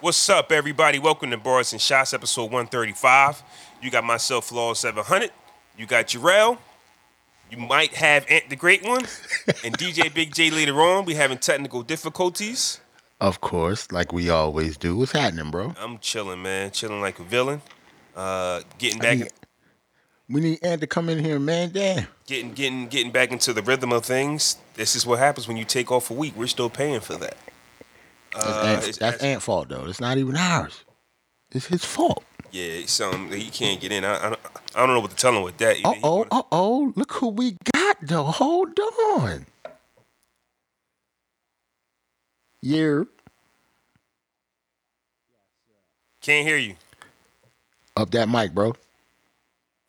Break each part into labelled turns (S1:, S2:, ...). S1: What's up, everybody? Welcome to Bars and Shots, episode 135. You got myself, Law 700. You got Jarrell. You might have Ant the Great One. And DJ Big J later on. we having technical difficulties.
S2: Of course, like we always do. What's happening, bro?
S1: I'm chilling, man. Chilling like a villain. Uh, getting back,
S2: need- We need Ant to come in here, man. Damn.
S1: getting, getting, getting back into the rhythm of things. This is what happens when you take off a week. We're still paying for that.
S2: That's,
S1: uh, it's-
S2: Ant's, that's Ant's fault, though. It's not even ours. It's his fault.
S1: Yeah, it's something that he can't get in. I, I, don't, I don't know what to tell him with that. Either.
S2: Uh
S1: He
S2: oh,
S1: wanna-
S2: uh oh. Look who we got, though. Hold on. Yeah.
S1: Can't hear you.
S2: Up that mic, bro.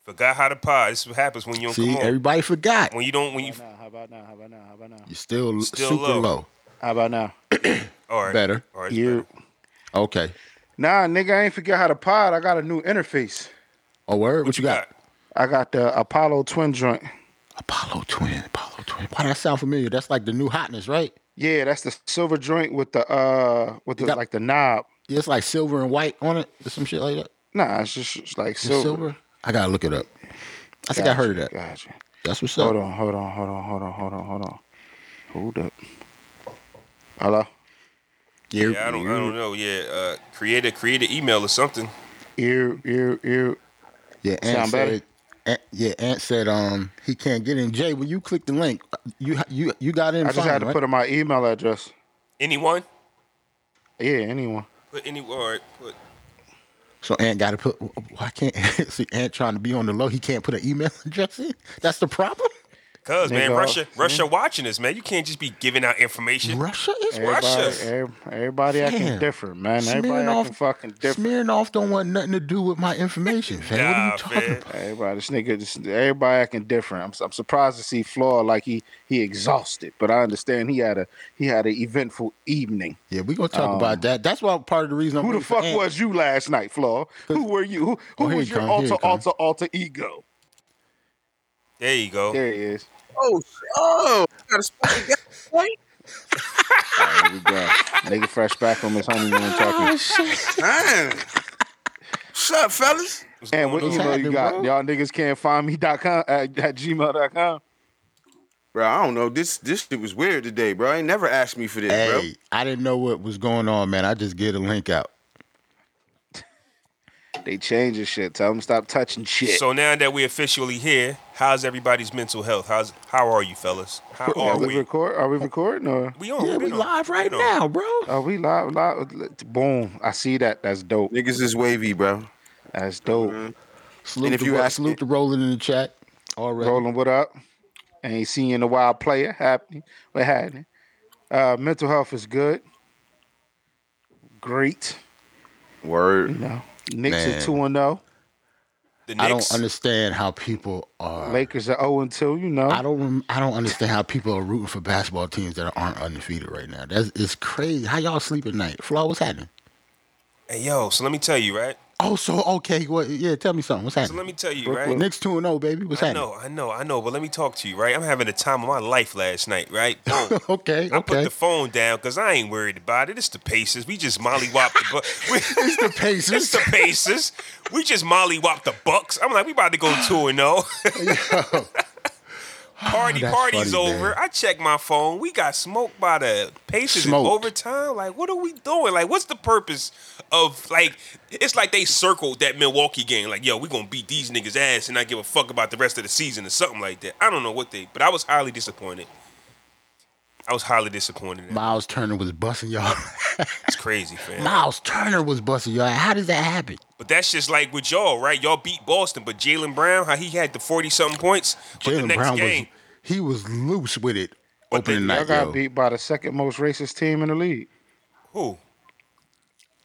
S1: Forgot how to pod. This is what happens when you don't
S2: See,
S1: Oh, come on.
S2: everybody forgot.
S1: when you don't, when you
S3: How about now? How about now? How about now?
S2: You're still,
S1: Still
S2: super
S1: low.
S2: low.
S3: How about now?
S1: all right,
S2: Better.
S1: All right, it's
S3: You.
S1: better.
S2: Okay.
S3: Nah, nigga, I ain't forget how to pod. I got a new interface.
S2: Oh, word? What, you got?
S3: I got the Apollo twin joint.
S2: Apollo Twin. Apollo Twin. Why that sound familiar? That's like the new hotness, right?
S3: Yeah, that's the silver joint with the uh with the
S2: got-
S3: like the knob.
S2: Yeah, it's like silver and white on it or some shit like that.
S3: Nah, it's just it's like
S2: Silver.
S3: silver.
S2: I gotta look it up. I think I
S3: Gotcha,
S2: heard of that.
S3: Gotcha.
S2: That's what's
S3: Hold
S2: up.
S3: on, hold on, hold on, hold on, hold on, hold on. Hold up. Hello.
S2: Yeah,
S1: Yeah, I don't, I don't know. Yeah, uh, create a create an email or something.
S3: Ear, ear, ear.
S2: Yeah, Ant
S3: Sound better?
S2: said. Ant, yeah, Ant said um he can't get in. Jay, when you click the link, you you you got in.
S3: I just
S2: fine,
S3: had to
S2: right?
S3: put in my email address.
S1: Anyone?
S3: Yeah, anyone.
S1: Put any word. Put
S2: So Ant got to put. Why can't see Ant trying to be on the low? He can't put an email address in. That's the problem.
S1: cuz man,
S3: Nigga,
S1: Russia,
S3: hmm?
S1: Russia watching this, man. You can't just be giving out information.
S2: Russia is
S1: Russia.
S3: Everybody, every, everybody acting
S2: Damn.
S3: different, man. Everybody acting fucking different.
S2: Smirnoff don't want nothing to do with my information, fam. what are
S1: Nah,
S2: you talking
S1: man.
S2: about?
S3: Everybody, this nigga, this, everybody acting different. I'm, I'm surprised to see Flaw like he he exhausted, but I understand he had a he had an eventful evening.
S2: Yeah, we gonna talk about that. That's why part of the reason. I'm
S3: Um, Who the
S2: waiting for
S3: fuck
S2: Ant.
S3: was you last night, Flaw? Who were you? Who, who
S2: Oh, here
S3: was
S2: he
S3: your
S2: come, here he
S3: alter
S2: come.
S3: alter alter ego?
S1: There you go.
S3: There he is.
S4: Oh, sh- oh, I got a spot. Right?
S3: All right, here we go. nigga, fresh back from his honeymoon talking.
S4: Man. What's up, fellas?
S1: What's
S3: And what
S1: going on?
S2: What's
S3: email you
S2: happening,
S3: got?
S2: bro?
S3: Y'all niggas can't find me dot com at, at gmail.com.
S4: Bro, I don't know. This this shit was weird today, bro. I ain't never asked me for this,
S2: Hey, I didn't know what was going on, man. I just get a link out.
S3: They changing shit. Tell them stop touching shit.
S1: So now that we're officially here, how's everybody's mental health? How's how are you, fellas? How
S3: are
S1: are
S3: we
S1: we?
S3: record? Are we recording or?
S1: Oh, We on?
S2: Yeah,
S1: been
S2: we
S1: on.
S2: live right
S1: Been on.
S2: now, bro.
S3: Are we live? live? Boom! I see that. That's dope.
S4: bro. Niggas is wavy, bro.
S3: That's dope.
S1: Mm-hmm.
S2: Salute,
S4: And if
S2: to,
S4: you
S2: Ro-
S4: ask
S2: salute
S4: me-
S2: to Roland in the chat already.
S3: Rolling what up? Ain't seeing the wild player happening. What happening? Uh, mental health is good. Great.
S4: Word.
S3: No. Knicks
S2: Man.
S3: are two and oh. zero.
S1: The
S2: I
S1: Knicks.
S2: don't understand how people are.
S3: Lakers are zero and two. You know.
S2: I don't. rem- I don't understand how people are rooting for basketball teams that aren't undefeated right now. That's it's crazy. How y'all sleep at night? Flaw, what's happening?
S1: Hey, yo. So let me tell you, right?
S2: Oh, so okay. Well, yeah. Tell me something. What's
S1: So let
S2: happening?
S1: me tell you, right?
S2: Knicks two and zero, baby. What's
S1: I
S2: happening?
S1: know, I know, I know. But let me talk to you, right? I'm having the time of my life last night, right? Boom.
S2: Okay.
S1: I put
S2: Okay.
S1: the phone down because I ain't worried about it. It's the Pacers. We just mollywop the Bucks. it's the
S2: Pacers.
S1: It's the Pacers. We just mollywop the Bucks. I'm like, we about to go two and zero. Party,
S2: that's
S1: party's
S2: funny,
S1: over.
S2: man.
S1: I check my phone. We got smoked by the Pacers
S2: Smoked.
S1: in overtime. Like, what are we doing? Like, what's the purpose of like? It's like they circled that Milwaukee game. Like, yo, we gonna beat these niggas ass and not give a fuck about the rest of the season or something like that. I don't know what they, but I was highly disappointed. I was highly disappointed.
S2: Miles Turner was busting y'all.
S1: It's crazy, fam.
S2: Miles Turner was busting y'all. How does that happen?
S1: But that's just like with y'all, right? Y'all beat Boston, but Jalen Brown, how he had the forty something points, but the
S2: Jalen
S1: next
S2: Brown
S1: game,
S2: was he was loose with it
S1: But
S2: opening
S1: they-
S3: Y'all
S2: night.
S3: got
S2: yo.
S3: beat by the second most racist team in the league.
S1: who?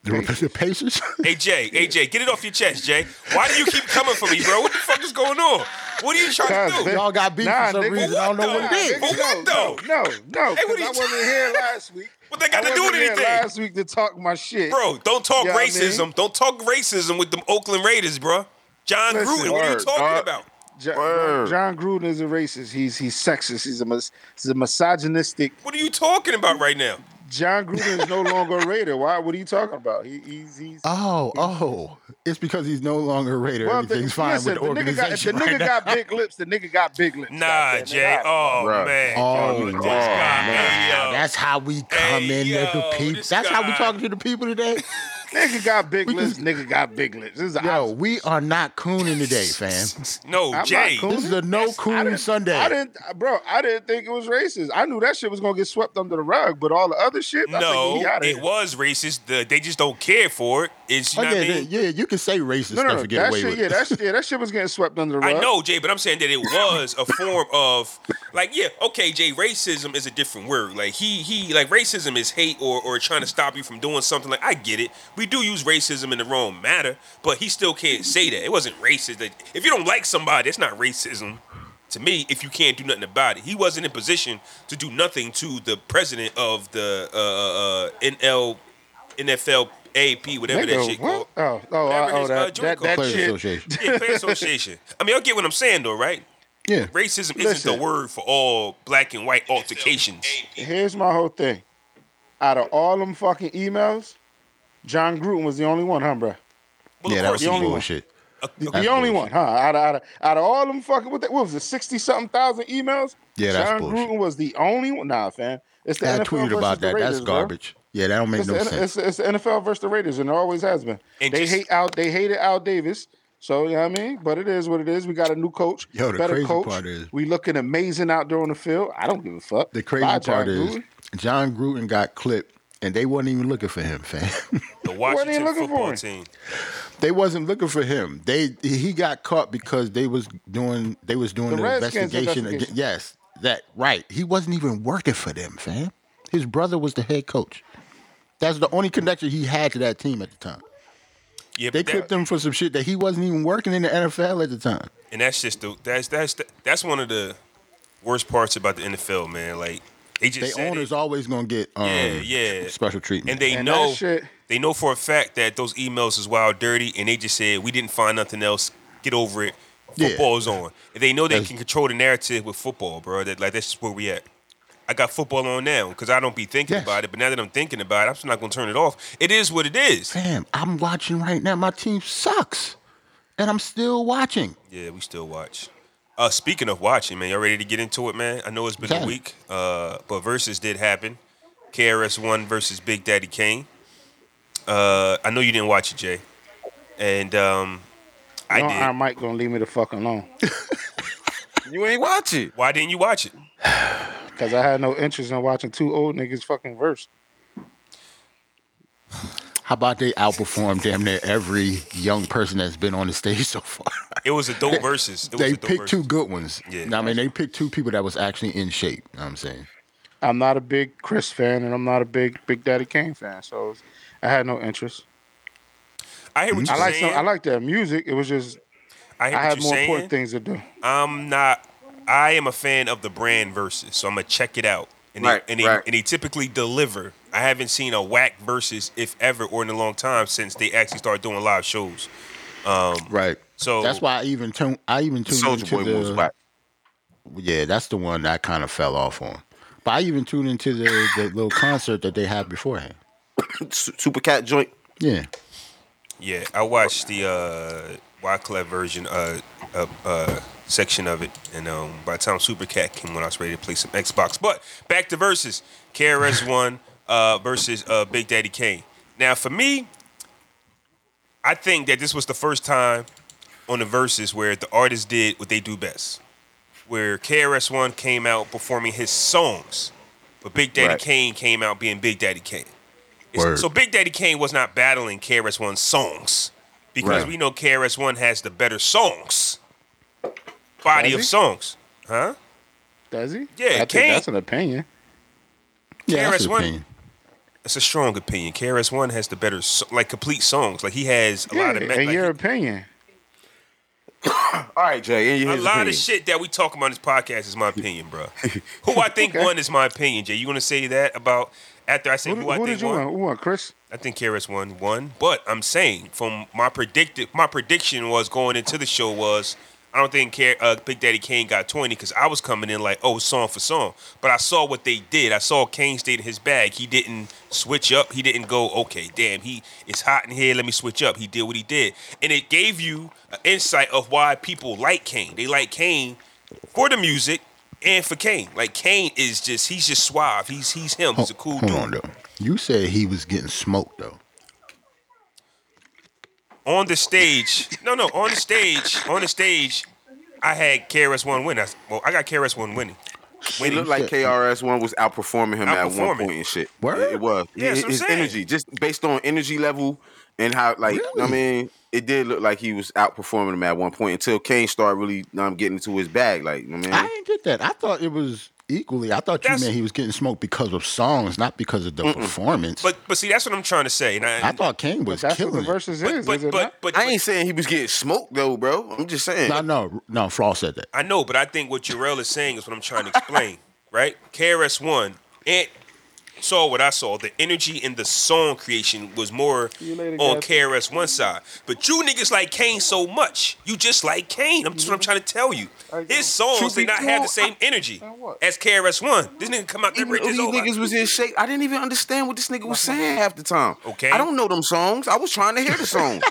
S2: The, the Pacers.
S1: Hey Jay, hey Jay, get it off your chest, Jay. Why do you keep coming for me, bro? What the fuck is going on? What are you trying
S3: Cuz
S1: to do?
S3: they-
S2: Y'all got beat
S3: Nah,
S2: for some
S3: nigga.
S2: reason. I don't know what
S1: Nah,
S2: it is.
S1: But what
S3: no,
S1: though?
S3: no, no.
S1: Hey, what
S3: 'cause
S1: he-
S3: I wasn't here last week.
S1: What they got
S3: I
S1: to do with
S3: wasn't here
S1: anything?
S3: Last week to talk my shit,
S1: Bro, don't talk
S3: Yeah, I mean-
S1: racism. Don't talk racism with them Oakland Raiders, bro. John
S3: Listen, uh,
S1: Gruden, what are you
S4: word,
S1: talking
S4: dog.
S1: about?
S3: John,
S4: Word.
S3: John Gruden is a racist. He's he's sexist. He's a mis- he's a misogynistic
S1: What are you talking about right now?
S3: John Gruden is no longer a Raider. Why? What are you talking about? He, he's he's.
S2: Oh, oh, it's because he's no longer a Raider. Everything's fine
S3: listen,
S2: with the
S3: nigga got, if the
S2: organization.
S3: nigga
S2: right now.
S3: got big lips. The nigga got big lips.
S1: Nah,
S3: goddamn it.
S1: Jay.
S3: I-
S1: Oh
S4: Bruh.
S1: man.
S2: Oh,
S1: this
S2: man.
S1: guy, yo.
S2: That's how we come
S1: Hey,
S2: in,
S1: yo,
S2: nigga, peeps.
S1: this
S2: That's how we
S1: guy.
S2: talking to the people today.
S3: nigga got big
S2: We
S3: lips.
S2: just-
S3: Nigga got big lips. This is a-
S2: Yo, we are not cooning today, fam. Oh,
S1: no,
S3: I'm
S1: Jay.
S3: not cool.
S2: This is a no
S3: I
S2: coon
S3: didn't-
S2: Sunday.
S3: I didn't, bro. I didn't think it was racist. I knew that shit was gonna get swept under the rug, but all the other shit, I think
S1: No,
S3: he outta
S1: it
S3: here.
S1: was racist. The, they just don't care for it. It's you
S2: Oh,
S1: know
S2: yeah,
S1: what I mean.
S2: yeah, you can say racist
S3: No, no,
S2: stuff
S3: no.
S2: and get
S3: That
S2: away
S3: shit,
S2: with
S3: yeah,
S2: it.
S3: that shit, yeah, that shit was getting swept under the rug.
S1: I know, Jay, but I'm saying that it was a form of like, yeah, okay, Jay, racism is a different word. Like he he like racism is hate or or trying to stop you from doing something. Like I get it. We do use racism in the wrong matter, but he still can't say that. It wasn't racist. Like, if you don't like somebody, it's not racism. To me, if you can't do nothing about it, he wasn't in position to do nothing to the president of the uh, uh, NL, NFLAP, whatever that
S3: Nigga,
S1: shit
S3: what?
S1: called.
S3: Oh, oh,
S1: Whatever
S3: oh,
S1: his, uh,
S3: that,
S1: joint
S3: that,
S1: called.
S3: that
S2: Players
S3: shit.
S2: Association.
S1: Yeah, player association. I mean, I get what I'm saying though, right?
S2: Yeah.
S1: racism isn't
S3: Listen.
S1: the word for all black and white altercations.
S3: Here's my whole thing. Out of all them fucking emails, John Gruden was the only one, huh, bro?
S1: Well,
S2: yeah,
S1: of
S2: that
S1: course,
S2: was
S1: he-
S3: the
S2: some
S3: only one.
S2: bullshit.
S3: The,
S2: That's
S3: the only one,
S2: bullshit.
S3: huh? Out of, out of out of all them fucking what, the, what was it, sixty something thousand emails?
S2: Yeah, that's
S3: John
S2: bullshit.
S3: Gruden was the only one. Nah, fam. It's the
S2: I
S3: NFL
S2: tweeted
S3: versus
S2: about
S3: the
S2: that.
S3: Raiders,
S2: That's
S3: bro.
S2: garbage. Yeah, that don't make
S3: It's,
S2: no
S3: the, it's,
S2: sense.
S3: it's the NFL versus the Raiders, and it always has been.
S1: And
S3: they
S1: just-
S3: hate out. They hated Al Davis. So you know what I mean, but it is what it is. We got a new coach,
S2: Yo, the
S3: better
S2: crazy
S3: coach.
S2: part is-
S3: we looking amazing out there on the field. I don't give a fuck.
S2: The crazy
S3: Bye, John
S2: part is
S3: Gruden.
S2: John Gruden got clipped, and they wasn't even looking for him, fam.
S1: the
S3: they
S1: Washington
S3: looking
S1: football
S3: for?
S1: team.
S2: they wasn't looking for him. They he got caught because they was doing they was doing
S3: The
S2: the,
S3: Redskins
S2: investigation. aga-
S3: investigation.
S2: Yes, that right. He wasn't even working for them, fam. His brother was the head coach. That's the only connection he had to that team at the time.
S1: Yeah,
S2: They
S1: but that-
S2: clipped him for some shit that he wasn't even working in the NFL at the time.
S1: and that's just the that's that's the, that's one of the worst parts about the NFL, man. Like they
S2: They
S1: just said
S2: owners
S1: it,
S2: always gonna get um,
S1: Yeah, yeah.
S2: special treatment.
S1: and they
S3: And that
S1: know
S3: shit-
S1: they know for a fact that those emails is wild dirty, and they just said we didn't find nothing else. Get over it.
S2: Yeah.
S1: Football's on. And they know they
S2: That's-
S1: can control the narrative with football, bro. That like that's just where we at. I got football on now because I don't be thinking
S2: Yes.
S1: about it, but now that I'm thinking about it, I'm just not gonna turn it off. It is what it is.
S2: Fam, I'm watching right now. My team sucks, and I'm still watching.
S1: Yeah, we still watch. Uh, speaking of watching, man, y'all ready to get into it, man? I know it's been
S2: Yeah.
S1: a week, uh, but verses did happen. KRS One versus Big Daddy Kane. Uh, I know you didn't watch it, Jay, and um, I
S3: No,
S1: did.
S3: Iron Mike gonna leave me the fuck alone
S4: You ain't watch it.
S1: Why didn't you watch it?
S3: because I had no interest in watching two old niggas fucking verse.
S2: How about they outperform damn near every young person that's been on the stage so far?
S1: It was a dope versus. It was
S2: they
S1: a dope
S2: picked
S1: versus.
S2: two good ones.
S1: Yeah.
S2: I mean, they picked two people that was actually in shape. You know what I'm saying.
S3: I'm not a big Chris fan, and I'm not a big Big Daddy Kane fan, so I had no interest.
S1: I hear what
S2: Mm-hmm.
S1: you're
S3: I like some,
S1: saying.
S3: I like their music. It was just
S1: I hear
S3: I
S1: what
S3: had
S1: you're
S3: more
S1: saying.
S3: important things to do.
S1: I'm not. I am a fan of the brand versus, so I'm gonna check it out. And
S4: Right,
S1: they, and, they,
S4: right.
S1: and they typically deliver. I haven't seen a whack versus, if ever, or in a long time since they actually started doing live shows.
S2: Right.
S1: So-
S2: that's why I even tuned. I even tuned
S4: Soldier
S2: into
S4: Boy
S2: the.
S4: was whack.
S2: Yeah, that's the one that I kind of fell off on. But I even tuned into the, the little concert that they had beforehand.
S4: Su- Super Cat joint.
S2: Yeah.
S1: Yeah, I watched the uh, Wyclef version uh, uh, uh, section of it, and um, by the time Super Cat came on, I was ready to play some Xbox. But back to verses, KRS One uh, versus uh, Big Daddy Kane. Now, for me, I think that this was the first time on the verses where the artist did what they do best, where KRS One came out performing his songs, but Big Daddy
S4: Right.
S1: Kane came out being Big Daddy Kane. It's-
S2: Word.
S1: So Big Daddy Kane was not battling KRS One's songs because
S2: Right.
S1: we know KRS One has the better songs, body
S3: Does
S1: of
S3: he?
S1: songs, huh?
S3: Does he?
S1: Yeah,
S3: I think
S1: Kane-
S3: that's an opinion.
S2: Yeah.
S1: KRS
S2: That's the
S1: One-
S2: opinion.
S1: It's a strong opinion. KRS One has the better, so- like complete songs. Like he has a
S3: yeah,
S1: lot of me-
S3: in
S1: like,
S3: your opinion.
S4: All right, Jay. In
S1: a
S4: his
S1: lot
S4: opinion.
S1: of shit that we talk about in this podcast is my opinion, bro. who I think
S3: Okay.
S1: won is my opinion, Jay. You gonna say that about after I say
S3: Who,
S1: who,
S3: did-
S1: I
S3: who
S1: think
S3: did you
S1: won?
S3: want? Who won? Chris?
S1: I think KRS One won, but I'm saying from my predicted my prediction was going into the show was I don't think Car- uh, Big Daddy Kane got 20 because I was coming in like, oh, song for song. But I saw what they did. I saw Kane stayed in his bag. He didn't switch up. He didn't go, okay, damn, he it's hot in here. Let me switch up. He did what he did. And it gave you an insight of why people like Kane. They like Kane for the music and for Kane. Like Kane is just, he's just suave. He's he's him. He's a cool
S2: Hold
S1: dude.
S2: on though. You said he was getting smoked though.
S1: on the stage. No, no, on the stage. On the stage, I had KRS One winning. I s- well, I got KRS One winning.
S4: It
S1: Winning.
S4: looked like KRS One was outperforming him at one
S1: Outperforming.
S4: point and shit.
S2: Word?
S4: It, it was.
S1: Yeah, that's
S4: his
S1: what I'm
S4: his
S1: saying.
S4: energy, just based on energy level and how, like, I
S2: Really?
S4: mean, it did look like he was outperforming him at one point until Kane started really um, getting into his bag. Like, you know what I
S2: I
S4: mean,
S2: didn't get that. I thought it was equally. I thought
S1: That's-
S2: you meant he was getting smoked because of songs, not because of the performance.
S1: But but see, that's what I'm trying to say. And I,
S2: I thought Kane was
S3: That's what the
S2: killing it.
S3: verses
S1: but,
S3: is,
S1: but,
S3: is it
S1: but,
S3: not?
S1: but-
S4: I ain't saying he was getting smoked though, bro. I'm just saying.
S2: No, no, no. Flaw said that.
S1: I know, but I think what Jarrell is saying is what I'm trying to explain, right? KRS One and saw what I saw. The energy and the song creation was more
S3: You later
S1: on
S3: got-
S1: KRS One side. But you niggas like Kane so much. You just like Kane. I'm just what I'm trying to tell you.
S3: I know.
S1: His songs
S4: Truth
S1: did
S4: be
S1: not have the
S4: told,
S1: same energy
S3: And what?
S1: as KRS One. This nigga come out there
S4: Even
S1: break
S4: though
S1: his
S4: these
S1: whole
S4: niggas was in shape, I didn't even understand what this nigga was saying half the time.
S1: Okay.
S4: I don't know them songs. I was trying to hear the songs.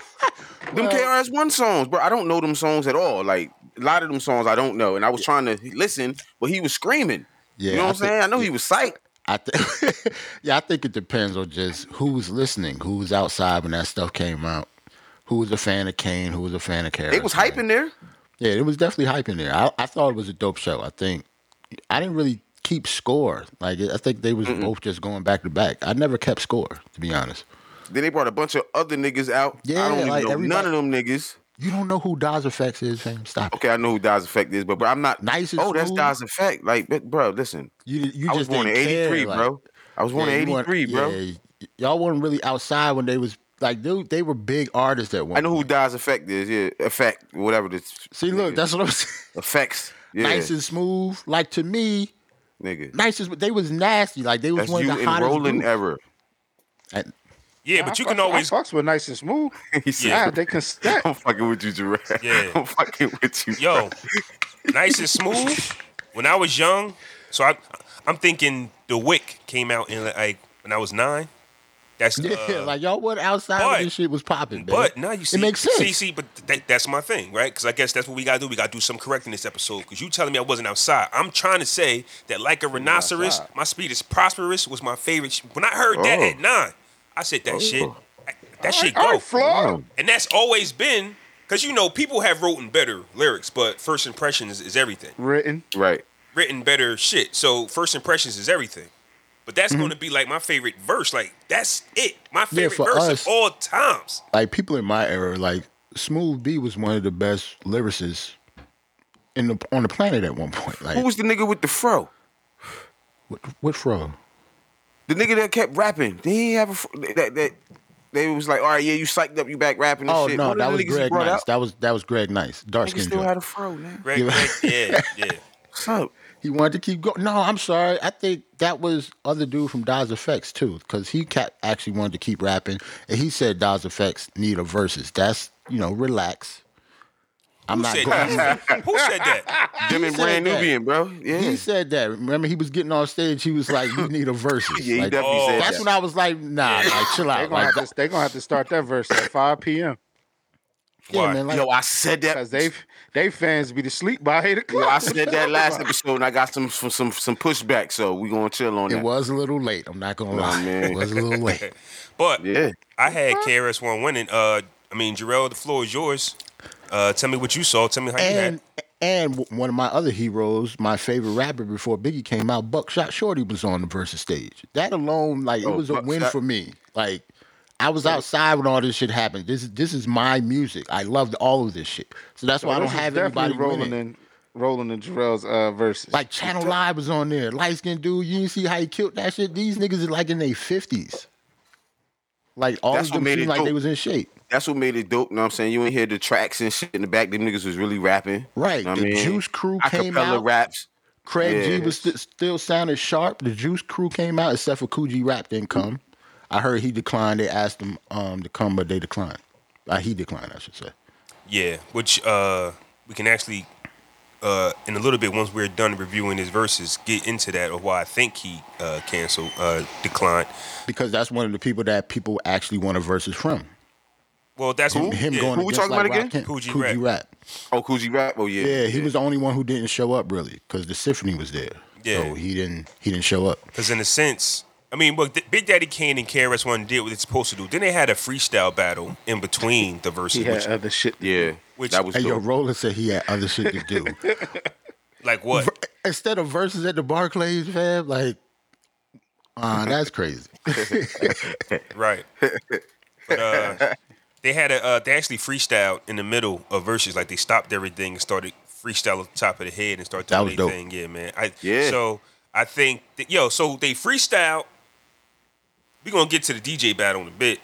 S4: them KRS One songs, bro. I don't know them songs at all. Like a lot of them songs I don't know, and I was trying to listen, but he was screaming.
S2: Yeah,
S4: you know
S2: I
S4: what I'm
S2: think-
S4: saying? I know he was psyched.
S2: I think. yeah, I think it depends on just who was listening, who was outside when that stuff came out, who was a fan of Kane, who was a fan of Karen.
S4: It was hyping there.
S2: Yeah, it was definitely hype in there. I, I thought it was a dope show. I think I didn't really keep score. Like I think they was both just going back to back. I never kept score, to be honest.
S4: Then they brought a bunch of other niggas out.
S2: Yeah,
S4: I don't even
S2: like,
S4: know
S2: everybody-
S4: none of them niggas.
S2: You don't know who Daz Effects is, fam. Stop. it.
S4: Okay, I know who Daz Effect is, but bro, I'm not
S2: Nice and
S4: Oh, that's
S2: smooth.
S4: Daz Effect. Like, but, bro, listen,
S2: You you
S4: I was
S2: just
S4: born in
S2: didn't care,
S4: '83,
S2: like-
S4: bro. I was born
S2: Yeah,
S4: in
S2: you weren't-
S4: '83, bro.
S2: yeah, y- y'all weren't really outside when they was like they, they were big artists at one.
S4: I know who
S2: point.
S4: Dies Effect is. Yeah, Effect, whatever this.
S2: See, look, that's what I'm saying.
S4: effects. Yeah,
S2: Nice and smooth. Like to me,
S4: nigga.
S2: nice as they was nasty. Like they was
S4: That's
S2: one
S4: you
S2: of the
S4: in
S2: hottest.
S4: rolling
S2: groups.
S4: error.
S2: And-
S1: Yeah, but you
S3: I
S1: can
S3: fucks-
S1: always
S3: I fucks with nice and smooth.
S4: he said,
S3: Yeah, they can stack.
S4: "I'm fucking with you, Jarrell.
S1: Yeah.
S4: I'm fucking with you."
S1: yo, nice and smooth. When I was young, so I, I'm thinking The Wick came out in like when I was nine. That's
S2: yeah,
S1: uh,
S2: like y'all weren't outside
S1: but-
S2: when this shit was popping. baby.
S1: But now you see,
S2: it makes sense.
S1: See, see, but that, that's my thing, right? Because I guess that's what we gotta do. We gotta do some correcting this episode. Because you telling me I wasn't outside. I'm trying to say that like a rhinoceros,
S3: outside.
S1: my speed is prosperous. Was my favorite. Sh- when I heard that
S4: Oh.
S1: at nine, I said that shit. I- that shit go.
S3: All right, Flaw.
S1: And that's always been because you know people have written better lyrics, but first impressions is everything.
S3: Written.
S4: Right.
S1: Written better shit. So first impressions is everything. But that's going to be like my favorite verse. Like that's it. My favorite
S2: for
S1: verse
S2: us-
S1: of all times.
S2: like people in my era, like Smooth B was one of the best lyricists in the on the planet at one point. Like
S4: Who was the nigga with the fro?
S2: what, what fro?
S4: The nigga that kept rapping. Did he have a fro? that that? They was like, all right, yeah, you psyched up, you back rapping and
S2: Oh
S4: shit.
S2: no,
S4: One of
S2: that
S4: the
S2: was
S4: niggas he
S2: Greg
S4: brought
S2: Nice.
S4: out-
S2: That was that was Greg Nice. Dark
S4: Nigga
S2: skin
S4: still had
S2: joint.
S4: a fro, man.
S1: Greg, Greg, yeah, yeah.
S4: What's up?
S2: He wanted to keep going. No, I'm sorry. I think that was other dude from Daz Effects too, because he kept, actually wanted to keep rapping, and he said Daz Effects need a verses. That's you know, relax. I'm
S1: Who
S2: not
S1: said,
S2: going.
S1: that? Who said that?
S4: Them and
S2: said
S4: brand
S2: that.
S4: Nubian, bro. Yeah.
S2: He said that. Remember, he was getting on stage. He was like, "You need a verses."
S4: yeah, he
S2: Like,
S4: definitely
S1: oh,
S4: said
S2: That's
S4: that.
S2: when I was like, nah, like, chill
S3: They're
S2: out.
S3: gonna,
S2: Like,
S3: have to, they gonna have to start that verse at 5 p.m.
S2: yeah,
S1: Why?
S2: man, like,
S4: Yo, I said that.
S3: Cause they they fans be to sleep by eight
S4: Yo, I
S3: o'clock.
S4: said that last episode, and I got some some some, some pushback. So we gonna chill on
S2: it
S4: that.
S2: was a little late. I'm not going to lie.
S4: man.
S2: It was a little late.
S1: But
S4: Yeah.
S1: I had KRS One winning. Uh, I mean, Jarrell, the floor is yours. Uh, tell me what you saw. Tell me how you had.
S2: And and w- one of my other heroes, my favorite rapper before Biggie came out, Buckshot Shorty was on the versus stage. That alone, like,
S4: Oh,
S2: it was a win
S4: Buckshot.
S2: for me. Like, I was outside when all this shit happened. This is this is my music. I loved all of this shit. So
S4: Oh,
S2: that's why I don't
S3: This is
S2: have
S3: definitely
S2: anybody
S3: rolling
S2: winning.
S3: in rolling in Jarrell's uh, verses.
S2: Like Channel Live was on there. Light skinned dude, you didn't see how he killed that shit. These niggas is like in their fifties. Like all
S4: That's
S2: of
S4: what
S2: them
S4: made
S2: seemed
S4: it
S2: like they
S4: dope.
S2: was in shape.
S4: That's what made it dope. You know what I'm saying? You ain't hear the tracks and shit in the back. Them niggas was really rapping.
S2: Right.
S4: Know what
S2: the
S4: I mean?
S2: Juice Crew came
S4: Acapella
S2: out.
S4: raps.
S2: Craig G
S4: Yeah.
S2: was st- still sounded sharp. The Juice Crew came out, except for Coogee Rap didn't come. I heard he declined. They asked him um, to come, but they declined. Uh, he declined, I should say.
S1: Yeah, which uh, we can actually uh, in a little bit once we're done reviewing his verses get into that of why I think he uh, canceled uh, declined.
S2: because that's one of the people that people actually want a versus from.
S1: Well, that's who
S2: Him
S1: yeah.
S2: going
S4: Who we
S2: against,
S4: talking
S2: like,
S4: about again?
S2: Rakim-
S1: Coogee
S2: Coogee
S1: Rap.
S2: Rap.
S4: Oh, Coogee Rap. Oh yeah.
S2: Yeah, he was the only one who didn't show up really because the symphony was there.
S1: Yeah.
S2: So he didn't he didn't show up.
S1: Because in a sense, I mean, look, th- Big Daddy Kane and KRS One did what it's supposed to do. Then they had a freestyle battle in between the verses,
S3: He had
S1: which,
S3: other shit.
S4: Yeah.
S1: Which-
S4: that was
S2: Hey, yo,
S4: dope.
S2: Roller said he had other shit to do.
S1: like what?
S2: Instead of verses at the Barclays, fam, like, uh, that's crazy.
S1: Right. But, uh, they had a uh, they actually freestyled in the middle of verses. Like they stopped everything and started freestyle on top of the head and started
S2: That
S1: doing
S2: was
S1: their
S2: dope.
S1: thing. Yeah, man. I,
S4: Yeah.
S1: So I think that, yo. So they freestyled. We're gonna get to the DJ battle in a bit.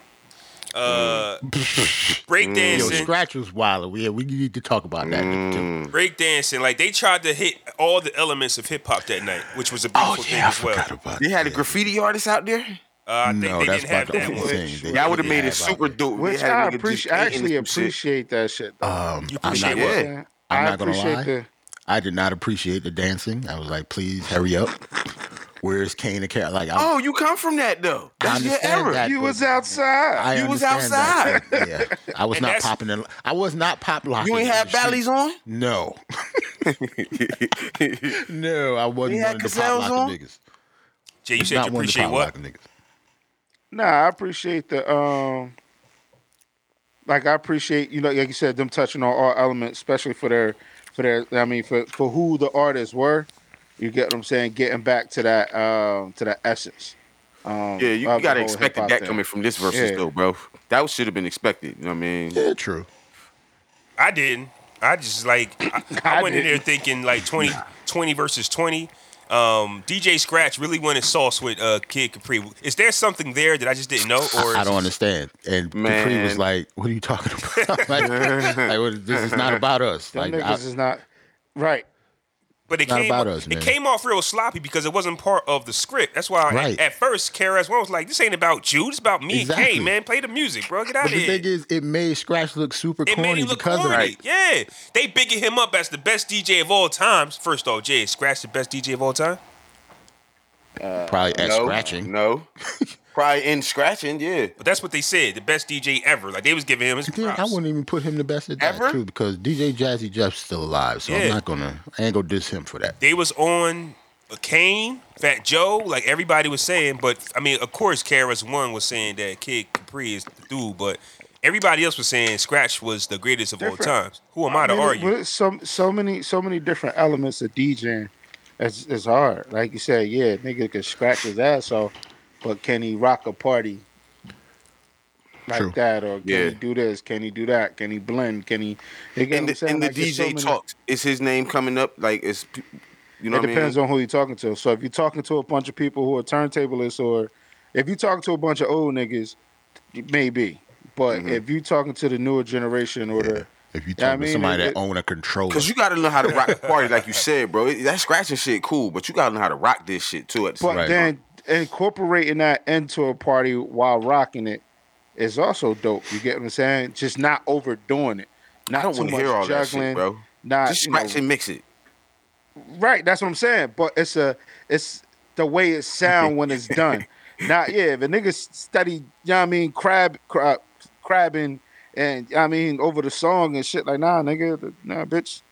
S1: Uh,
S2: Mm. Yo,
S1: breakdancing,
S2: Scratch was wild. Yeah, we need to talk about that.
S4: Mm.
S2: too.
S1: breakdancing. Like they tried to hit all the elements of hip hop that night, which was a beautiful
S2: Oh
S1: thing
S2: yeah, I
S1: as well.
S2: forgot about
S4: They had a
S2: that.
S4: graffiti artist out there.
S1: Uh, I think
S2: No,
S1: they
S2: that's
S1: didn't have
S2: about
S1: that
S2: the
S1: one.
S2: only thing. they
S4: Y'all would have
S2: didn't
S4: made it
S2: have out
S4: super
S2: there.
S4: dope.
S3: Which
S4: They had a
S3: I
S4: nigga just
S3: appreciate.
S4: painting
S3: I actually
S4: some shit.
S3: appreciate that shit. though.
S2: Um,
S1: You
S2: I'm
S1: appreciate
S2: not,
S4: what?
S3: Yeah,
S2: I'm
S3: I
S2: not gonna
S3: appreciate
S2: lie.
S3: the-
S2: I did not appreciate the dancing. I was like, please hurry up. Where's Kane and Carol? Like, I,
S4: Oh, you come from that though.
S2: I
S4: That's your
S2: understand
S4: era.
S2: that.
S3: You was
S2: but-
S3: outside.
S2: I
S4: You was
S2: understand that, but, yeah, I was
S1: And
S2: not
S1: that's-
S2: popping. In, I was not pop locking.
S4: You ain't
S2: in
S4: had
S2: the street.
S4: valleys on.
S2: No, no, I wasn't
S4: You
S2: one
S4: had
S2: of the
S4: Gazelles
S2: pop locking niggas.
S1: Jay, you said
S2: Not
S1: you
S2: one of the
S1: appreciate
S2: pop
S1: what?
S2: locking niggas.
S3: Nah, I appreciate the um like I appreciate, you know, like you said, them touching on all elements, especially for their for their I mean for for who the artists were. You get what I'm saying? Getting back to that um to that essence. Um
S4: Yeah, you
S3: of the
S4: gotta
S3: whole
S4: expect
S3: hip-hop
S4: that
S3: thing.
S4: coming from this versus
S3: Yeah.
S4: though, bro. That should have been expected. You know what I mean?
S2: Yeah, true.
S1: I didn't. I just like I, I,
S3: I
S1: went in there thinking like 20, 20 versus twenty. Um, DJ Scratch really wanted sauce with uh, Kid Capri. Is there something there that I just didn't know, or
S2: I
S1: is
S2: don't
S1: this-
S2: understand. And Dupree
S4: Man.
S2: was like, "What are you talking about? like, like, what- this is not about us.
S3: Them
S2: Like,
S3: niggas
S2: I,
S3: is not right.
S1: But it
S2: not
S1: came
S2: about us,
S1: it
S2: man.
S1: came off real sloppy because it wasn't part of the script. That's why
S2: Right.
S1: at, at first KRS One was like, "This ain't about you. It's about me and
S2: Exactly.
S1: Kane, man. Play the music, bro. Get out of
S2: but the
S1: here."
S2: thing is, it made Scratch look super
S1: it made
S2: corny
S1: him look
S2: because
S1: corny.
S2: of it.
S4: Right.
S1: Yeah, they bigging him up as the best DJ of all times. First off, Jay is Scratch the best DJ of all time.
S2: Probably at
S4: no,
S2: scratching.
S4: No. Probably in scratching, yeah.
S1: But that's what they said. The best DJ ever. Like they was giving him his
S2: Then
S1: props.
S2: I wouldn't even put him the best at that
S4: Ever?
S2: too, because DJ Jazzy Jeff's still alive, so
S1: Yeah.
S2: I'm not gonna, I ain't gonna diss him for that.
S1: they was on Kane, Fat Joe, like everybody was saying. But I mean, of course, KRS One was saying that Kid Capri is the dude, but everybody else was saying Scratch was the greatest of all
S3: Different.
S1: times. Who am I to
S3: mean,
S1: argue?
S3: with So so many so many different elements of DJing. It's, it's hard. Like you said, yeah, nigga could scratch his ass off, but can he rock a party like
S2: True.
S3: that? Or can
S4: Yeah.
S3: he do this? Can he do that? Can he blend? Can he? You get
S4: In
S3: what I'm
S4: the,
S3: saying?
S4: in the
S3: Like, there's so
S4: DJ
S3: many-
S4: talks, is his name coming up? Like, it's, pe- you know
S3: It
S4: what I mean?
S3: depends on who you're talking to. So if you're talking to a bunch of people who are turntablists, or if you're talking to a bunch of old niggas, maybe. But
S4: Mm-hmm.
S3: if you're talking to the newer generation or the
S2: If you
S3: Yeah, I
S2: talk to
S3: mean,
S2: somebody
S3: it-
S2: that own a controller,
S4: Cause you gotta know how to rock the party, like you said, bro. It- That scratching shit cool, but you gotta know how to rock this shit too. At the
S3: But
S4: same
S2: Right.
S3: then incorporating that into a party while rocking it is also dope. You get what I'm saying? Just not overdoing it. Not
S4: I don't
S3: too
S4: want
S3: much
S4: to hear all
S3: juggling.
S4: that shit, bro.
S3: Not
S4: Just
S3: you know,
S4: scratch and mix it.
S3: right. That's what I'm saying. But it's a it's the way it sound when it's done. Not yeah. If a nigga study, you know what I mean, crab, crab crabbing, and you know what I mean over the song and shit like nah, nigga, nah, bitch.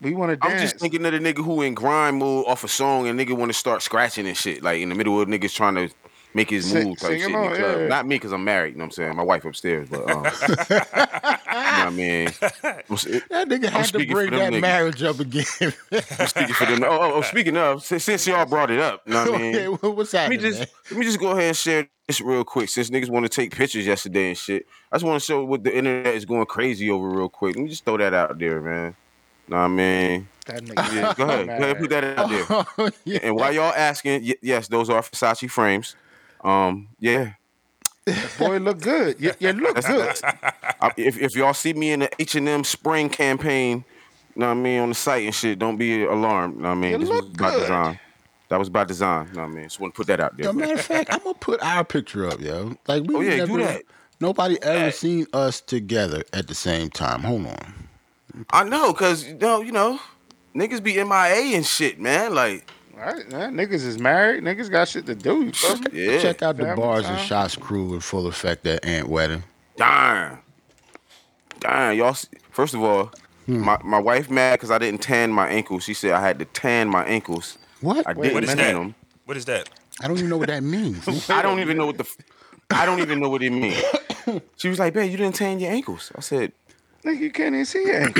S3: We want to
S4: I'm
S3: dance.
S4: just thinking of the nigga who in grind mode off a song and nigga want to start scratching and shit, like in the middle of niggas trying to make his
S3: Sing-
S4: move type
S3: sing
S4: shit. in
S3: along,
S4: the club.
S3: yeah.
S4: Not me, cause I'm married. You know what I'm saying? My wife upstairs, but um, you know what I mean, I'm, s-
S2: that nigga had to
S4: speaking
S2: bring
S4: for them
S2: that
S4: niggas.
S2: marriage up again.
S4: I'm speaking for them. Oh, oh, oh, speaking of, since, since y'all brought it up, you know what I mean?
S2: What- What's
S4: Let me
S2: happening?
S4: just
S2: man?
S4: let me just go ahead and share this real quick. Since niggas want to take pictures yesterday and shit, I just want to show what the internet is going crazy over real quick. Let me just throw that out there, man. Know what I mean?
S3: that nigga,
S4: Yeah, go ahead, go ahead, put that out there.
S2: Oh, yeah.
S4: And while y'all asking, y- yes, those are Versace frames. Um, yeah.
S3: boy look good. You, you look good.
S4: I, if, if y'all see me in the H and M spring campaign, know what I mean, on the site and shit, don't be alarmed. Know what I mean,
S3: You
S4: this was
S3: look
S4: by
S3: good.
S4: design. That was by design. Know what I mean, just want to put that out there.
S2: As a matter of fact, I'm gonna put our picture up, yo. Like we
S4: Oh, yeah, do
S2: never,
S4: that.
S2: nobody ever seen us together at the same time. Hold on,
S4: I know, cause you know, you know, niggas be MIA and shit, man. Like,
S3: Right, man. Niggas is married. Niggas got shit to do. you feel me?
S4: yeah,
S2: Check out the
S3: Family
S2: bars and
S3: time.
S2: shots crew in full effect at Ant Wedding.
S4: darn, darn, y'all. s- First of all, my my wife mad because I didn't tan my ankles. She said I had to tan my ankles.
S2: What?
S4: I
S2: I,
S4: didn't
S1: What is
S4: tan
S1: that?
S4: them.
S1: What is that?
S2: don't even know what that means.
S4: I don't even know what the. f- I don't even know what it means. She was like, "Man, you didn't tan your ankles." I said,
S3: Nigga, you can't even see it.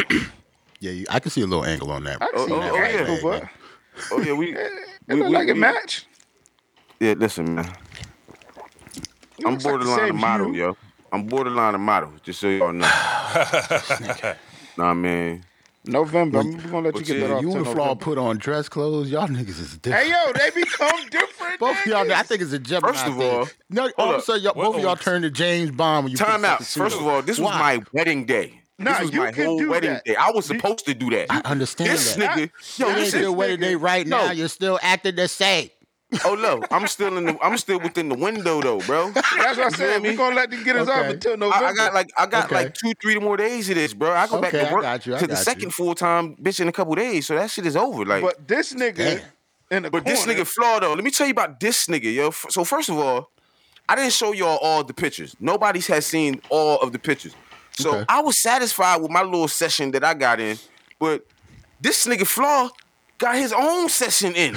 S2: yeah, you, I can see a little angle on that.
S3: I can
S4: Oh,
S3: see
S4: oh,
S3: that
S4: oh,
S3: right
S4: yeah.
S3: now, but
S4: "Oh yeah, we."
S3: it look like a match.
S4: Yeah, listen, man.
S3: You
S4: I'm
S3: looks like the
S4: borderline a
S3: same
S4: model,
S3: hue.
S4: yo. I'm borderline a model, just so y'all know. nah, man.
S3: November. I'm gonna let you
S4: Well,
S3: get that
S4: yeah,
S3: off.
S2: you
S3: till
S2: and Flaw
S3: November.
S2: put on dress clothes. Y'all niggas is different.
S3: Hey yo, they become different.
S2: both of y'all,
S3: niggas.
S2: I think it's a Gemini
S4: First of
S2: thing.
S4: all-
S2: no, all of a
S4: up.
S2: sudden, y'all, both of y'all turned to James Bond when you
S4: Time
S2: put
S4: out.
S2: Sissy
S4: First
S2: on.
S4: of all, this
S2: Why?
S4: was my wedding day.
S3: Nah,
S4: this was
S3: you
S4: my
S3: can
S4: whole
S3: do
S4: wedding
S3: that.
S4: day. I was supposed to do that.
S2: I understand
S4: This
S2: that.
S4: nigga, yo,
S3: You
S2: You
S3: ain't
S2: ain't
S4: listen.
S3: this
S2: still waiting
S3: nigga-
S2: day right now.
S4: No.
S2: You're still acting the same.
S4: Oh no, I'm still in the, I'm still within the window though, bro.
S3: That's what I
S4: You feel
S3: said.
S4: me?
S3: We're gonna let them get us
S2: Okay.
S3: off until
S4: I,
S3: November.
S4: I got like I got
S2: Okay.
S4: like two, three more days of this, bro. I go
S2: Okay,
S4: back
S2: I
S4: to work
S2: got you, I
S4: to the
S2: got you.
S4: second full time bitch in a couple days, so that shit is over. Like,
S3: but this nigga
S2: Damn.
S3: in the
S4: But this
S3: corner,
S4: nigga flawed though. Let me tell you about this nigga, yo. F- So first of all, I didn't show y'all all the pictures. Nobody has seen all of the pictures. So
S2: Okay.
S4: I was satisfied with my little session that I got in, but this nigga flaw got his own session in,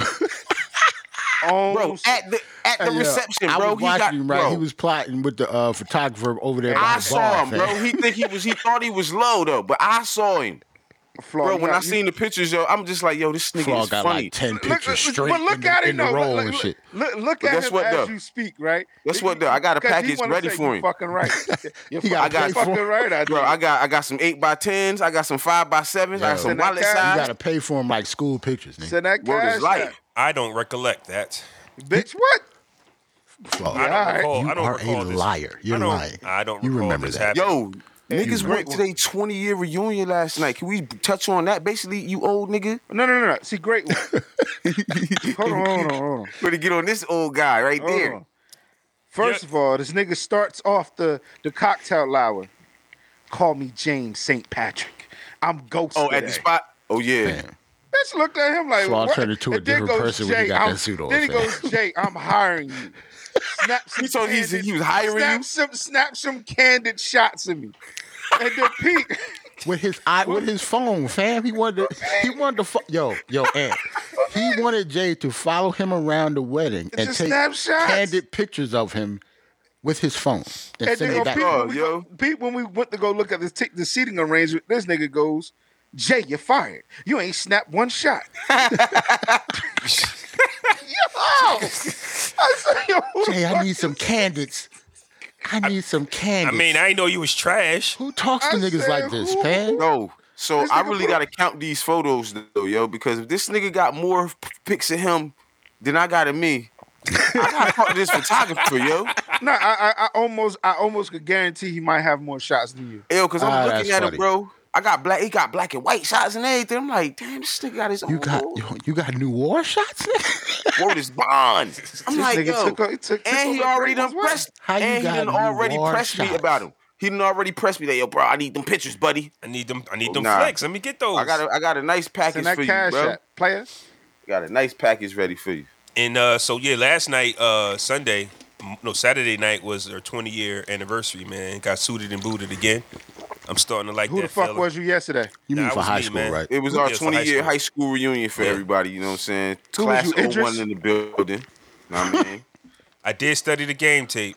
S3: own
S4: bro. At the at the
S2: Hey, yo,
S4: reception,
S2: I
S4: bro.
S2: was watching
S4: he got
S2: him, right?
S4: bro,
S2: He was plotting with the uh, photographer over there. by
S4: I
S2: the
S4: saw
S2: bar,
S4: him,
S2: fam.
S4: bro. He think he was. He thought he was low though, but I saw him,
S3: flaw.
S4: bro.
S3: You
S4: When
S3: got-
S4: I seen the pictures, yo, I'm just like, yo, this nigga
S2: Flaw
S4: is
S2: got
S4: funny.
S2: like ten
S3: Look,
S2: pictures
S3: look,
S2: straight
S3: but look
S2: in,
S3: at
S2: the,
S3: it
S2: in the
S3: though.
S2: roll
S3: look,
S2: and
S3: look,
S2: shit.
S3: Look, look
S4: But
S3: at
S4: guess
S3: him
S4: what,
S3: as
S4: though?
S3: you speak, right?
S4: Guess
S3: You-
S4: what, though? I got a
S3: 'cause he
S4: package
S3: wanna
S4: ready
S3: say,
S4: for
S3: "You
S4: him."
S3: Fucking right. You're
S2: He got
S3: fucking- you're
S2: a
S4: package
S3: fucking
S2: for him.
S3: right. I
S4: Bro, I
S3: did.
S4: got I got some eight by tens. I got some five by sevens. I got
S2: Yo.
S4: some
S2: Send
S3: that
S4: wallet
S3: cash.
S2: You
S4: size.
S2: gotta pay for him like school pictures, nigga.
S3: Send that
S4: Word
S3: cash.
S4: is life.
S1: I don't recollect that.
S3: Bitch, what?
S2: Flaw.
S1: I don't recall.
S3: all right.
S2: You
S1: I don't
S2: are
S1: recall
S2: a
S1: this.
S2: liar. You're
S1: I don't,
S2: lying.
S1: I don't
S2: You
S1: recall
S2: remember
S1: this
S2: that.
S1: happening.
S4: Yo, niggas
S2: you
S4: went to their 20 year reunion last night. Can we touch on that? Basically, you old nigga.
S3: No, no, no, no. See, great one. hold on, hold on, hold on.
S4: Gonna get on this old guy right
S3: Hold
S4: there.
S3: on. First
S1: Yeah.
S3: of all, this nigga starts off the, the cocktail hour. Call me James St. Patrick. I'm ghost.
S4: Oh,
S3: today.
S4: at the spot. Oh yeah.
S2: Fam.
S3: Bitch looked at him like,
S2: Flaw
S3: what?
S2: turned into a
S3: And then
S2: different
S3: goes
S2: person when he
S3: Jay,
S2: got that
S3: I'm-
S2: suit on,
S3: Then he
S2: fam.
S3: goes, Jay, I'm hiring you. Snap some
S4: He told he's-
S3: candid-
S4: he was hiring
S3: snap
S4: you?
S3: Some, snap some candid shots of me. And then Pete,
S2: with his eye, with his phone, fam. He wanted, to, he wanted to, fo- yo, yo, and he wanted Jay to follow him around the wedding and
S3: Just
S2: take
S3: snapshots.
S2: candid pictures of him with his phone and,
S3: and then
S2: send it
S3: go, Pete, when
S2: back.
S4: Oh,
S3: we
S4: yo.
S3: go, Pete, when we went to go look at the, t- the seating arrangement, this nigga goes, Jay, you're fired. You ain't snapped one shot. yo! I said, yo, who the
S2: Jay, I
S3: fuck
S2: need some candids. I need some
S1: I
S2: candids.
S1: mean, I didn't know you was trash.
S2: who talks to
S3: I
S2: niggas
S3: said,
S2: like this,
S3: who-
S2: fam?
S4: Yo, so
S3: This
S4: I
S3: nigga
S4: really
S3: put-
S4: gotta count these photos though, yo, because if this nigga got more p- pics of him than I got of me, I gotta call this photographer, yo.
S3: No, I, I, I almost, I almost could guarantee he might have more shots than you.
S4: Yo, because I'm
S2: Ah,
S4: looking
S2: that's
S4: at
S2: funny.
S4: him, bro. I got black. He got black and white shots and everything. I'm like, damn, this nigga got his own.
S2: You got, yo, you got new war shots, nigga.
S4: wrote his bond. I'm
S3: This
S4: like,
S3: nigga
S4: yo,
S3: took- he took- took
S4: and he
S3: over
S4: already
S3: Draymond's
S4: done
S3: wife.
S4: pressed.
S2: How you
S4: and he
S2: got
S4: done
S2: new
S4: already
S2: war
S4: pressed me
S2: shots?
S4: about him. He done already pressed me that, yo, bro. I need them pictures, buddy.
S1: I need them. I
S3: Oh,
S1: need them
S4: Nah.
S1: flex. Let me get those.
S4: I got a, I got a nice package
S3: Send
S4: for you,
S3: that cash
S4: bro.
S3: app, player.
S4: Got a nice package ready for you.
S1: And uh, so yeah, last night, uh, Sunday, m- no Saturday night was their 20 year anniversary. Man, got suited and booted again. I'm starting to like
S3: Who
S1: that.
S3: the fuck
S1: fella.
S3: was you yesterday?
S2: You
S1: Nah,
S2: mean
S1: it
S2: for
S1: was
S2: high
S1: me,
S2: school,
S1: man.
S2: right?
S4: It was
S1: Who
S4: our
S1: cares for
S4: 20
S1: high
S4: year
S1: school?
S4: high school reunion for everybody. You know what I'm saying?
S3: Who was
S4: Class
S3: you,
S4: 01
S3: Idris?
S4: in the building. Know what I mean,
S1: I did study the game tape.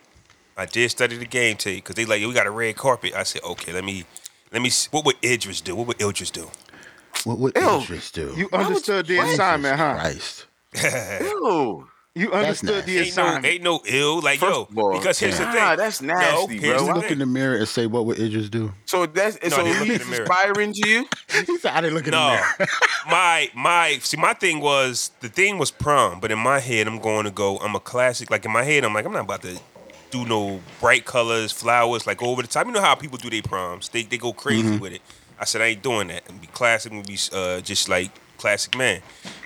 S1: I did study the game tape because they like, yo, we got a red carpet. I said, okay, let me, let me. See. What would Idris do? What would Idris do?
S2: What would
S4: Ew.
S2: interest do?
S3: You understood the
S4: Jesus
S3: assignment, huh?
S2: Christ.
S4: Ew.
S3: You
S2: That's
S3: understood the
S1: Ain't no,
S3: assignment.
S1: ain't no ill. Like
S4: First
S1: yo,
S4: of all,
S1: because here's the
S4: nah,
S1: thing.
S4: that's
S1: No,
S4: nasty,
S1: here's
S4: bro.
S1: the
S4: I-
S2: Look in the mirror and say, what would Idris do?
S4: So that's
S1: No,
S4: so
S1: they look in
S4: he's
S1: the mirror.
S4: inspiring to you.
S2: he said, I didn't look in the
S1: No,
S2: mirror.
S1: my my see my thing was the thing was prom, but in my head I'm going to go. I'm a classic. Like in my head I'm like I'm not about to do no bright colors, flowers, like over the top. You know how people do their proms? They they go crazy
S4: Mm-hmm.
S1: with it. I said I ain't doing that. And be classic and be uh, just like classic man.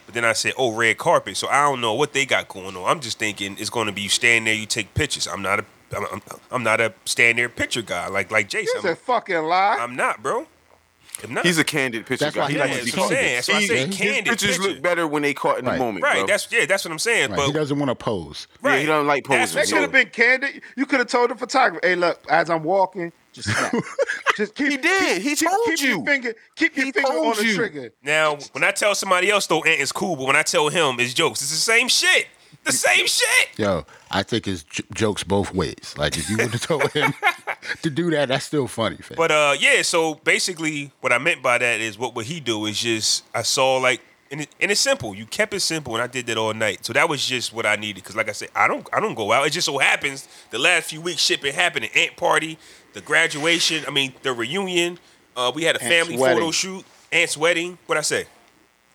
S1: But then I said, oh red carpet. So I don't know what they got going on. I'm just thinking it's going to be you stand there, you take pictures. I'm not a I'm, I'm, I'm not a stand there picture guy like like
S3: He's
S1: Jason.
S3: a
S1: I'm,
S3: fucking lie.
S1: I'm not, bro. If not,
S4: He's a candid picture
S2: That's
S4: guy.
S2: why
S4: He
S2: he
S1: yeah,
S4: likes to
S2: likes
S4: be
S1: that's
S2: to
S1: what I'm saying.
S4: candid.
S2: see
S1: That's why I say
S2: it.
S4: His
S1: candid
S4: pictures
S1: picture.
S4: look better when they caught in the
S2: Right.
S4: moment.
S1: right.
S4: bro.
S1: That's yeah. That's what I'm saying.
S2: Right. he
S1: But
S2: doesn't want to pose.
S4: yeah,
S1: right.
S4: he don't like
S1: That's-
S4: posing.
S3: That
S1: So-
S3: could have been candid. You could have told the photographer, "Hey, look, as I'm walking, just snap. just keep."
S4: He did. He
S3: keep,
S4: told
S3: keep
S4: you.
S3: Your finger, keep your
S4: He
S3: finger on
S4: told
S3: the
S4: you.
S3: trigger.
S1: Now, when I tell somebody else though, Ant is cool, but when I tell him it's jokes, it's the same shit. The same shit.
S2: Yo, I think it's j- jokes both ways. Like if you would have told him to do that, that's still funny. Fam.
S1: But uh, yeah. So basically, what I meant by that is, what would he do? Is just I saw like, and, it, and it's simple. You kept it simple, and I did that all night. So that was just what I needed. Cause like I said, I don't, I don't go out. It just so happens the last few weeks shit been happening. Ant party, the graduation. I mean, the reunion. Uh, we had a
S3: Ant's
S1: family
S3: wedding.
S1: photo shoot. Ant's wedding. What I say?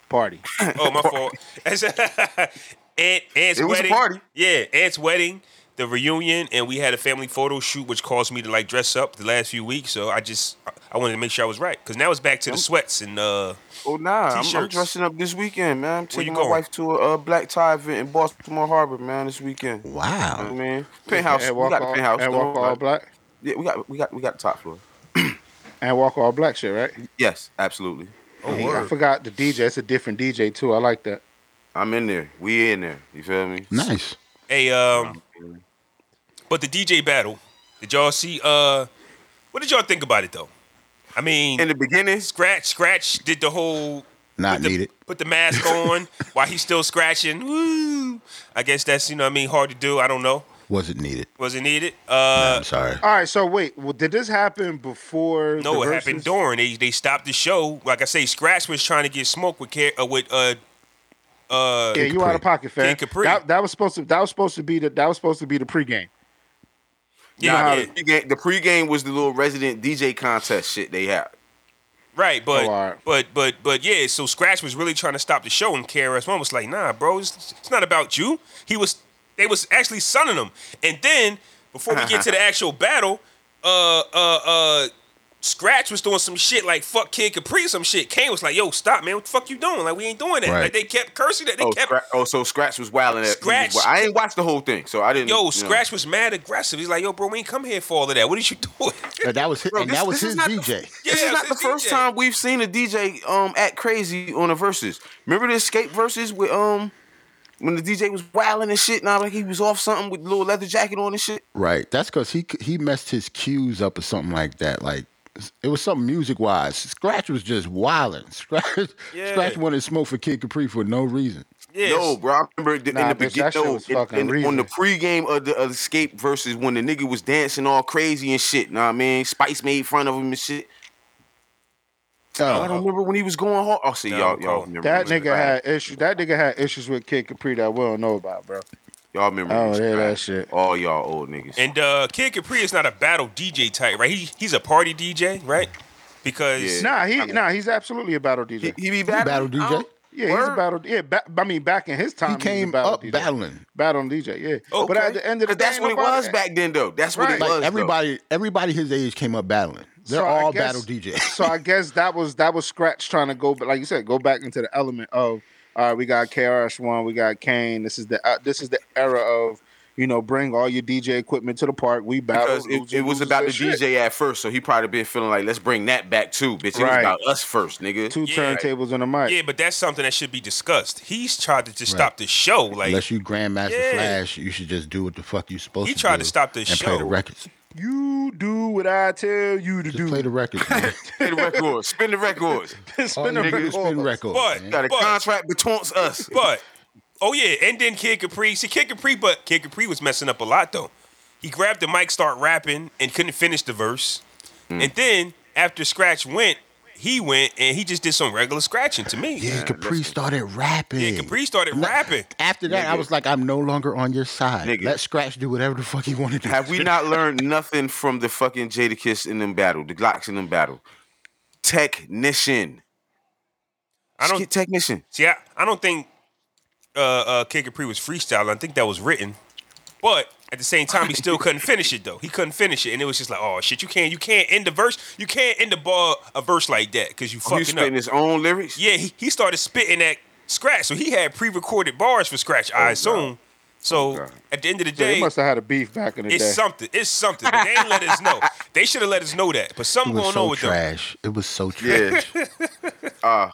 S3: Party.
S1: Oh, my fault. Aunt, Aunt's
S4: It was a
S1: wedding.
S4: party.
S1: Yeah, Aunt's wedding, the reunion, and we had a family photo shoot, which caused me to like dress up the last few weeks. So I just I- I wanted to make sure I was right because now it's back to the sweats and uh.
S4: Oh nah, I'm, I'm
S1: T-shirts.
S4: dressing up this weekend, man. I'm
S1: you
S4: taking my
S1: going?
S4: wife to a uh, black tie event in Baltimore Harbor, man, this weekend. You know what I
S2: wow,
S4: mean, penthouse.
S3: And
S4: We
S3: walk
S4: got a
S3: all,
S4: penthouse.
S3: and walk
S4: though.
S3: all black.
S4: Yeah, we got we got we got the top floor.
S3: And walk all black shit, right?
S4: Yes, absolutely.
S1: Oh,
S3: Hey, I
S1: word.
S3: forgot the DJ. It's a different DJ too. I like that.
S4: I'm in there. We in there. You feel me?
S2: nice.
S1: Hey, um, but the DJ battle, did y'all see? Uh, what did y'all think about it though? I mean,
S4: In the beginning,
S1: scratch, scratch did the whole
S2: Not
S1: put the,
S2: needed.
S1: Put the mask on while he's still scratching. Woo! I guess that's you know what I mean hard to do. I don't know.
S2: Wasn't needed.
S1: Was it needed? Uh,
S2: I'm sorry.
S3: All right. So wait, well, did this happen before?
S1: no,
S3: the
S1: it happened
S3: verses?
S1: during. They they stopped the show. Like I say, Scratch was trying to get smoke with Car- uh, with uh uh
S3: Yeah, you out of pocket, fam.
S1: King Capri.
S3: That, that was supposed to. That was supposed to be the. That was supposed to be the pregame.
S1: yeah, yeah,
S4: the, pregame, the pregame was the little resident DJ contest shit they had.
S1: right, but
S3: Oh, all right.
S1: but but but yeah. So Scratch was really trying to stop the show, and KRS One was like, "Nah, bro, it's, it's not about you." He was they was actually sunning him, and then before we get to the actual battle, uh uh uh. Scratch was doing some shit like fuck Kid Capri, some shit. Kane was like, "Yo, stop, man! What the fuck you doing? Like, we ain't doing that."
S2: Right.
S1: Like, they kept cursing that. They
S4: Oh,
S1: kept
S4: Scra- oh, so Scratch was wilding at
S1: Scratch-
S4: Well, I ain't watched the whole thing, so I
S2: Mm,
S4: didn't. you
S1: Yo,
S4: know.
S1: Scratch was mad aggressive. He's like, yo, bro, we ain't come here for all of that. What did you do?
S2: And that was his,
S4: Bro,
S2: and
S4: this-
S2: that was
S4: this is
S2: his
S4: not the-
S2: DJ.
S1: Yeah,
S4: this is
S1: it
S4: not
S1: was
S4: the
S1: his
S4: first
S1: DJ.
S4: time we've seen a DJ um act crazy on a versus. Remember the escape verses with um when the DJ was wilding and shit, now like he was off something with little leather jacket on and shit.
S2: Right. That's because he he messed his cues up or something like that. Like it was something music wise. Scratch was just wilding. Scratch
S1: Yeah.
S2: Scratch wanted smoke for Kid Capri for no reason.
S1: Yes.
S4: No, bro, I remember the,
S3: Nah,
S4: in the
S3: bitch, that
S4: beginning
S3: shit
S4: no,
S3: was fucking
S4: in- in- on the
S3: reasons.
S4: pregame of the of escape versus when the nigga was dancing all crazy and shit. Know what I mean? Spice made fun of him and shit. I don't
S2: Oh,
S4: remember when he was going hard. Oh, see,
S1: Nah,
S4: y'all,
S1: I'm
S4: y'all
S1: cold.
S4: remember
S3: Uh-huh. That
S4: when-
S3: nigga had issues. That nigga had issues with Kid Capri that we don't know about, bro.
S4: Y'all remember?
S3: I don't
S4: this
S3: hear
S4: guy.
S3: Oh, that shit.
S4: All y'all old niggas.
S1: And uh, Kid Capri is not a battle DJ type, right? He he's a party DJ, right? Because
S4: Yeah.
S3: Nah, he nah, he's absolutely a battle DJ.
S4: he, he be
S2: he
S4: battling.
S2: battle
S4: I
S2: DJ.
S4: don't-
S3: yeah, he's a
S4: Word?
S3: battle. Yeah, ba- I mean, back in his time,
S2: He came
S3: was a battle
S2: up
S3: DJ.
S2: battling.
S3: battle DJ. Yeah,
S4: Okay.
S3: but at the end of the
S4: 'Cause
S3: day,
S4: that's
S3: ain't
S4: what it
S3: nobody-
S4: was back then, though. That's what it
S3: Right.
S2: Like
S4: was. though.
S2: everybody, everybody his age came up battling. They're
S3: So I
S2: all
S3: guess-
S2: battle DJs.
S3: so I guess that was that was Scratch trying to go, but like you said, go back into the element of all right, we got KRS One, we got Kane. This is the uh, this is the era of you know bring all your DJ equipment to the park. We battle.
S4: Because it,
S3: losers,
S4: it was
S3: losers,
S4: about the
S3: and shit.
S4: DJ at first, so he probably been feeling like, let's bring that back too, bitch. It was
S3: Right.
S4: about us first, nigga.
S3: Two
S1: Yeah.
S3: turntables and a mic.
S1: yeah, but that's something that should be discussed. He's tried to just
S2: Right.
S1: stop the show. Like
S2: Unless you Grandmaster
S1: Yeah.
S2: Flash, you should just do what the fuck you supposed
S1: He
S2: to.
S1: tried to
S2: do
S1: stop the
S2: and play
S1: show.
S2: the records.
S3: You do what I tell you to
S2: Just
S3: do.
S2: play the records. Man.
S4: Spin the records. Spin the records.
S2: all
S3: spin
S2: you
S3: the
S2: niggas
S3: record.
S2: spin records.
S1: But-
S2: man.
S4: Got a
S1: But-
S4: contract between us.
S1: but oh yeah, and then Kid Capri. See Kid Capri, but Kid Capri was messing up a lot though. He grabbed the mic, start rapping, and couldn't finish the verse. And then after Scratch went, he went and he just did some regular scratching to me.
S2: Yeah, Capri started rapping.
S1: Yeah, Capri started rapping.
S2: After that, I
S4: Nigga.
S2: was like, I'm no longer on your side.
S4: Nigga.
S2: Let Scratch do whatever the fuck he want to do.
S4: Have we not learned nothing from the fucking Jada Kiss in them battle, the Glocks in them battle? Technician.
S1: I don't
S4: Skit technician.
S1: See, I, I don't think uh, uh, Kid Capri was freestyling. I think that was written. But at the same time, he still couldn't finish it though. He couldn't finish it, and it was just like, oh shit, you can't, you can't end the verse, you can't end the bar a verse like that because you
S4: Oh, He was
S1: fucking up.
S4: spitting his own lyrics.
S1: Yeah, he, he started spitting at scratch, so he had pre-recorded bars for scratch. I assume So at the end of the
S3: So
S1: day,
S3: they must have had a beef back in the
S1: it's
S3: day.
S1: something. It's something. But they ain't let us know. They should have let us know that. But
S2: It
S1: something
S2: was
S1: going on
S2: so
S1: with them.
S2: trash. It was so trash.
S4: Yeah. uh,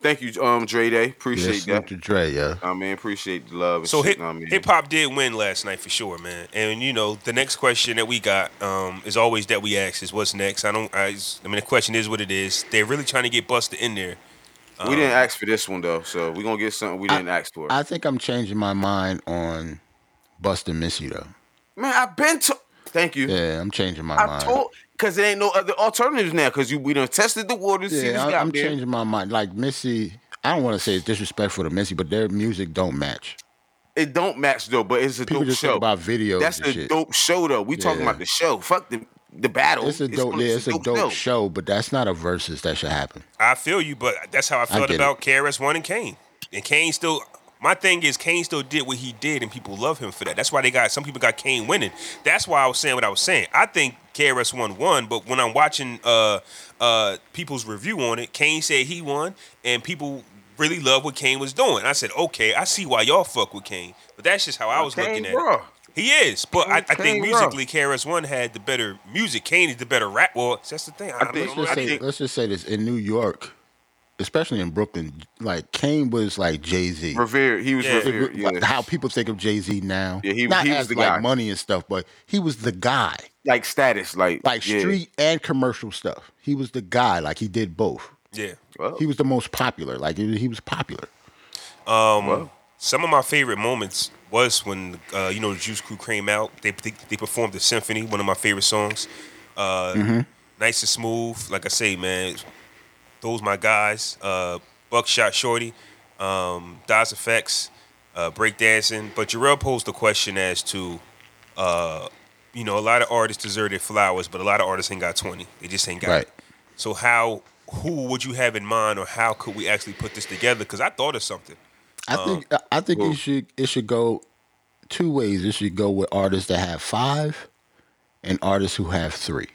S4: thank you, um, Dre Day.
S2: Yeah,
S4: Appreciate
S2: salute
S4: that.
S2: to Dre, yeah.
S4: I mean, appreciate the love. And
S1: So
S4: shit,
S1: hip
S4: know what I mean?
S1: hop did win last night for sure, man. And you know the next question that we got um, is always that we ask is what's next. I don't. I, I mean the question is what it is. They're really trying to get Buster in there.
S4: we
S1: Uh.
S4: didn't ask for this one though, so we're gonna get something we didn't ask for.
S2: I think I'm changing my mind on Buster Missy though.
S4: Man, I've been to. Thank you.
S2: Yeah, I'm changing my
S4: I
S2: mind.
S4: told because there ain't no other alternatives now. Because you we done tested the waters. see
S2: yeah,
S4: what's
S2: I,
S4: out
S2: I'm
S4: there.
S2: changing my mind. Like Missy, I don't want to say it's disrespectful to Missy, but their music don't match.
S4: It don't match though, but it's a
S2: People
S4: dope
S2: just
S4: show.
S2: talk about videos
S4: That's
S2: and
S4: a
S2: shit.
S4: dope show though. We talking
S2: Yeah.
S4: about the show. Fuck the the battle.
S2: It's a dope,
S4: gonna-
S2: yeah, it's a dope show, but that's not a versus that should happen.
S1: I feel you, but that's how I felt
S2: get it.
S1: about KRS One and Kane. And Kane still. My thing is Kane still did what he did, and people love him for that. That's why they got some people got Kane winning. That's why I was saying what I was saying. I think KRS One won, but when I'm watching uh uh people's review on it, Kane said he won, and people really love what Kane was doing. I said, okay, I see why y'all fuck with Kane, but that's just how I was
S4: Kane
S1: looking at it.
S4: raw.
S1: He is, but I, I
S4: Kane
S1: think
S4: raw.
S1: musically, KRS One had the better music. Kane is the better rap. Well, that's the thing. I,
S4: think-
S1: don't know.
S2: Let's
S1: I
S2: say,
S1: think-
S2: let's just say this in New York, especially in Brooklyn, like Kane was like Jay Z.
S4: Revered. He was
S1: Yeah.
S4: revered. Yeah.
S2: How people think of Jay Z now,
S4: Yeah, he-
S2: not
S4: he was
S2: as
S4: the
S2: like
S4: guy.
S2: money and stuff, but he was the guy,
S4: like status. Like
S2: like
S4: yeah.
S2: street and commercial stuff. He was the guy, like he did both.
S1: yeah.
S4: Well,
S2: He was the most popular, like he he was popular.
S1: Some of my favorite moments was when uh, you know the Juice Crew came out. They, they they performed the symphony, one of my favorite songs. Uh, Nice and smooth, like I say, man. Those my guys. Uh, Buckshot Shorty, um, Daz Effects, uh, breakdancing. But Jarrell posed the question as to, uh, you know, a lot of artists deserve their flowers, but a lot of artists ain't got twenty. They just ain't got
S2: Right.
S1: it. So how? Who would you have in mind, or how could we actually put this together? Because I thought of something.
S2: I
S4: Uh,
S2: think I think it should it should go two ways. It should go with artists that have five and artists who have three.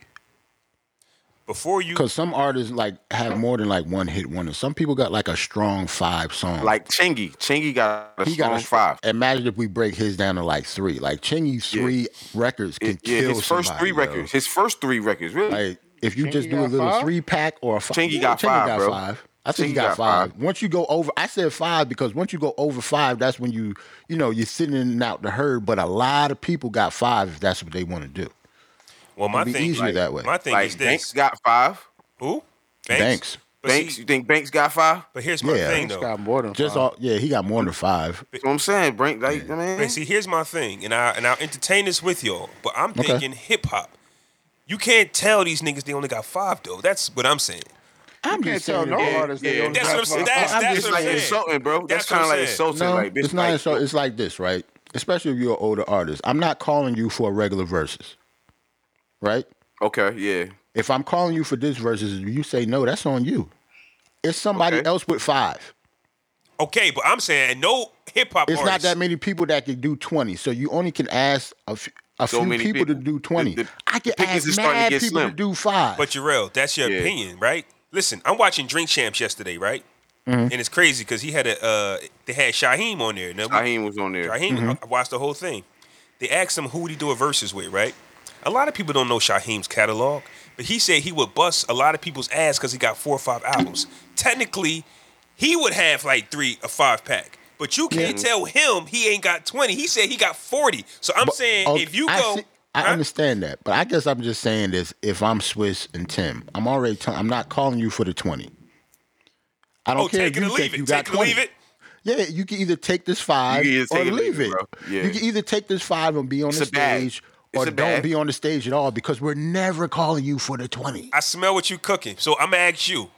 S1: Before you
S2: Because some artists like have more than like one hit wonder. Some people got like a strong five song.
S4: like Chingy. Chingy got a strong five.
S2: Imagine if we break his down to like three. Like Chingy's three records can
S4: It- yeah,
S2: kill
S4: his first
S2: somebody,
S4: three
S2: yo.
S4: records. His first three records. Really.
S2: Like if you just
S3: Chingy
S2: do a
S3: got
S2: little
S3: five?
S2: three pack or a five,
S4: Chingy got five, bro.
S2: I think he
S4: Chingy got
S2: got, five.
S4: five.
S2: Once you go over, I said five because once you go over five, that's when you you know you're sitting in and out the herd. But a lot of people got five if that's what they want to do.
S1: Well, my
S2: It'd be
S1: thing,
S2: easier
S1: like,
S2: that way.
S1: My thing is
S4: like
S1: this:
S4: Banks got five.
S1: who?
S2: Banks.
S1: But,
S4: Banks.
S1: see-
S4: you think Banks got five?
S1: but here's my
S2: Yeah.
S1: thing,
S3: It's
S1: though.
S3: got more than
S2: Just
S3: five.
S2: all yeah, he got more than five.
S4: That's what I'm saying. Banks. Like man.
S1: But see, here's my thing, and I and I'll entertain this with y'all. But I'm thinking hip hop. You can't tell these niggas they only got five though. That's what I'm saying.
S2: I'm
S3: You can't
S2: just
S3: tell
S2: saying.
S3: no
S2: that-
S3: artist they
S4: yeah.
S3: only
S1: That's
S3: got
S1: what I'm saying.
S3: five.
S1: That's,
S2: I'm
S1: that's
S4: It's
S1: what
S4: like
S1: I'm saying.
S4: insulting, bro. That's,
S1: That's what
S4: kind
S1: I'm
S4: of like
S1: saying.
S4: insulting.
S2: No,
S4: like, bitch,
S2: it's not.
S4: like,
S2: so it's like this, right? Especially if you're an older artist. I'm not calling you for a regular verses, right?
S4: Okay, yeah.
S2: If I'm calling you for this versus you say no, that's on you. It's somebody
S4: Okay.
S2: else with five.
S1: Okay, but I'm saying no hip hop.
S2: It's not that many people that can do twenty, so you only can ask a f- a
S4: So
S2: few
S4: many
S2: people, to
S4: people.
S2: do twenty.
S4: The- the-
S2: I can
S4: the pickings
S2: ask
S4: is starting to
S2: mad
S4: get
S2: people to
S4: slim.
S2: do five.
S1: But Jarrell, that's your
S4: Yeah.
S1: opinion, right? Listen, I'm watching Drink Champs yesterday, right?
S2: Mm-hmm.
S1: And it's crazy because he had a uh, they had Shaheem on there. Now, we-
S4: Raheem was on there.
S1: Raheem, I-
S2: Mm-hmm.
S1: I watched the whole thing. They asked him who would he do a verses with, right? A lot of people don't know Shaheem's catalog, but he said he would bust a lot of people's ass because he got four or five albums. Technically, he would have like three or five pack, but you can't tell him he ain't got twenty. He said he got forty. So I'm saying
S2: Oh,
S1: if you
S2: I
S1: go,
S2: see- I
S1: Huh?
S2: understand that, but I guess I'm just saying this. If I'm Swiss and Tim, I'm already. i I'm not calling you for the twenty. I don't
S1: oh,
S2: care
S1: take
S2: if
S1: it
S2: you
S1: or
S2: think
S1: leave
S2: you
S1: it,
S2: got
S1: take it or
S2: twenty.
S1: leave it.
S2: Yeah, you can either take this five
S4: You can
S2: or
S4: either take it or
S2: leave
S4: leave it,
S2: it.
S4: bro. Yeah.
S2: You can either take this five and be on
S4: It's
S2: the
S4: a bag.
S2: stage,
S4: It's
S2: or
S4: a
S2: don't
S4: bag.
S2: be on the stage at all because we're never calling you for the twenty.
S1: I smell what you cooking. So I'm gonna ask you.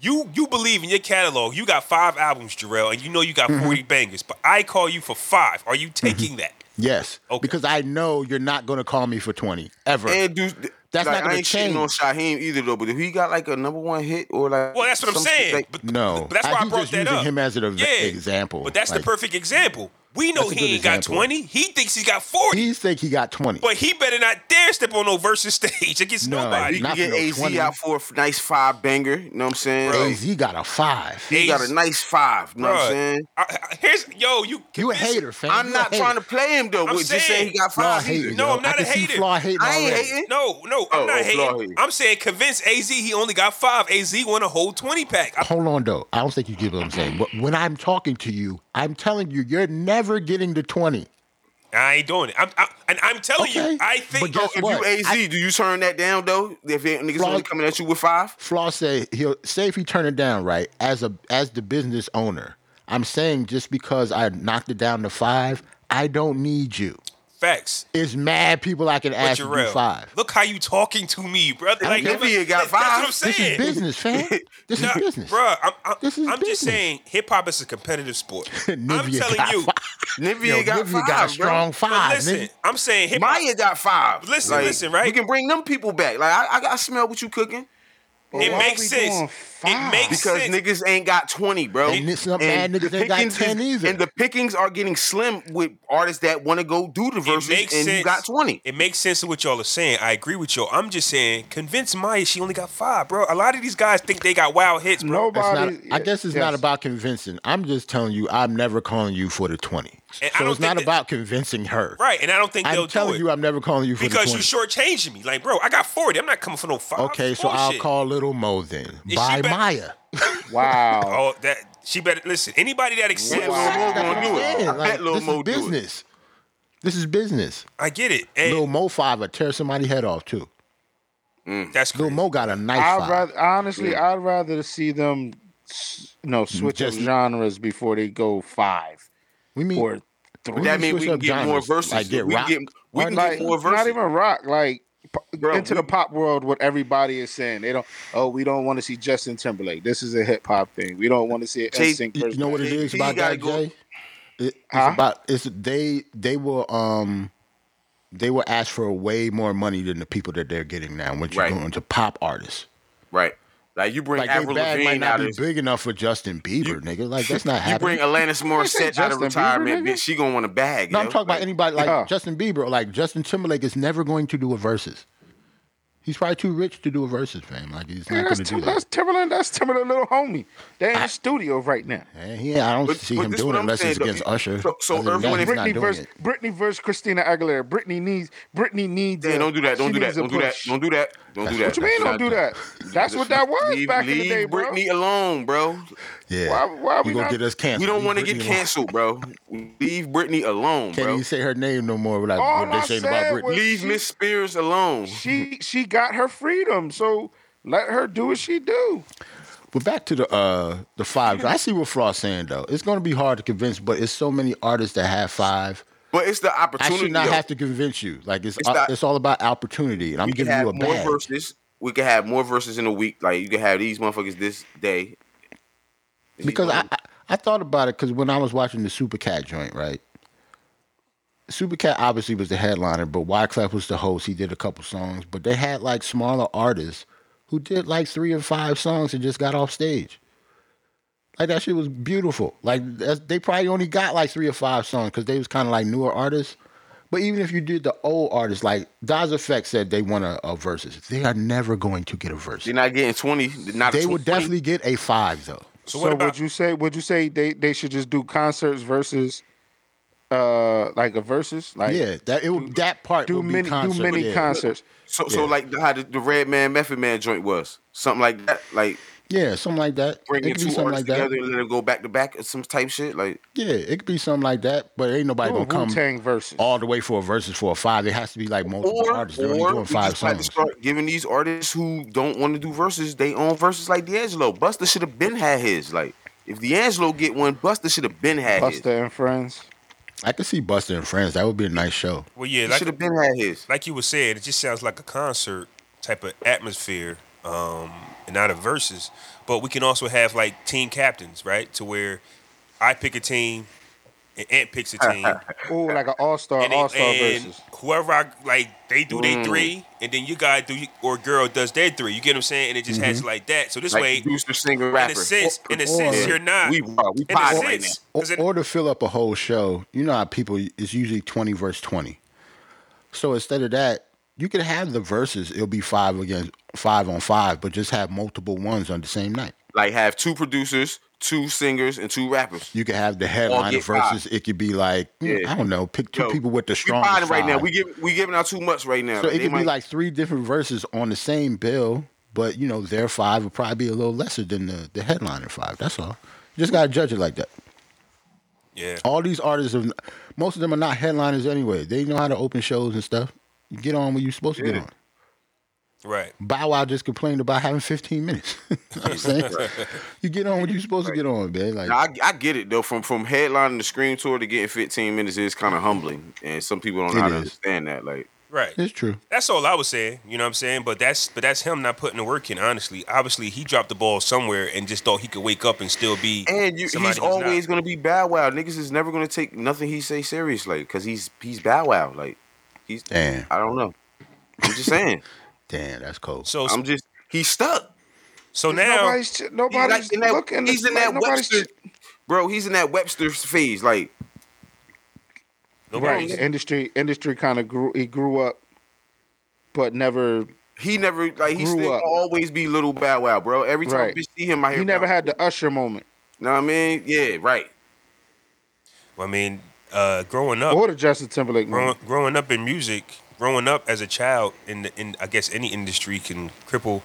S1: You you believe in your catalog. You got five albums, Jarrell, and you know you got
S2: Mm-hmm.
S1: 40 bangers, but I call you for five. Are you taking that?
S2: Yes,
S1: Okay.
S2: because I know you're not going to call me for twenty ever.
S4: And dude,
S2: That's
S4: like,
S2: not gonna
S4: I ain't shitting on Shaheem either though. But if he got like a number one hit or like,
S1: Well, that's what I'm
S4: some
S1: saying.
S4: shit, like-
S1: but,
S2: no,
S1: but that's why I,
S2: he's
S1: brought
S2: just
S1: that
S2: using
S1: up.
S2: him as an ev-
S1: yeah,
S2: example.
S1: But that's
S2: Like,
S1: the perfect example. We know
S2: That's a
S1: he
S2: good
S1: ain't
S2: example.
S1: got 20. He thinks he got 40.
S2: He think he got twenty.
S1: but he better not dare step on no versus stage against
S2: No,
S1: nobody.
S4: You
S2: Not
S4: can get
S2: for no
S4: AZ
S2: 20.
S4: out for a f- nice five banger. You know what I'm saying?
S1: Bro.
S2: AZ got a five.
S4: He got
S1: AZ.
S4: a nice five. You know what I'm
S1: Bruh,
S4: saying?
S1: I, I- here's yo, you.
S2: You a
S1: this-
S2: hater, fam.
S4: I'm not trying to play him though.
S1: I'm
S4: with just
S1: saying-
S4: saying he got
S2: Flaw
S4: five.
S2: hater.
S1: No,
S2: yo.
S1: I'm not
S2: I
S1: a
S2: can see
S1: hater.
S2: Flaw hating
S4: I ain't
S2: already.
S4: hating.
S1: No, no, I'm
S4: Oh,
S1: not
S4: oh, Flaw
S1: hating.
S4: hating.
S1: I'm saying convince AZ he only got five. AZ won a whole 20 pack. I,
S2: Hold on though. I don't think you get what I'm saying. But when I'm talking to you, I'm telling you, you're never getting to twenty.
S1: I ain't doing it. I'm, I, and I'm telling
S2: Okay.
S1: you, I
S2: But
S1: think.
S2: guess
S4: If
S2: what?
S4: you AZ, do you turn that down though? If it, niggas
S2: Flaw-
S4: only coming at you with five,
S2: Flaw say he'll say if he turn it down, right? As a as the business owner, I'm saying just because I knocked it down to five, I don't need you.
S1: facts.
S2: It's mad people I can
S1: But
S2: ask to do
S1: Jarrell,
S2: five.
S1: look how you talking to me, brother. Like,
S4: give me, it got
S1: that's what
S4: five.
S1: I'm
S2: This is
S1: saying.
S2: business, fam. This is
S1: Nah,
S2: business.
S1: Bruh, I'm, I'm,
S2: This is
S1: I'm
S2: business.
S1: just saying, hip hop is a competitive sport. I'm
S2: Nivea
S1: telling
S2: got
S1: you.
S2: five.
S4: Nivea
S2: Yo,
S4: got
S2: Nivea
S4: five.
S2: got a
S4: bro.
S2: strong
S1: But
S2: five.
S1: listen,
S2: nigga.
S1: I'm saying hip hop.
S4: Maya got five.
S1: Listen, listen, right?
S4: You can bring them people back. Like I, I, I smell what you cooking
S1: It makes sense. It makes
S4: because
S1: sense.
S4: niggas ain't got twenty, bro.
S2: And this- some bad
S4: the
S2: niggas ain't got
S4: pickings
S2: 10 either.
S4: And the pickings are getting slim with artists that want to go do the verses, and you got twenty.
S1: It makes sense of what y'all are saying. I agree with y'all. I'm just saying, convince Maya she only got five, bro. A lot of these guys think they got wild hits, bro.
S2: It's not,
S3: Nobody.
S2: I guess it's not
S3: yes.
S2: about convincing. I'm just telling you, I'm never calling you for the 20.
S1: And I
S2: so
S1: don't
S2: it's not
S1: think that-
S2: about convincing her.
S1: Right, and I don't think
S2: I'm
S1: they'll do
S2: telling
S1: it.
S2: you, I'm never calling you for
S1: because you
S2: the 20.
S1: shortchanging me. Like, bro, I got 40. I'm not coming for no five.
S2: Okay, so I'll
S1: Bullshit.
S2: call Little Mo then.
S1: she
S2: By
S1: back?
S2: Maya.
S3: Wow.
S1: Oh, that she better listen. Anybody that accepts,
S4: Lil Mo gonna do it.
S2: Yeah,
S4: I
S2: like,
S4: bet Lil
S2: this
S4: Mo
S2: is
S4: do it.
S2: business. This is business.
S1: I get it. And
S2: Lil Mo five will tear somebody head off too.
S1: that's
S2: Lil
S1: cool.
S2: Mo got a nice
S3: I'd
S2: five.
S3: rather honestly, I'd rather see them, s- you know, switch
S2: Mm, Just-
S3: up genres before they go five
S2: we mean
S3: or three.
S4: That
S2: can
S4: means
S2: switch
S4: we can
S2: up
S4: get more
S2: genres,
S4: verses.
S2: like get
S4: we
S2: rock.
S4: can get, we can
S3: like,
S4: get more verses.
S3: not even rock, like p-
S4: Bro,
S3: into
S4: we-
S3: the pop world, what everybody is saying. They don't. Oh, we don't want to see Justin Timberlake. This is a hip hop thing. We don't want to see an
S4: Jay-
S3: NSYNC
S2: you
S3: person.
S2: know what it is
S4: JT
S2: about
S4: gotta
S2: that,
S4: go-
S2: Jay? It- it's
S3: Huh?
S2: about it's they they will um they will ask for way more money than the people that they're getting now when you're
S4: Right.
S2: going to pop artists.
S4: right. Like you bring
S2: Like their
S4: Avril
S2: bag might
S4: Lavigne
S2: not
S4: out
S2: be
S4: of
S2: big enough for Justin Bieber, nigga. Like that's not
S4: you
S2: happening.
S4: bring Alanis Morissette out of
S3: Justin Bieber,
S4: retirement,
S3: nigga?
S4: bitch. She gonna want a bag.
S2: No,
S4: yo.
S2: I'm talking about
S4: Like,
S2: anybody like
S3: Yeah.
S2: Justin Bieber or like Justin Timberlake is never going to do a versus. He's probably too rich to do a versus, fam. Like he's
S3: Yeah,
S2: not going
S3: that's,
S2: to do
S3: Tim- that's
S2: that.
S3: Timberland. That's Timberland, little homie. They in the studio right now.
S2: And he, I don't see him
S4: this
S2: doing
S4: what
S2: it
S4: I'm
S2: unless
S4: saying,
S2: it's
S4: though.
S2: against Usher.
S4: So- so
S2: Other than
S4: Irvin
S2: that,
S4: and
S2: he's not
S3: Britney
S2: doing
S3: versus
S2: it.
S3: Britney versus Christina Aguilera. Britney needs Britney needs.
S4: Yeah,
S3: a-
S4: don't do that. Don't
S3: she
S4: do that.
S3: needs a
S4: Don't do that.
S3: push.
S4: Don't do that. Don't do that.
S2: That's
S3: What you mean?
S2: what I
S3: Don't do
S2: do.
S3: that. That's what that was
S4: Leave,
S3: back in the
S4: leave
S3: day, bro.
S4: Britney alone, bro.
S2: Yeah,
S3: Why- why we
S2: you gonna
S3: not-
S2: get us canceled?
S4: We don't
S2: Leave
S4: want to get
S2: Britney alone.
S4: canceled, bro. Leave Britney alone,
S2: Can't
S4: bro.
S2: even say her name no more without
S3: All
S2: what they
S3: I
S2: saying about
S3: said
S2: Britney.
S3: was-
S4: Leave
S3: she-
S4: Miss Spears alone.
S3: She she got her freedom, so let her do what she do.
S2: But back to the uh the five. I see what Frost saying though. It's gonna be hard to convince, but it's so many artists that have five.
S4: But it's the
S2: I
S4: opportunity.
S2: should not
S4: yo.
S2: have to convince you. Like it's
S4: It's not-
S2: it's all about opportunity, and I'm
S4: we can
S2: giving
S4: have
S2: you a
S4: more
S2: bag.
S4: verses. We can have more verses in a week. Like you can have these motherfuckers this day. These
S2: because I,
S4: motherfuckers-
S2: I I thought about it because when I was watching the Supercat joint, right? Supercat obviously was the headliner, but Wyclef was the host. He did a couple songs, but they had like smaller artists who did like three or five songs and just got off stage. Like that shit was beautiful. Like that's, they probably only got like three or five songs because they was kind of like newer artists. But even if you did the old artists, like Daz Effect said, they want a, a versus. They are never going to get a versus.
S4: they're not getting twenty. Not a
S2: They
S4: 20.
S2: would definitely get a five though.
S1: So
S3: So,
S1: what about
S3: would you say would you say they, they should just do concerts versus uh like a versus? Like
S2: Yeah, that it would that part
S3: do
S2: would be
S3: many
S2: concert,
S3: do many
S2: yeah.
S3: concerts.
S4: So, so
S2: Yeah.
S4: like the, how the, the Red Man Method Man joint was something like that. Like
S2: Yeah, something like that.
S4: bringing
S2: it could
S4: two artists
S2: be something like that.
S4: together and let them go back to back or some type shit. Like
S2: Yeah, it could be something like that. But ain't nobody
S3: Do a
S2: gonna
S3: Wu
S2: come
S3: Tang versus.
S2: all the way for a versus for a five. It has to be like multiple
S4: or
S2: artists. They're only
S4: or
S2: doing
S4: we
S2: five
S4: just have to
S2: songs.
S4: start giving these artists who don't want to do verses they own verses like D'Angelo. Buster should have been had his. Like if D'Angelo get one, Buster should have been had his.
S3: Busta and Friends.
S2: I could see Buster and Friends. That would be a nice show.
S1: well, yeah,
S4: He
S1: like
S4: should have been had his.
S1: like you were saying, it just sounds like a concert type of atmosphere, um, and not a versus. But we can also have like team captains, right? To where I pick a team, and Ant picks a team,
S3: Oh, like an all star,
S1: and, they,
S3: all star
S1: and
S3: versus.
S1: whoever I like, they do their three, and then you guy do or girl does their three. You get what I'm saying? And it just has like that. So this
S4: Like
S1: way,
S4: producer, singer,
S1: in
S4: rapper.
S1: a sense, in a
S2: Or-
S1: sense, you're not.
S4: we
S1: In
S4: wild. we
S1: a
S4: pod right now.
S1: sense,
S2: Or,
S1: 'cause it-
S2: or to fill up a whole show, you know how people it's usually twenty verse twenty. So instead of that, you could have the verses. It'll be five against five on five, but just have multiple ones on the same night.
S4: Like have two producers, two singers, and two rappers.
S2: You could have the headline
S4: get
S2: of verses. It could be like you know,
S4: Yeah.
S2: I don't know, pick two
S4: Yo,
S2: people with the
S4: We
S2: strongest.
S4: podding right now.
S2: side.
S4: We give we giving out too much right now.
S2: so it
S4: They
S2: could be
S4: might-
S2: like three different verses on the same bill, but you know their five would probably be a little lesser than the the headliner five. That's all. You just gotta judge it like that.
S1: yeah.
S2: All these artists, are, most of them are not headliners anyway. They know how to open shows and stuff. You get on when you're supposed to get
S4: Yeah.
S2: on.
S1: Right.
S2: Bow Wow just complained about having 15 minutes. you know what I'm saying? you get on when you're supposed to get on, man. Like,
S4: Now, I, I get it though. From from headlining the screen tour to getting 15 minutes is kind of humbling, and some people don't know
S2: It
S4: how to
S2: is.
S4: understand that. Like,
S1: Right.
S2: it's true.
S1: That's all I was saying. You know what I'm saying? But that's but that's him not putting the work in. Honestly, obviously he dropped the ball somewhere and just thought he could wake up and still be.
S4: and you,
S1: somebody
S4: he's
S1: who's
S4: always
S1: not.
S4: gonna be Bow Wow. Niggas is never gonna take nothing he say serious, like, cause he's he's Bow Wow. Like, he's
S2: Damn.
S4: I don't know. I'm just saying.
S2: Damn, that's cold.
S1: So
S4: I'm just he's stuck.
S1: so now
S3: Nobody's, ch-
S4: He's, like,
S3: nobody's
S4: in that-
S3: looking.
S4: he's in
S3: like,
S4: that
S3: nobody's
S4: Webster,
S3: ch-
S4: bro. He's in that Webster phase. Like,
S1: nobody.
S3: right. The industry, industry kind of grew. He grew up, but never.
S4: he never like he
S3: Grew
S4: still
S3: up.
S4: always be little Bow Wow, bro. Every time
S3: Right.
S4: we see him, I hear
S3: He never
S4: Bow-
S3: had the usher moment
S4: Know what I mean? Yeah, right.
S1: I mean, uh, growing up,
S3: or the Justin Timberlake
S1: growing,
S3: moment.
S1: growing up in music, growing up as a child in the, in I guess any industry can cripple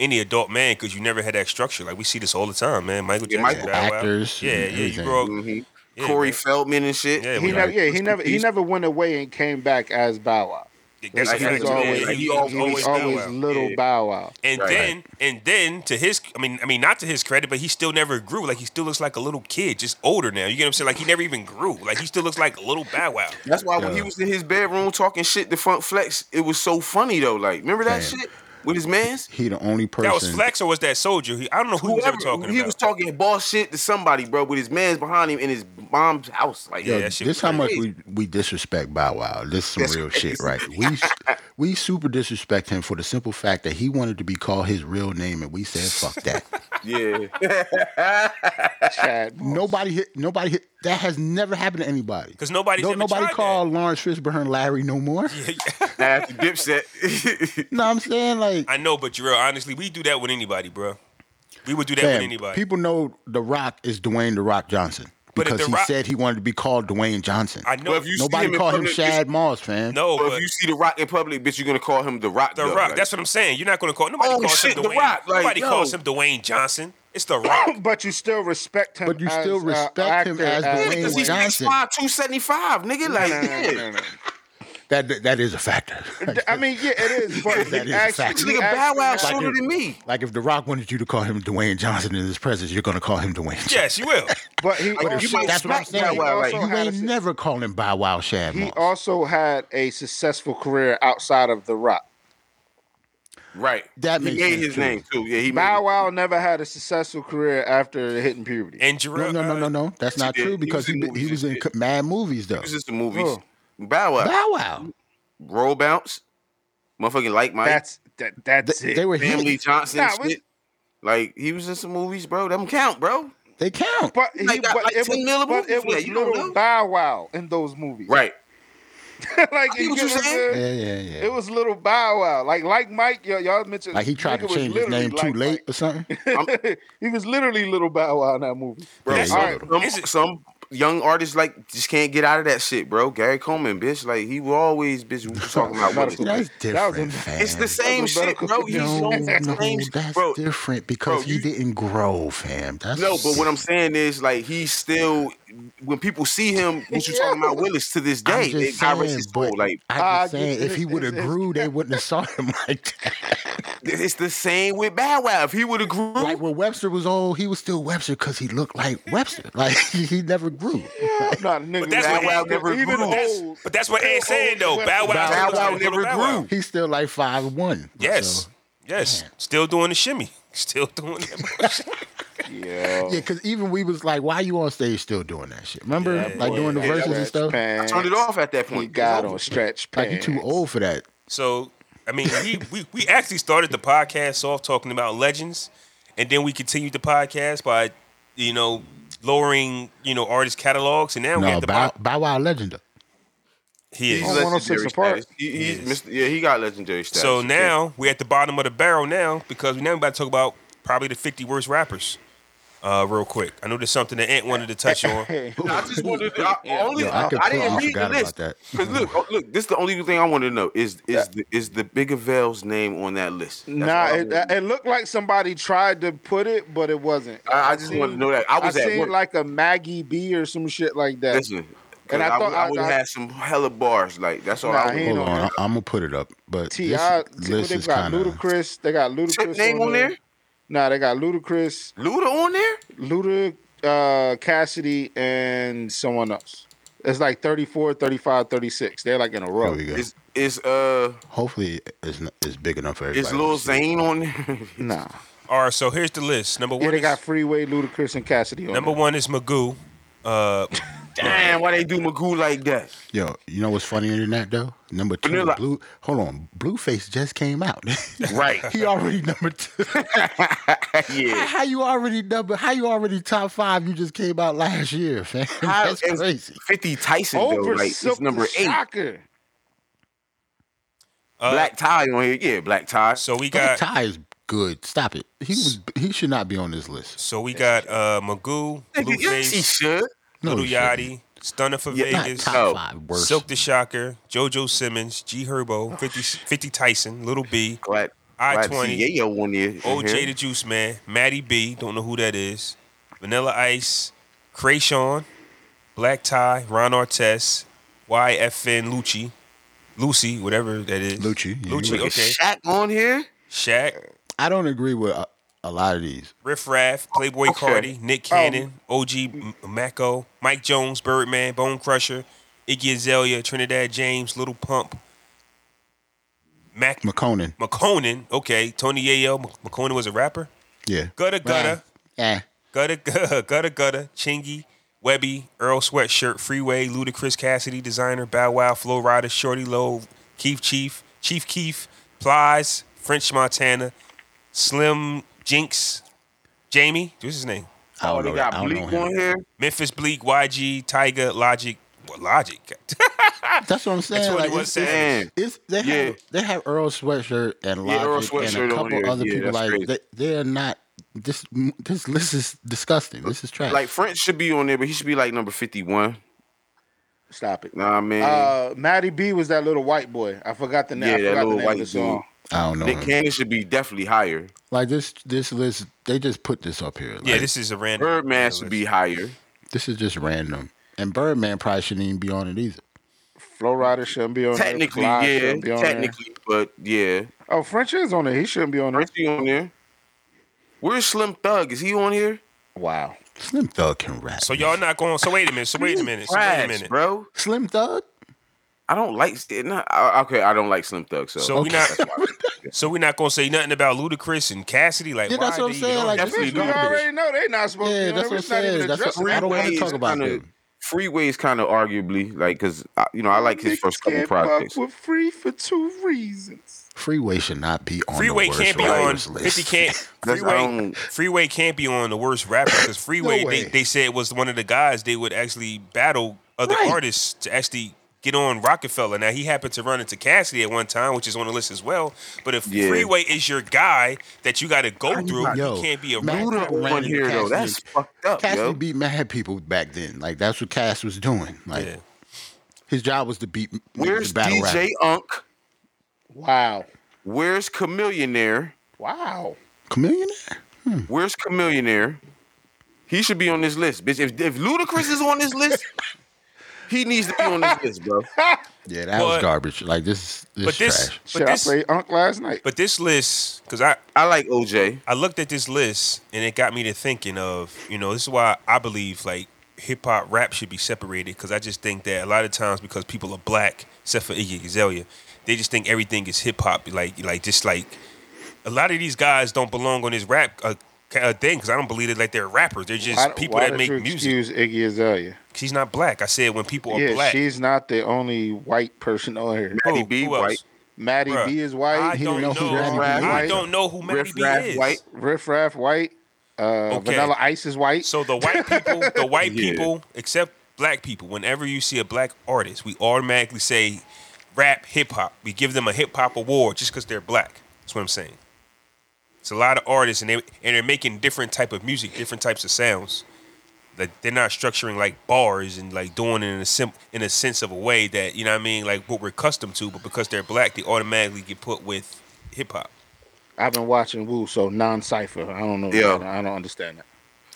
S1: any adult man because you never had that structure. Like we see this all the time, man. Michael
S4: Yeah,
S1: Jackson,
S4: Michael-
S1: Bow Wow.
S2: Actors
S1: yeah,
S2: and
S1: yeah. You
S2: everything.
S1: grow up,
S4: Mhm.
S1: yeah,
S4: Corey
S1: man.
S4: Feldman and shit.
S1: Yeah,
S3: He
S1: we-
S3: never, yeah, he
S4: Rest in
S3: never, he
S4: peace.
S3: never went away and came back as Bow Wow.
S1: that's what
S4: Like, he was
S1: happened.
S4: always-
S1: Yeah,
S4: like, he
S1: he
S4: always-
S1: was
S3: He was
S1: Bow
S3: always
S1: Wow.
S3: little
S4: Yeah.
S3: Bow Wow.
S1: And
S4: Right.
S1: then, and then to his, I mean, I mean, not to his credit, but he still never grew. Like he still looks like a little kid, just older now. You get what I'm saying? Like he never even grew. Like he still looks like a little Bow Wow.
S4: That's why when
S2: Yeah.
S4: he was in his bedroom talking shit to Funk Flex, it was so funny though. Like, remember that
S2: Damn.
S4: shit with his mans?
S2: He the only person.
S1: That was Flex or was that Soldier? He, I don't know who he was ever talking
S4: he
S1: about.
S4: was talking boss shit to somebody, bro, with his mans behind him in his mom's house. Like,
S2: Yo,
S1: Yeah, that shit
S2: this
S1: was
S2: how much
S4: crazy.
S2: we, we disrespect Bow Wow. This is some
S4: That's
S2: real
S4: crazy.
S2: shit, right? We we super disrespect him for the simple fact that he wanted to be called his real name, and we said fuck that.
S4: yeah,
S3: Chad.
S2: Nobody hit. Nobody hit. That has never happened to anybody.
S1: 'Cause nobody's
S2: No,
S1: ever
S2: nobody
S1: tried
S2: called Lawrence Fishburne Larry no more.
S4: now after
S1: Oh,
S4: Dipset,
S2: No, I'm saying like,
S1: I know, but you're honestly, we do that with anybody, bro. We would do that with
S2: damn,
S1: anybody.
S2: people know The Rock is Dwayne The Rock Johnson
S1: But if The
S2: because he
S1: Rock-
S2: said he wanted to be called Dwayne Johnson.
S1: I know
S4: Well, if you see him
S2: Nobody
S4: in
S2: called him
S4: public,
S2: Shad Moss, fam.
S1: no,
S4: bro,
S1: but
S4: if you see the Rock in public, bitch, you're gonna call him the Rock.
S1: The
S4: though,
S1: Rock.
S4: like,
S1: that's what I'm saying. You're not gonna call nobody
S4: Oh,
S1: calls
S4: shit,
S1: him
S4: The
S1: Dwayne.
S4: Rock, like,
S1: nobody
S4: yo.
S1: calls him Dwayne Johnson. It's The Rock.
S3: But you still respect him.
S2: But you
S3: as,
S2: still
S3: uh,
S2: respect him
S3: actor,
S2: as
S4: yeah,
S2: Dwayne
S4: because he's
S2: Johnson.
S4: 6'5", 275, nigga. Like,
S3: No, no,
S4: yeah.
S3: no, no, no.
S2: That that- that is a factor. Like,
S3: I mean, yeah, it is. But
S2: That
S3: he
S2: is a
S3: actually,
S2: fact.
S4: This
S3: he
S4: nigga Bow
S3: actually
S4: Wow
S3: has-
S4: shorter
S2: if-
S4: than me.
S2: like if The Rock wanted you to call him Dwayne Johnson in his presence, you're gonna call him Dwayne. Johnson.
S1: yes, you will.
S3: But he
S4: Like, you
S3: also,
S4: might
S2: That's what I'm
S4: smack Bow
S2: saying.
S4: Wow. Like,
S3: also
S2: You
S3: had
S2: ain't
S3: a-
S2: never calling him Bow Wow Shad
S3: he
S2: Moss.
S3: also had a successful career outside of The Rock.
S4: Right.
S2: That
S4: he
S2: makes
S4: made
S2: sense,
S4: his
S2: too.
S4: name too. Yeah, he
S3: Bow
S4: made
S3: Wow never had a successful career after hitting puberty.
S1: And Jarrell,
S2: no, no, no, no, no. That's not
S4: did. uh, He
S2: true
S4: was
S2: because
S4: in
S2: he
S4: movies
S2: he was
S4: and
S2: in
S4: shit.
S2: mad movies though.
S4: He was just the movies.
S3: Oh.
S4: Bow Wow.
S2: Bow Wow.
S4: Roll bounce. Motherfucking like Mike.
S3: That's that, that's
S2: They,
S3: it.
S2: they were
S4: Family
S2: hits.
S4: Johnson
S3: Nah,
S4: shit. Like he was in some movies, bro. Them count, bro.
S2: They count.
S3: but he,
S4: Like, got
S3: but
S4: like
S3: it
S4: 10
S3: was,
S4: mil a
S3: but
S4: movie
S3: it
S4: for that,
S3: was
S4: you don't
S3: little
S4: know?
S3: Bow Wow in those movies,
S4: Right.
S3: like
S4: I see what
S3: you
S4: you're
S3: get
S4: saying.
S2: yeah, yeah, yeah.
S3: It was little Bow Wow, like like Mike. Y'all, y'all mentioned
S2: like he
S3: nigga
S2: tried to
S3: was
S2: change his
S3: literally
S2: name too
S3: like
S2: late or something.
S3: Mike. he was literally little Bow Wow in that movie.
S4: Bro,
S2: Yeah,
S4: some,
S2: yeah.
S4: some-
S1: Is it-
S4: some young artists like just can't get out of that shit, bro. Gary Coleman, bitch. Like he will always bitch we was talking about
S3: Medical.
S4: women.
S2: That's
S3: That was
S2: different.
S3: a-
S2: fam.
S4: It's the same shit,
S3: medical-
S4: bro. He's
S2: No,
S4: showing the
S2: no,
S4: same shit,
S2: that's
S4: bro.
S2: different because
S4: Bro,
S2: he
S4: you-
S2: didn't grow, fam. That's
S4: No, but what I'm saying is, like, he's still when people see him, what you talking about, Willis, to this
S2: I'm
S4: day,
S2: just
S4: it
S2: saying,
S4: gyrates his
S2: but
S4: soul. Like,
S2: I'm
S3: I
S2: just saying,
S3: get it,
S2: if he
S3: it's-
S2: would have
S3: it's-
S2: grew, they wouldn't have saw him like that.
S4: it's the same with Bow Wow. If he would have grew,
S2: Like when Webster was old, he was still Webster because he looked like Webster. Like he never grew.
S3: I'm not a nigga.
S1: But that's
S4: Bow
S1: what
S4: Wow
S1: Ant-
S4: never
S3: even
S4: grew.
S3: old.
S1: But that's what
S3: Still
S1: Ant saying though.
S3: old
S1: Bow Wow,
S3: Bow
S1: still
S4: Wow
S1: looks like
S4: never
S1: little Bow Wow.
S4: grew.
S2: He's still like five one.
S1: Yes, yes, still doing the shimmy. Still doing that shit.
S3: Yeah.
S2: Yeah, because even we was like, why you on stage still doing that shit? Remember,
S1: Yeah,
S2: like
S1: boy.
S2: doing the
S1: Yeah,
S2: verses and stuff.
S4: I turned it off at that
S3: He
S4: point.
S3: got
S4: It's over.
S3: on stretch
S2: Like
S3: pants.
S2: you too old for that.
S1: So, I mean, we, we, we actually started the podcast off talking about legends, and then we continued the podcast by, you know, lowering, you know, artist catalogs, and now we
S2: No,
S1: have the
S2: Bow,
S1: po-
S2: Bow Wow legend.
S1: he is.
S4: He's
S3: On
S4: legendary
S3: 106 and
S4: status.
S3: Park.
S4: He, he's
S1: Yes.
S4: Mr. Yeah, he got legendary status.
S1: So
S4: Yeah.
S1: now we're at the bottom of the barrel now because we now about to talk about probably the 50 worst rappers. Uh, real quick, I know there's something that Ant wanted to touch on.
S4: I just wanted to, I, only,
S2: Yo, I
S4: I, I,
S2: completely
S4: didn't read the
S2: forgot
S4: list.
S2: about that.
S4: Because look, oh, look, this is the only thing I want to know is is the, is the Big Avail's name on that list? That's all
S3: Nah,
S4: I
S3: it,
S4: wanna-
S3: it looked like somebody tried to put it, but it wasn't.
S4: I, I just
S3: seen-
S4: want to know that I
S3: I
S4: was at
S3: seen
S4: work.
S3: like a Maggie B or some shit like that.
S4: Listen,
S3: And
S4: and
S3: I
S4: I,
S3: thought
S4: would- I,
S3: I-
S4: would
S3: I-
S4: have had some hella bars. Like that's all
S3: Nah,
S4: I
S3: he
S4: would.
S3: ain't
S2: Hold
S3: on
S2: on,
S3: that.
S2: I, am gonna put it up. But
S3: Ti,
S2: this
S3: what
S2: list
S3: they
S2: is
S3: got
S2: kind of
S3: Ludacris. They got Ludacris
S4: Tip name on there?
S3: Nah, they got Ludacris,
S4: Luda on there?
S3: Luda, uh, Cassidy, and someone else. It's like 34, 35, 36. They're like in a
S2: There
S3: row.
S2: we go.
S4: Is is uh
S2: Hopefully, it's n- it's big enough for everybody.
S4: is Lil
S2: to see.
S4: Zane on there?
S3: Nah.
S1: All right, so here's the list. Number one,
S3: Yeah, they
S1: is,
S3: got Freeway, Ludacris, and Cassidy on
S1: number
S3: there.
S1: one is Magoo. Uh,
S4: Damn, why they do Magoo like that?
S2: Yo, you know what's funnier than that though? Number two,
S4: Vanilla-
S2: blue. Hold on, Blueface just came out.
S4: Right.
S2: he already number two.
S4: yeah.
S2: how you already number? How you already top five? You just came out last year, fam.
S4: How-
S2: That's
S4: and
S2: crazy.
S4: Fifty Tyson though,
S3: Over
S4: like it's number eight.
S3: Shocker.
S1: uh,
S4: Black tie on here, yeah, black tie.
S1: So we
S2: Black
S1: got
S2: Ty is good. Stop it. He was. He should not be on this list.
S1: so we got uh, Magoo,
S4: Nigga, yes, he
S1: Blueface,
S4: should.
S2: No,
S1: Little
S2: he shouldn't.
S1: Yachty, Stunner for
S4: Yeah,
S2: Not
S1: Vegas,
S2: top
S4: No.
S2: five worst.
S1: Silk the Shocker, JoJo Simmons, G Herbo, 50, 50 Tyson, Little B,
S4: Glad,
S1: I
S4: glad to
S1: 20.
S4: see Yayo one year. in here.
S3: Mm-hmm.
S1: OJ the Juice Man, Maddie B, don't know who that is, Vanilla Ice, Krayshawn, Black Tie, Ron Artest, YFN Lucci, Lucy, whatever that is.
S2: Lucci, yeah,
S1: Lucci,
S2: you right.
S4: Is
S1: okay.
S4: Shaq on here.
S1: Shaq,
S2: I don't agree with a, a lot of these.
S1: Riff Raff, Playboy
S4: Okay.
S1: Cardi, Nick Cannon, OG M- Mako, Mike Jones, Birdman, Bone Crusher, Iggy Azalea, Trinidad James, Little Pump, Mac
S2: McConan.
S1: McConan, okay, Tony Yayo, Mc- McConan was a rapper,
S2: Yeah.
S1: Gutta Gutta,
S2: Eh.
S1: Gutta Gutta, Gutta Gutta, Chingy, Webby, Earl Sweatshirt, Freeway, Ludacris Cassidy, Designer, Bow Wow, Flow Rider, Shorty Low, Keith Chief, Chief Keef, Plies, French Montana, Slim Jinx, Jamie, what's his name?
S2: I
S4: Oh,
S2: don't
S4: they
S2: know. that- I
S4: got
S2: don't
S4: Bleak
S2: know him.
S4: on here.
S1: Memphis Bleak, YG, Tiger, Logic, what, Logic,
S2: That's what I'm saying.
S1: That's what
S2: like,
S1: it was
S2: it's-
S1: saying.
S4: Damn.
S2: It's they
S4: Yeah.
S2: have they have Earl Sweatshirt and
S4: Yeah, Earl
S2: Logic
S4: Sweatshirt
S2: and a
S4: on
S2: couple
S4: here.
S2: other
S4: Yeah,
S2: people
S4: that's
S2: like
S4: crazy.
S2: they, they're not this this list is disgusting. This is trash.
S4: Like French should be on there, but he should be like number fifty-one.
S3: Stop it.
S4: Nah, man.
S3: Uh, Matty B was that little white boy. I forgot the name.
S4: Yeah,
S3: I
S4: that
S3: forgot the
S4: little
S3: name
S4: white
S3: of the song.
S4: dude.
S2: I don't know.
S4: Nick
S2: him.
S4: Cannon should be definitely higher.
S2: Like this this list they just put this up here. Like,
S1: yeah, this is a random.
S4: Birdman should be higher.
S2: this is just random. And Birdman probably shouldn't even be on it either.
S3: Flow Rider shouldn't be on there.
S4: Technically,
S3: Fly
S4: yeah.
S3: shouldn't be on there.
S4: Technically, but yeah.
S3: Oh, French is on there. He shouldn't be on there.
S4: French be on there. Where's Slim Thug? Is he on here?
S3: Wow.
S2: Slim Thug can rap.
S1: So y'all not going. So wait a minute. So wait a minute. So wait a
S4: Trash,
S1: minute.
S4: bro.
S2: Slim Thug?
S4: I don't like. Nah, I- okay, I don't like Slim Thug. So,
S1: So we not. So we're not gonna say nothing about Ludacris and Cassidy. Like,
S2: Yeah,
S1: why
S2: that's
S1: are
S2: what I'm
S1: they
S2: saying,
S1: even
S2: like,
S1: on
S3: Bitch,
S1: that?
S4: Definitely
S3: we
S4: don't.
S3: already know they not supposed
S2: Yeah,
S3: to be on there.
S2: that's what I'm
S3: It's not
S2: saying.
S3: even
S2: That's
S3: addressed.
S2: what, I don't want to talk about
S4: kinda,
S2: him.
S4: Freeway is kind of arguably like because you know I like his
S3: Niggas
S4: first couple
S3: can't
S4: projects.
S3: fuck with free for two reasons.
S2: Freeway should not be on
S1: Freeway
S2: the worst
S1: can't be on.
S2: writers
S1: Fifty
S2: list.
S1: can't.
S4: That's- I
S1: Freeway,
S4: don't-
S1: Freeway can't be on the worst rapper because Freeway
S2: way.
S1: they, they said was one of the guys they would actually battle other
S2: Right.
S1: artists to actually get on Rockefeller. Now he happened to run into Cassidy at one time, which is on the list as well. But if
S4: Yeah.
S1: Freeway is your guy that you got to go through,
S2: Yo,
S1: you can't be a
S2: Mac-
S1: rapper.
S4: Luda
S2: Ran
S4: on
S2: into
S4: here though,
S2: Cassidy.
S4: that's fucked up,
S2: Cassidy
S4: yo.
S2: beat mad people back then. Like that's what Cass was doing. Like
S1: Yeah.
S2: his job was to beat niggas
S4: Where's
S2: to battle rap.
S4: DJ Unk?
S3: Wow.
S4: Where's Chameleonaire?
S3: Wow.
S2: Chameleon?
S4: Where's Chameleonaire? He should be on this list, bitch. If, if Ludacris is on this list, he needs to be on this list, bro.
S2: Yeah, that
S1: But-
S2: was garbage. Like this, this,
S1: But this,
S2: trash.
S1: but
S3: Shit, I
S1: this,
S3: played Unk last night.
S1: but this list, because I
S4: I like OJ.
S1: I looked at this list and it got me to thinking of, you know, this is why I believe like hip hop rap should be separated because I just think that a lot of times because people are black, except for Iggy Azalea, they just think everything is hip hop, like like just like a lot of these guys don't belong on this rap uh, ca- uh, thing because I don't believe it like they're rappers. They're just
S3: Why,
S1: people
S3: why
S1: that
S3: did
S1: make
S3: you
S1: music.
S3: excuse Iggy Azalea?
S1: 'Cause He's not black. I said when people are
S3: yeah,
S1: black.
S3: she's not the only white person on here.
S4: Maddie B,
S1: else?
S4: white.
S3: Maddie
S1: Bruh,
S3: B is white.
S1: I
S3: he
S1: don't
S3: don't
S1: know.
S3: know who Maddie B
S4: Raff
S3: is.
S1: I
S4: White.
S1: don't know who Maddie
S4: Riff
S1: B
S4: Raff
S1: is.
S4: White.
S3: Riff Raff white. Uh,
S1: Okay.
S3: Vanilla Ice is white.
S1: So the white people, the white
S4: Yeah.
S1: people, except black people, whenever you see a black artist, we automatically say rap, hip hop. We give them a hip hop award just because they're black. That's what I'm saying. It's a lot of artists, and they and they're making different type of music, different types of sounds. Like they're not structuring like bars and like doing it in a sim- in a sense of a way that you know what I mean, like what we're accustomed to. But because they're black, they automatically get put with hip hop.
S3: I've been watching Wu, so non-cipher. I don't know.
S4: Yeah.
S3: that. I don't understand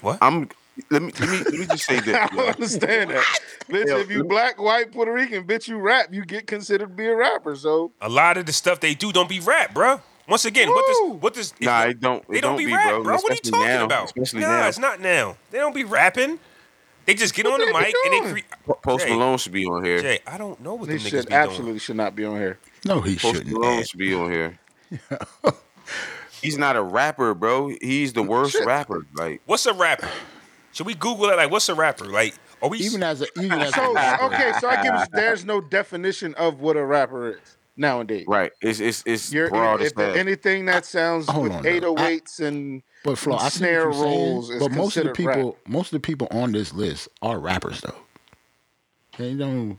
S3: that.
S4: I'm. Let me let me let me just say
S3: I
S4: that.
S3: don't understand that. Listen,
S4: Yeah.
S3: if you black, white, Puerto Rican, bitch, you rap, you get considered to be a rapper. So
S1: A lot of the stuff they do don't be rap, bruh. Once again, what
S3: Woo!
S1: does what does
S4: Nah, it don't. It
S1: They don't, be,
S4: be,
S1: rap,
S4: bro.
S1: bro. What are you
S4: Especially
S1: talking
S4: now.
S1: about?
S4: Especially
S1: nah,
S4: now.
S1: it's not now. They don't be rapping. They just get
S3: What
S1: on the
S3: they be
S1: mic and they
S3: doing?
S1: create.
S4: Post
S1: Jay,
S4: Malone should be on here.
S1: Jay, I don't know what
S3: they
S1: the niggas
S3: should
S1: be
S3: absolutely
S1: doing.
S3: should not be on here.
S2: No, he
S4: Post
S2: shouldn't.
S4: Malone should be on here. He's not a rapper, bro. He's the worst
S3: Shit.
S4: rapper. Like
S1: What's a rapper? Should we Google it? Like, what's a rapper? Like, are we?
S2: Even as a even as
S3: So
S2: a
S3: okay, so I give you, there's no definition of what a rapper is nowadays.
S4: right. It's it's it's
S3: You're,
S4: broad as
S3: if
S4: hell.
S3: anything that sounds
S2: Hold
S3: with
S2: on, though.
S3: 808s and
S2: But Flo, I see what
S3: snare
S2: you're saying.
S3: rolls is
S2: But most of the
S3: considered rap.
S2: people, most of the people on this list are rappers, though. They don't.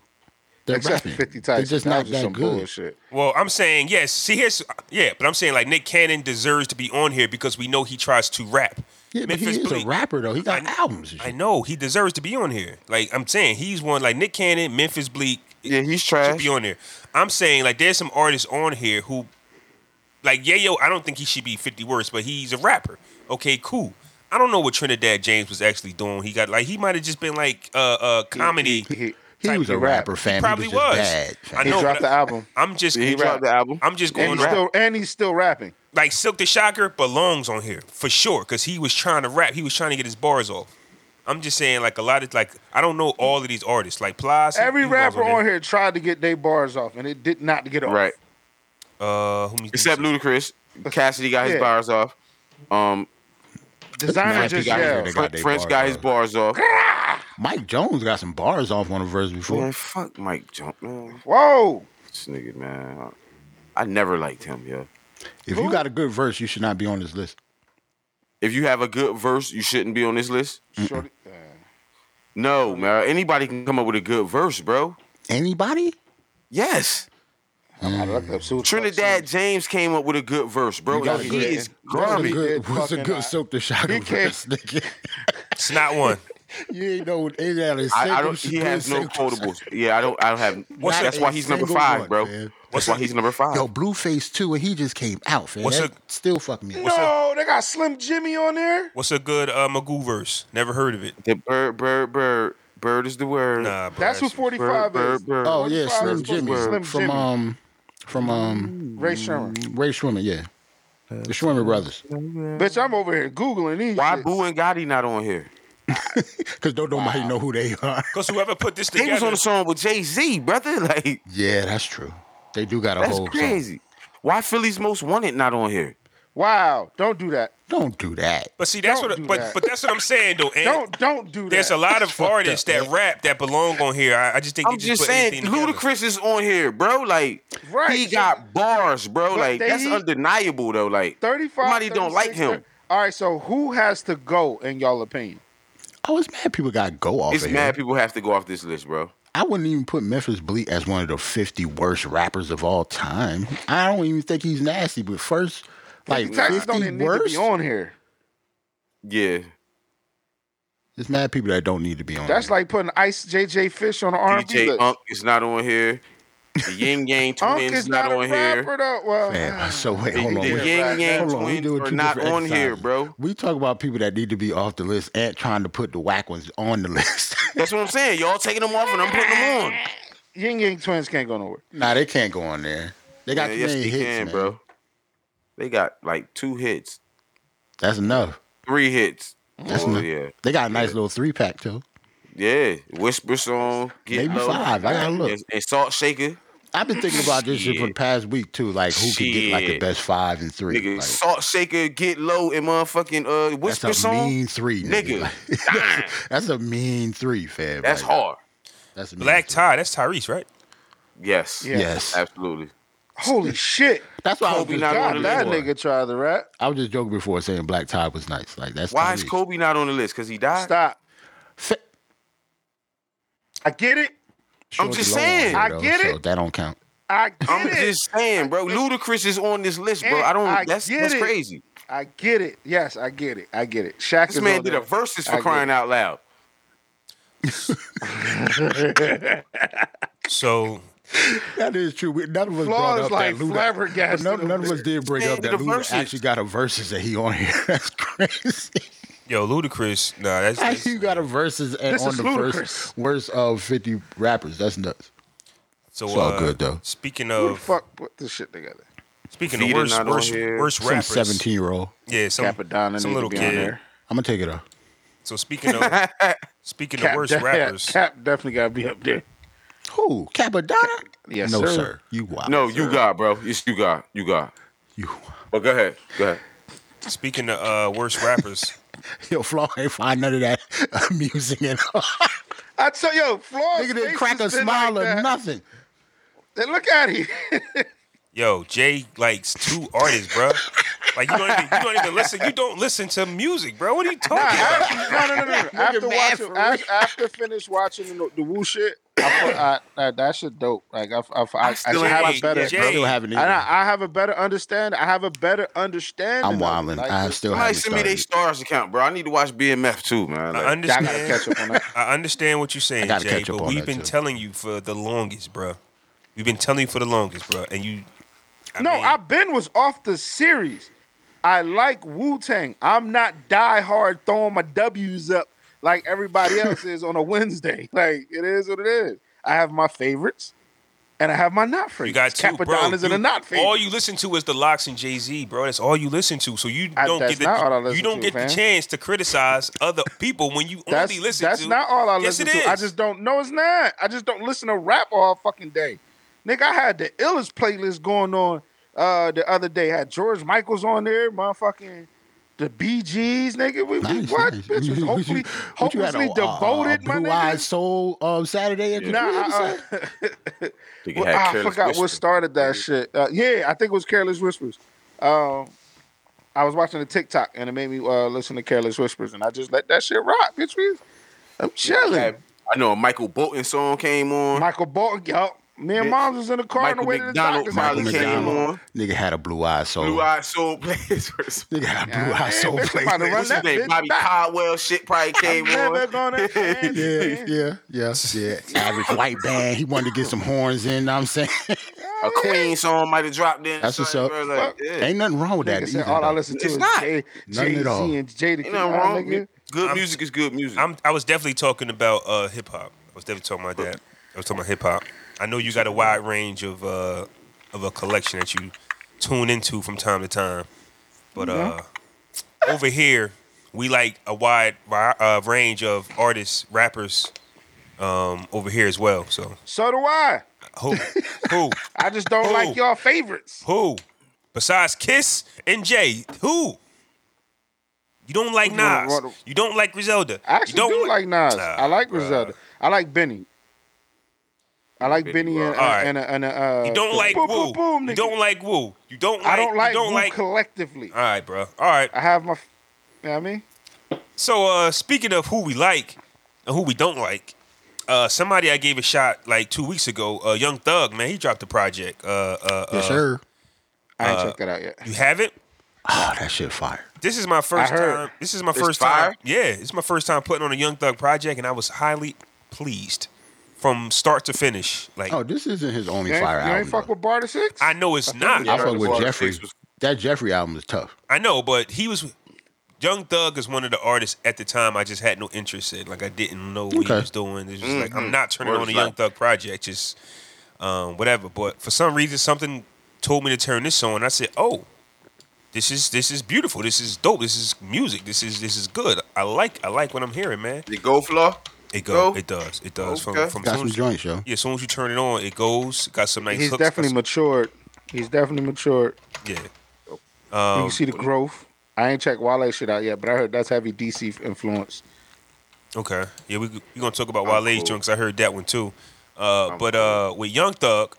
S2: They're
S3: except for
S2: rapping.
S3: 50
S2: They're
S3: types,
S2: just
S3: that
S2: not
S3: was just
S2: that
S3: some
S2: good.
S3: bullshit.
S1: Well, I'm saying yes. See, here's yeah, but I'm saying like Nick Cannon deserves to be on here because we know he tries to rap.
S2: Yeah, but he
S1: Memphis
S2: is
S1: Bleek.
S2: a rapper though. He got albums. And
S1: I
S2: shit.
S1: know he deserves to be on here. Like I'm saying, he's one like Nick Cannon, Memphis Bleak,
S4: yeah, he's
S1: should
S4: trash.
S1: be on there. I'm saying like there's some artists on here who, like Yayo, I don't think he should be 50 words, but he's a rapper. Okay, cool. I don't know what Trinidad James was actually doing. He got like he might have just been like uh uh comedy.
S3: He, he,
S2: He
S1: type
S2: was a
S1: of
S3: rap.
S2: rapper, fam. He
S1: Probably
S2: was.
S1: was.
S2: Just bad, fam.
S1: I
S3: he
S1: know,
S3: dropped
S1: but
S3: the album.
S1: I'm just
S4: he dropped the album.
S1: I'm just going
S3: And he's,
S1: off-
S3: still, and he's still rapping.
S1: like Silk the Shocker belongs on here for sure because he was trying to rap. He was trying to get his bars off. I'm just saying like a lot of like I don't know all of these artists like Plies. he-
S3: Every
S1: he belongs
S3: rapper
S1: there.
S3: on here tried to get their bars off, and it did not get off.
S4: Right.
S1: Uh, who
S4: Except Ludacris. Cassidy got his
S3: Yeah.
S4: bars off. Um,
S3: Designer
S2: Nah,
S3: just
S2: he got here
S3: yelled.
S2: They to-
S4: Fr-
S2: got they
S4: French
S2: bars
S4: got his
S2: off.
S4: bars off.
S2: Mike Jones got some bars off on a verse before.
S4: Man, fuck Mike Jump, man.
S3: Whoa!
S4: This nigga, man. I never liked him, yo.
S2: If you got a good verse, you should not be on this list.
S4: If you have a good verse, you shouldn't be on this list.
S3: Shorty, uh,
S4: No, man. Anybody can come up with a good verse, bro.
S2: Anybody?
S4: Yes.
S3: I looked up Super
S4: Trinidad James came up with a good verse, bro.
S2: You
S4: and
S2: got a
S4: he
S2: good-
S4: is
S2: What's a
S4: garbage.
S2: good, what's a
S3: fucking-
S2: good soap to shock
S3: He can't-
S2: verse? nigga?
S1: It's not one.
S2: you ain't know what any of
S4: I, I don't. He has no quotables. Yeah, I don't. I don't have.
S1: What's a-
S4: that's why he's number
S2: single
S4: five,
S2: one,
S4: bro.
S2: man.
S4: That's why he's number five.
S2: Yo, Blueface too, and he just came out, fam.
S1: What's
S2: That
S1: a-
S2: still fucking me. up.
S3: No, they got Slim Jimmy on there.
S1: What's a good uh, Magoo verse? Never heard of it.
S4: The bird, bird, bird, bird is the word.
S1: Nah, bro.
S3: That's who
S1: that's-
S3: 45
S4: Bird,
S3: is.
S4: bird, bird.
S2: Oh
S3: 45
S2: yeah, Slim
S3: is supposed to
S2: Jimmy
S3: be Slim
S2: from
S3: Jimmy.
S2: um from um
S3: Ray Sherman.
S2: Ray Schwimmer, yeah, the Schwimmer brothers.
S3: Bitch, I'm over here googling these.
S4: Why
S3: shits.
S4: Boo and Gotti not on here?
S2: Cause don't nobody know who they are.
S1: Cause whoever put this
S4: They
S1: together,
S4: was on a song with Jay Z, brother. Like
S2: Yeah, that's true. They do got a
S4: that's
S2: whole. song.
S4: crazy. Why Philly's Most Wanted not on here?
S3: Wow! Don't do that.
S2: Don't do that.
S1: but see, that's
S3: Don't
S1: what,
S3: do
S1: but
S3: that.
S1: but that's what I'm saying though. And
S3: Don't don't do that.
S1: there's a lot of
S2: fucked up,
S1: artists that
S2: man.
S1: rap that belong on here. I, I just think
S4: I'm
S1: they just,
S4: just
S1: put
S4: saying,
S1: anything together.
S4: Ludacris is on here, bro. Like
S3: Right,
S4: he
S3: so-
S4: got bars, bro.
S3: But
S4: Like
S3: they-
S4: that's undeniable, though. Like
S3: 35.
S4: somebody don't like
S3: 36,
S4: him.
S3: All right, so who has to go in y'all opinion?
S2: I was mad people got go off.
S4: It's
S2: of
S4: mad
S2: here.
S4: people have to go off this list, bro.
S2: I wouldn't even put Memphis Bleak as one of the 50 worst rappers of all time. I don't even think he's nasty, but first, like
S3: These Texas don't
S2: 50
S3: even need to
S2: worst,
S3: be on here.
S4: Yeah,
S2: it's mad people that don't need to be on.
S3: That's
S2: here.
S3: like putting Ice JJ Fish on the R&B
S4: DJ
S3: list.
S4: Unk is not on here. The Yin Yang
S3: Unk
S4: Twins
S3: is
S4: not,
S3: not a
S4: on here.
S3: rapper though. Well,
S4: ah,
S2: Man, so wait,
S4: The
S2: hold on.
S4: the
S2: We,
S4: Yin Yang
S2: hold on, we
S4: Twins
S2: doing
S4: are
S2: two
S4: not
S2: different
S4: on here,
S2: exercises.
S4: bro.
S2: we talk about people that need to be off the list and trying to put the whack ones on the list.
S4: That's what I'm saying. Y'all taking them off and I'm putting them on.
S3: Ying Yang Twins can't go nowhere.
S2: nah, they can't go on there. They got
S4: Yeah,
S2: too
S4: yes,
S2: many
S4: they
S2: hits,
S4: can,
S2: man.
S4: bro. They got like two hits,
S2: That's enough.
S4: three hits.
S2: That's
S4: oh
S2: enough.
S4: yeah,
S2: They got a nice little three pack too.
S4: yeah. Whisper song, get
S2: Maybe
S4: low,
S2: five. I gotta look.
S4: And, and Salt Shaker.
S2: I've been thinking about this shit for the
S4: Shit.
S2: past week too. Like who could get like the
S4: Shit.
S2: best five and three?
S4: Nigga,
S2: Like,
S4: salt shaker, get low, and motherfucking uh,
S2: that's
S4: whisper
S2: a
S4: song.
S2: mean three, nigga.
S4: Nigga,
S2: Like,
S4: damn,
S2: that's a mean three, fam.
S4: that's
S2: Like,
S4: hard.
S2: That's a mean
S1: Black
S2: three.
S1: Tie. That's Tyrese, right?
S4: Yes,
S3: Yeah.
S2: Yes,
S4: absolutely.
S3: Holy shit!
S2: that's why I was,
S4: Kobe
S2: just,
S4: not
S2: joking
S4: on
S3: God,
S4: the
S3: that
S4: list.
S3: nigga tried to rap.
S2: I was just joking before saying black tie was nice. Like that's
S4: Why is
S2: Tyrese.
S4: Kobe not on the list? Because he died.
S3: Stop.
S2: Fa-
S3: I get it.
S2: Shorty
S4: just
S2: Low on
S4: saying.
S2: here,
S3: I
S2: though,
S3: get
S2: so
S3: it.
S2: that don't count.
S3: I get
S4: I'm
S3: it.
S4: just saying, bro. Ludacris is on this list, bro.
S3: And
S4: I don't.
S3: I
S4: that's
S3: get
S4: that's
S3: it.
S4: crazy.
S3: I get it. Yes, I get it. I get it. Shaq
S4: This
S3: is
S4: man
S3: on
S4: did
S3: there.
S4: a verses
S3: I
S4: for
S3: get
S4: crying out loud.
S1: So
S2: That is true. We, none of us
S3: Flaw
S2: brought
S3: is
S2: up
S3: like
S2: that Luda.
S3: flabbergasted
S2: None, none of
S3: over
S2: us did bring
S4: Man,
S2: up that
S4: the
S2: Luda
S4: verses.
S2: actually got a verses that he on here. That's crazy.
S1: yo, Ludacris. Nah, that's,
S2: How
S1: that's
S2: you got a verses and
S3: This
S2: on
S3: is
S2: the
S3: ludicrous.
S2: first worst of fifty rappers? That's nuts.
S1: so
S2: It's all
S1: uh,
S2: good, though.
S1: Speaking
S3: Who the
S1: of
S3: fuck put this shit together?
S1: speaking of
S4: Vita
S1: worst
S4: not on
S1: worst
S4: here.
S1: worst rappers,
S2: Some seventeen year old.
S1: yeah, some
S3: Capadonna
S1: some
S3: need
S1: little
S3: to be
S1: kid.
S3: on there.
S2: I'm gonna take it off.
S1: So speaking of speaking of worst
S3: de-
S1: rappers,
S3: Cap definitely got to be up there.
S2: Who? Capadonna?
S3: Yes,
S2: no,
S3: sir.
S2: sir. You wild.
S4: No, you got, bro. It's you got, you got.
S2: You.
S4: But go ahead, go ahead.
S1: speaking of uh, worst rappers,
S2: Yo, Flaw ain't find none of that amusing at all.
S3: I tell yo, Flaw's
S2: Nigga
S3: face
S2: didn't crack a
S3: has been
S2: smile
S3: like
S2: or
S3: that.
S2: nothing.
S3: And Look at him.
S1: yo, Jay likes two artists, bro. Like you don't even you don't even listen you don't listen to music, bro. What are you talking about?
S3: no, no, no, no. no. After
S2: mad
S3: watching,
S2: for
S3: after, after finish watching the, the Woo shit, I, put, I, I, that shit dope. Like I, I, I, I
S4: still
S3: should
S4: ain't
S3: have a
S4: watched
S3: better.
S1: that shit.
S2: I still haven't
S3: And
S2: either.
S3: I, I have a better understanding. I have a better understanding.
S2: I'm
S3: of it.
S2: wilding.
S3: Like,
S2: I
S3: this-
S2: still
S4: Somebody
S2: haven't
S4: send me their
S2: started.
S4: stars account, bro. I need to watch BMF too, man.
S1: I
S4: Like,
S3: I gotta catch
S1: understand
S3: up on that.
S1: I understand what you're saying,
S2: gotta
S1: Jay,
S2: catch up
S1: but
S2: on
S1: we've
S2: that,
S1: been
S2: too.
S1: telling you for the longest, bro. We've been telling you for the longest, bro. And you I
S3: no,
S1: mean,
S3: I Ben was off the series. I like Wu Tang. I'm not die hard throwing my W's up like everybody else is on a Wednesday. Like it is what it is. I have my favorites, and I have my not
S1: you
S3: favorites.
S1: got two, bro.
S3: Capadonna's and
S1: You-
S3: a not favorite.
S1: all you listen to is the Locks and Jay Z, bro. That's all you listen to. So you
S3: I-
S1: don't
S3: that's
S1: get the
S3: not all I listen
S1: you don't
S3: to,
S1: get
S3: fam.
S1: the chance to criticize other people when you
S3: that's,
S1: only listen
S3: that's
S1: to.
S3: not all I
S1: Yes,
S3: listen
S1: it
S3: to. I
S1: is.
S3: just don't. No, it's not. I just don't listen to rap all fucking day. Nigga, I had the illest playlist going on uh the other day. had George Michael's on there, motherfucking the BGs, nigga. We, we
S2: Nice,
S3: what?
S2: nice.
S3: Bitch was
S2: What you-
S3: hopefully,
S2: what you had,
S3: hopelessly
S2: a, uh,
S3: devoted, my
S2: Blue
S3: nigga.
S2: Eyed Soul um, Saturday at the
S3: Nah,
S2: crib or
S3: uh,
S2: something?
S4: think it
S3: well,
S4: had
S3: ah, I
S4: Careless
S3: forgot
S4: Whisper.
S3: what started that shit. Uh, yeah, I think it was Careless Whispers. Um, I was watching the TikTok and it made me uh, listen to Careless Whispers, and I just let that shit rock, bitch. We- I'm chilling.
S4: I know a Michael Bolton song came on.
S3: Michael Bolton, yo, me and
S4: Bitch.
S3: mom was in the car on
S4: Michael
S3: the way to the
S4: McDonald,
S3: doctor's
S4: Michael
S3: office.
S4: came McDonald. on.
S2: Nigga had a blue eyed soul.
S4: Blue Eyed Soul players.
S2: Nigga had a blue
S3: Yeah,
S2: eyed soul
S3: bitch,
S2: play.
S3: I'm about to run
S4: What's
S3: that
S4: his name?
S3: bitch
S4: Bobby
S3: back.
S4: Caldwell shit probably came
S3: Never
S4: on.
S3: gonna end,
S2: Yeah,
S3: man.
S2: yeah, yeah, yeah. Average white band. He wanted to get some horns in. Know what I'm saying,
S4: A Queen song might have dropped in.
S2: That's what's
S4: son,
S2: up.
S4: bro, like, yeah.
S2: ain't nothing wrong with that.
S3: Nigga said
S2: Either,
S3: all I
S2: though.
S3: listen to
S4: It's
S3: is
S4: not.
S3: Jay,
S2: Nothing at
S3: Jay Z
S2: all.
S3: and Jada.
S4: Ain't nothing
S3: Nah,
S4: wrong.
S3: nigga.
S4: Good music is good music.
S1: I'm, I was definitely talking about uh, hip hop. I was definitely talking about that. I was talking about hip hop. I know you got a wide range of uh, of a collection that you tune into from time to time, but
S3: Mm-hmm.
S1: uh, over here we like a wide ri- uh, range of artists, rappers um, over here as well. So
S3: So do I.
S1: who, who,
S3: I just don't
S1: Who?
S3: like y'all favorites.
S1: who? Besides Kiss and Jay, who? You don't like
S3: wanna
S1: Nas.
S3: run a-
S1: You don't like Griselda.
S3: I
S1: you
S3: actually
S1: don't
S3: do
S1: li-
S3: like Nas.
S1: Nah,
S3: I like
S1: bruh.
S3: Griselda. I like Benny. I like Benny,
S4: Benny,
S3: and,
S4: bruh.
S1: Alright.
S3: and, and, uh,
S1: You don't like
S3: boom,
S1: Wu.
S3: boom, boom,
S1: you
S3: nigga.
S1: don't like Wu. You don't like.
S3: I don't like
S1: You don't
S3: Wu
S1: like. All
S3: collectively.
S1: right, bro. All right.
S3: I have my, you know what I mean?
S1: So uh, speaking of who we like and who we don't like, uh, somebody I gave a shot like two weeks ago, uh, Young Thug, man, he dropped a project. Uh, uh,
S2: Yes,
S1: uh,
S2: sir.
S3: I ain't checked that out yet.
S1: You have it.
S2: Oh, that shit fire.
S1: This is my first
S3: I heard.
S1: time. This is my
S4: It's
S1: first
S4: fire?
S1: time. Yeah, it's my first time putting on a Young Thug project, and I was highly pleased from start to finish. Like
S2: Oh, this isn't his only
S3: You ain't,
S2: fire
S3: you ain't
S2: album.
S3: fuck
S2: though.
S3: with Barter Six?
S1: I know it's not.
S2: I
S4: Yeah,
S2: fuck with
S4: Barter
S2: Jeffrey.
S4: Six was-
S2: That Jeffrey album is tough.
S1: I know, but he was Young Thug is one of the artists at the time I just had no interest in. Like I didn't know what
S2: Okay.
S1: he was doing. It's just like I'm not turning
S4: Word
S1: on a
S4: is
S1: Young
S4: life.
S1: Thug project, just um, whatever. But for some reason, something told me to turn this on. I said, "Oh, this is this is beautiful. This is dope. This is music. This is this is good. I like I like what I'm hearing, man."
S4: The Go Flow.
S1: It go.
S4: Go.
S1: It does. It does. From,
S4: Okay.
S1: from
S2: Got
S1: soon
S2: some
S1: as,
S2: joints, yo.
S1: yeah, as soon as you turn it on, it goes. Got some nice
S3: He's
S1: hooks. got
S3: definitely matured. He's definitely matured.
S1: some- yeah.
S3: you can see the growth. I ain't checked Wale shit out yet, but I heard that's heavy DC influence.
S1: Okay. Yeah, we we gonna talk about Wale's
S4: cool.
S1: joint because I heard that one too. Uh,
S4: I'm
S1: but uh, with Young Thug,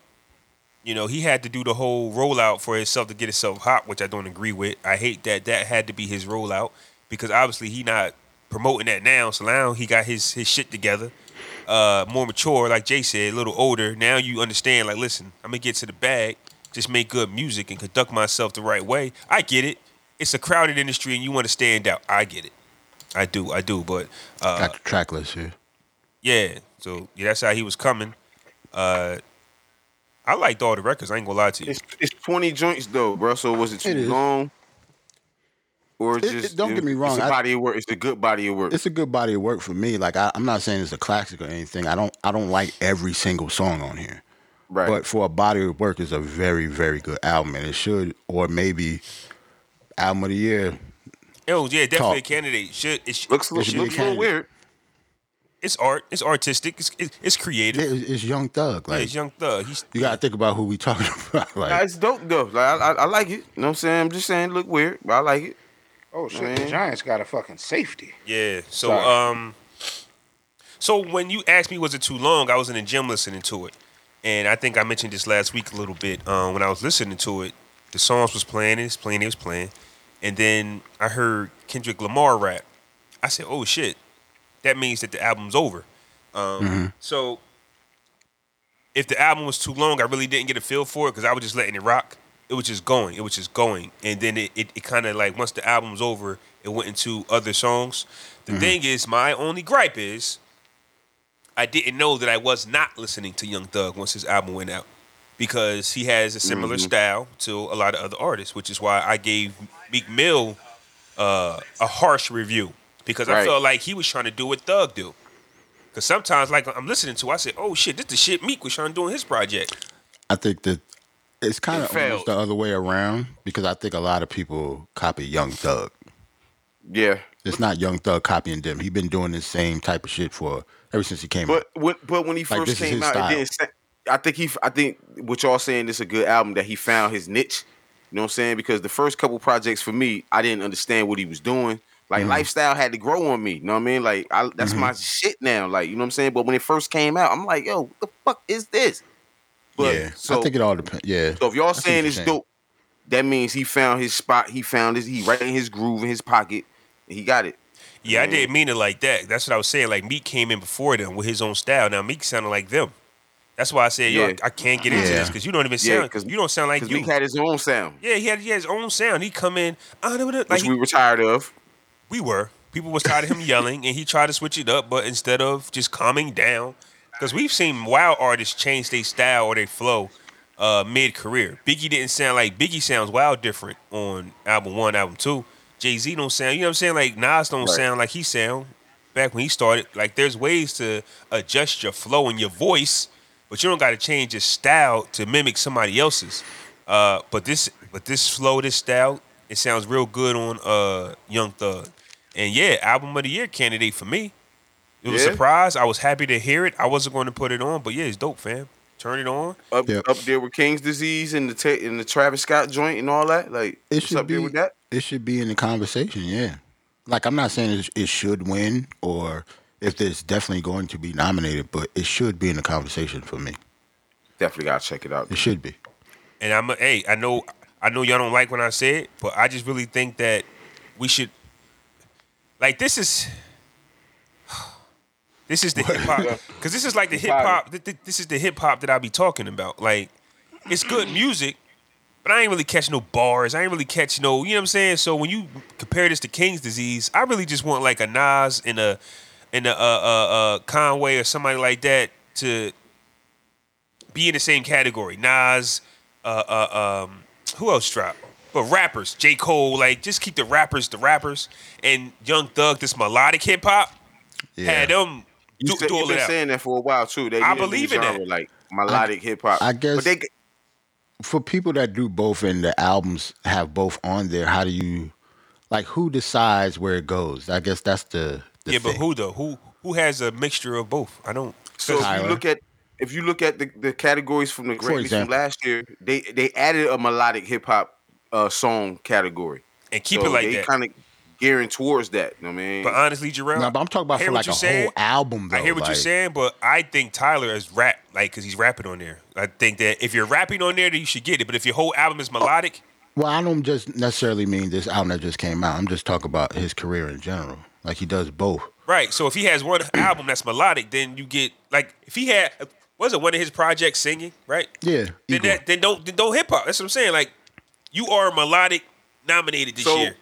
S1: you know, he had to do the whole rollout for himself to get himself hot, which I don't agree with. I hate that that had to be his rollout because obviously he not promoting that now. So now he got his his shit together, uh, more mature, like Jay said, a little older. Now you understand. Like, listen, I'm gonna get to the bag, just make good music and conduct myself the right way. I get it. It's a crowded industry and you want to stand out. I get it. I do. I do. But uh,
S2: Got the track list here.
S1: yeah. So yeah, that's how he was coming. Uh I liked all the records. I ain't gonna lie to you.
S4: It's, it's 20 joints though, bro. So was it too
S2: It is.
S4: long? Or
S2: It-
S4: just
S2: it- don't get me wrong,
S4: It's a
S2: I-
S4: body of work. It's a good body of work.
S2: It's a good body of work for me. Like I, I'm not saying it's a classic or anything. I don't I don't like every single song on here.
S4: right.
S2: But for a body of work, it's a very, very good album, and it should, or maybe album of the year.
S1: Oh yeah, definitely a
S2: Talk.
S1: candidate. Should it's,
S4: looks
S2: it
S4: looks,
S2: should be
S4: looks a
S2: a
S4: little
S2: candidate.
S4: weird.
S1: it's art. It's artistic. It's it's, it's creative.
S2: It- It's Young Thug.
S1: Yeah,
S2: Like
S1: it's Young Thug. He's
S2: you gotta think about who we talking about. Like
S4: Nah, it's dope though. Like I, I, I like it. You know what I'm saying? I'm just saying it look weird, but I like it.
S3: Oh shit, the
S4: Man.
S3: Giants got a fucking safety.
S1: yeah. So
S3: Sorry.
S1: um, so when you asked me was it too long, I was in the gym listening to it, and I think I mentioned this last week a little bit. Um, when I was listening to it, the songs was playing. It was playing. It was playing, and then I heard Kendrick Lamar rap. I said, "Oh shit, that means that the album's over." Um, So if the album was too long, I really didn't get a feel for it because I was just letting it rock. It was just going. It was just going, and then it, it, it kind of like once the album was over, it went into other songs. The thing is, my only gripe is I didn't know that I was not listening to Young Thug once his album went out because he has a similar
S4: Mm-hmm.
S1: style to a lot of other artists, which is why I gave Meek Mill uh, a harsh review because I
S4: Right.
S1: felt like he was trying to do what Thug do. Because sometimes, like I'm listening to, I say, "Oh shit, this the shit Meek was trying to do in his project."
S2: I think that it's kind of
S4: It failed.
S2: almost the other way around because I think a lot of people copy Young Thug.
S4: Yeah.
S2: It's not Young Thug copying them. He's been doing the same type of shit for ever since he came
S4: But
S2: out.
S4: when but when he
S2: Like,
S4: first
S2: this is
S4: came
S2: his
S4: out,
S2: style.
S4: it didn't. sa- I think he. I think what y'all saying this is a good album that he found his niche. You know what I'm saying? Because the first couple projects for me, I didn't understand what he was doing. Like
S2: Mm-hmm.
S4: lifestyle had to grow on me. You know what I mean? Like I, that's my shit now. Like you know what I'm saying? But when it first came out, I'm like, yo, what the fuck is this? But
S2: yeah,
S4: so
S2: I think it all depends. Yeah,
S4: So if y'all
S2: see what
S4: saying
S2: you're
S4: it's
S2: saying.
S4: dope, that means he found his spot. He found his. He right in his groove in his pocket. And he got it.
S1: Yeah, I
S4: Mm-hmm.
S1: didn't mean it like that. That's what I was saying. Like Meek came in before them with his own style. Now Meek sounded like them. That's why I said, "Yo,
S4: Yeah.
S1: I, I can't get into
S2: Yeah.
S1: this because you don't even
S4: Yeah,
S1: sound.
S4: 'cause-
S1: you don't sound like
S4: Because
S1: you."
S4: Meek had his own sound,
S1: yeah, he had, he had his own sound. He come in, "Ah, da, da, da," like
S4: which
S1: he-
S4: we were tired of.
S1: we were. People was tired of him yelling, and he tried to switch it up. But instead of just calming down, because we've seen wild artists change their style or their flow uh, mid career. Biggie didn't sound like Biggie sounds wild different on album one, album two. Jay Z don't sound. You know what I'm saying? Like Nas don't
S4: Right.
S1: sound like he sound back when he started. Like there's ways to adjust your flow and your voice, but you don't got to change your style to mimic somebody else's. Uh, but this, but this flow, this style, it sounds real good on uh, Young Thug. And yeah, album of the year candidate for me. It was a
S4: Yeah.
S1: surprise. I was happy to hear it. I wasn't going to put it on, but yeah, it's dope, fam. Turn it on.
S4: Up,
S2: Yeah.
S4: up there with King's disease and the ta- and the Travis Scott joint and all that. Like
S2: It
S4: what's
S2: should
S4: up
S2: be.
S4: there with that?
S2: It should be in the conversation. Yeah, like I'm not saying it, it should win or if it's definitely going to be nominated, but it should be in the conversation for me.
S4: Definitely gotta check it out.
S2: It should be.
S1: And I'm a, hey, I know I know y'all don't like when I say it, but I just really think that we should like this is this is the hip hop because this is like the hip hop. th- th- This is the hip hop that I be talking about. Like it's good music, but I ain't really catch no bars. I ain't really catch no. You know what I'm saying? So when you compare this to King's Disease, I really just want like a Nas and a and a uh, uh, uh, Conway or somebody like that to be in the same category. Nas, uh, uh, um, who else dropped? But rappers, J. Cole, like just keep the rappers, the rappers, and Young Thug, this melodic hip hop,
S2: Yeah.
S1: had them do,
S4: You said,
S1: do all
S4: you've
S1: of
S4: been
S1: that.
S4: saying that for a while too. They
S1: I
S4: didn't do
S1: believe in
S4: genre,
S1: that.
S4: Like melodic hip hop.
S2: I guess-
S4: But they,
S2: for people that do both and the albums have both on there, how do you like who decides where it goes? I guess that's the, the
S1: yeah, but
S2: thing.
S1: who though? Who Who has a mixture of both? I don't.
S4: So if
S2: Tyler.
S4: you look at if you look at the, the categories from the
S2: For
S4: Grammys from
S2: example.
S4: last year, they they added a melodic hip hop uh, song category.
S1: And keep
S4: So
S1: it like
S4: they
S1: that.
S4: kind of gearing towards that. You know what I mean,
S1: but uh, honestly, Jarrell,
S2: No, but I'm talking about
S1: I hear
S2: for
S1: what
S2: like
S1: you
S2: a
S1: saying.
S2: whole album. Though,
S1: I hear what you're
S2: like-
S1: saying, but I think Tyler is rap, like, cause he's rapping on there. I think that if you're rapping on there, then you should get it. But if your whole album is melodic,
S2: Well, I don't just necessarily mean this album that just came out. I'm just talking about his career in general. Like he does both.
S1: right? So if he has one album that's melodic, then you get like if he had was it one of his projects singing, right?
S2: Yeah.
S1: Then
S2: equal.
S1: that then don't then don't hip hop. That's what I'm saying. Like you are melodic nominated this
S4: So-
S1: year.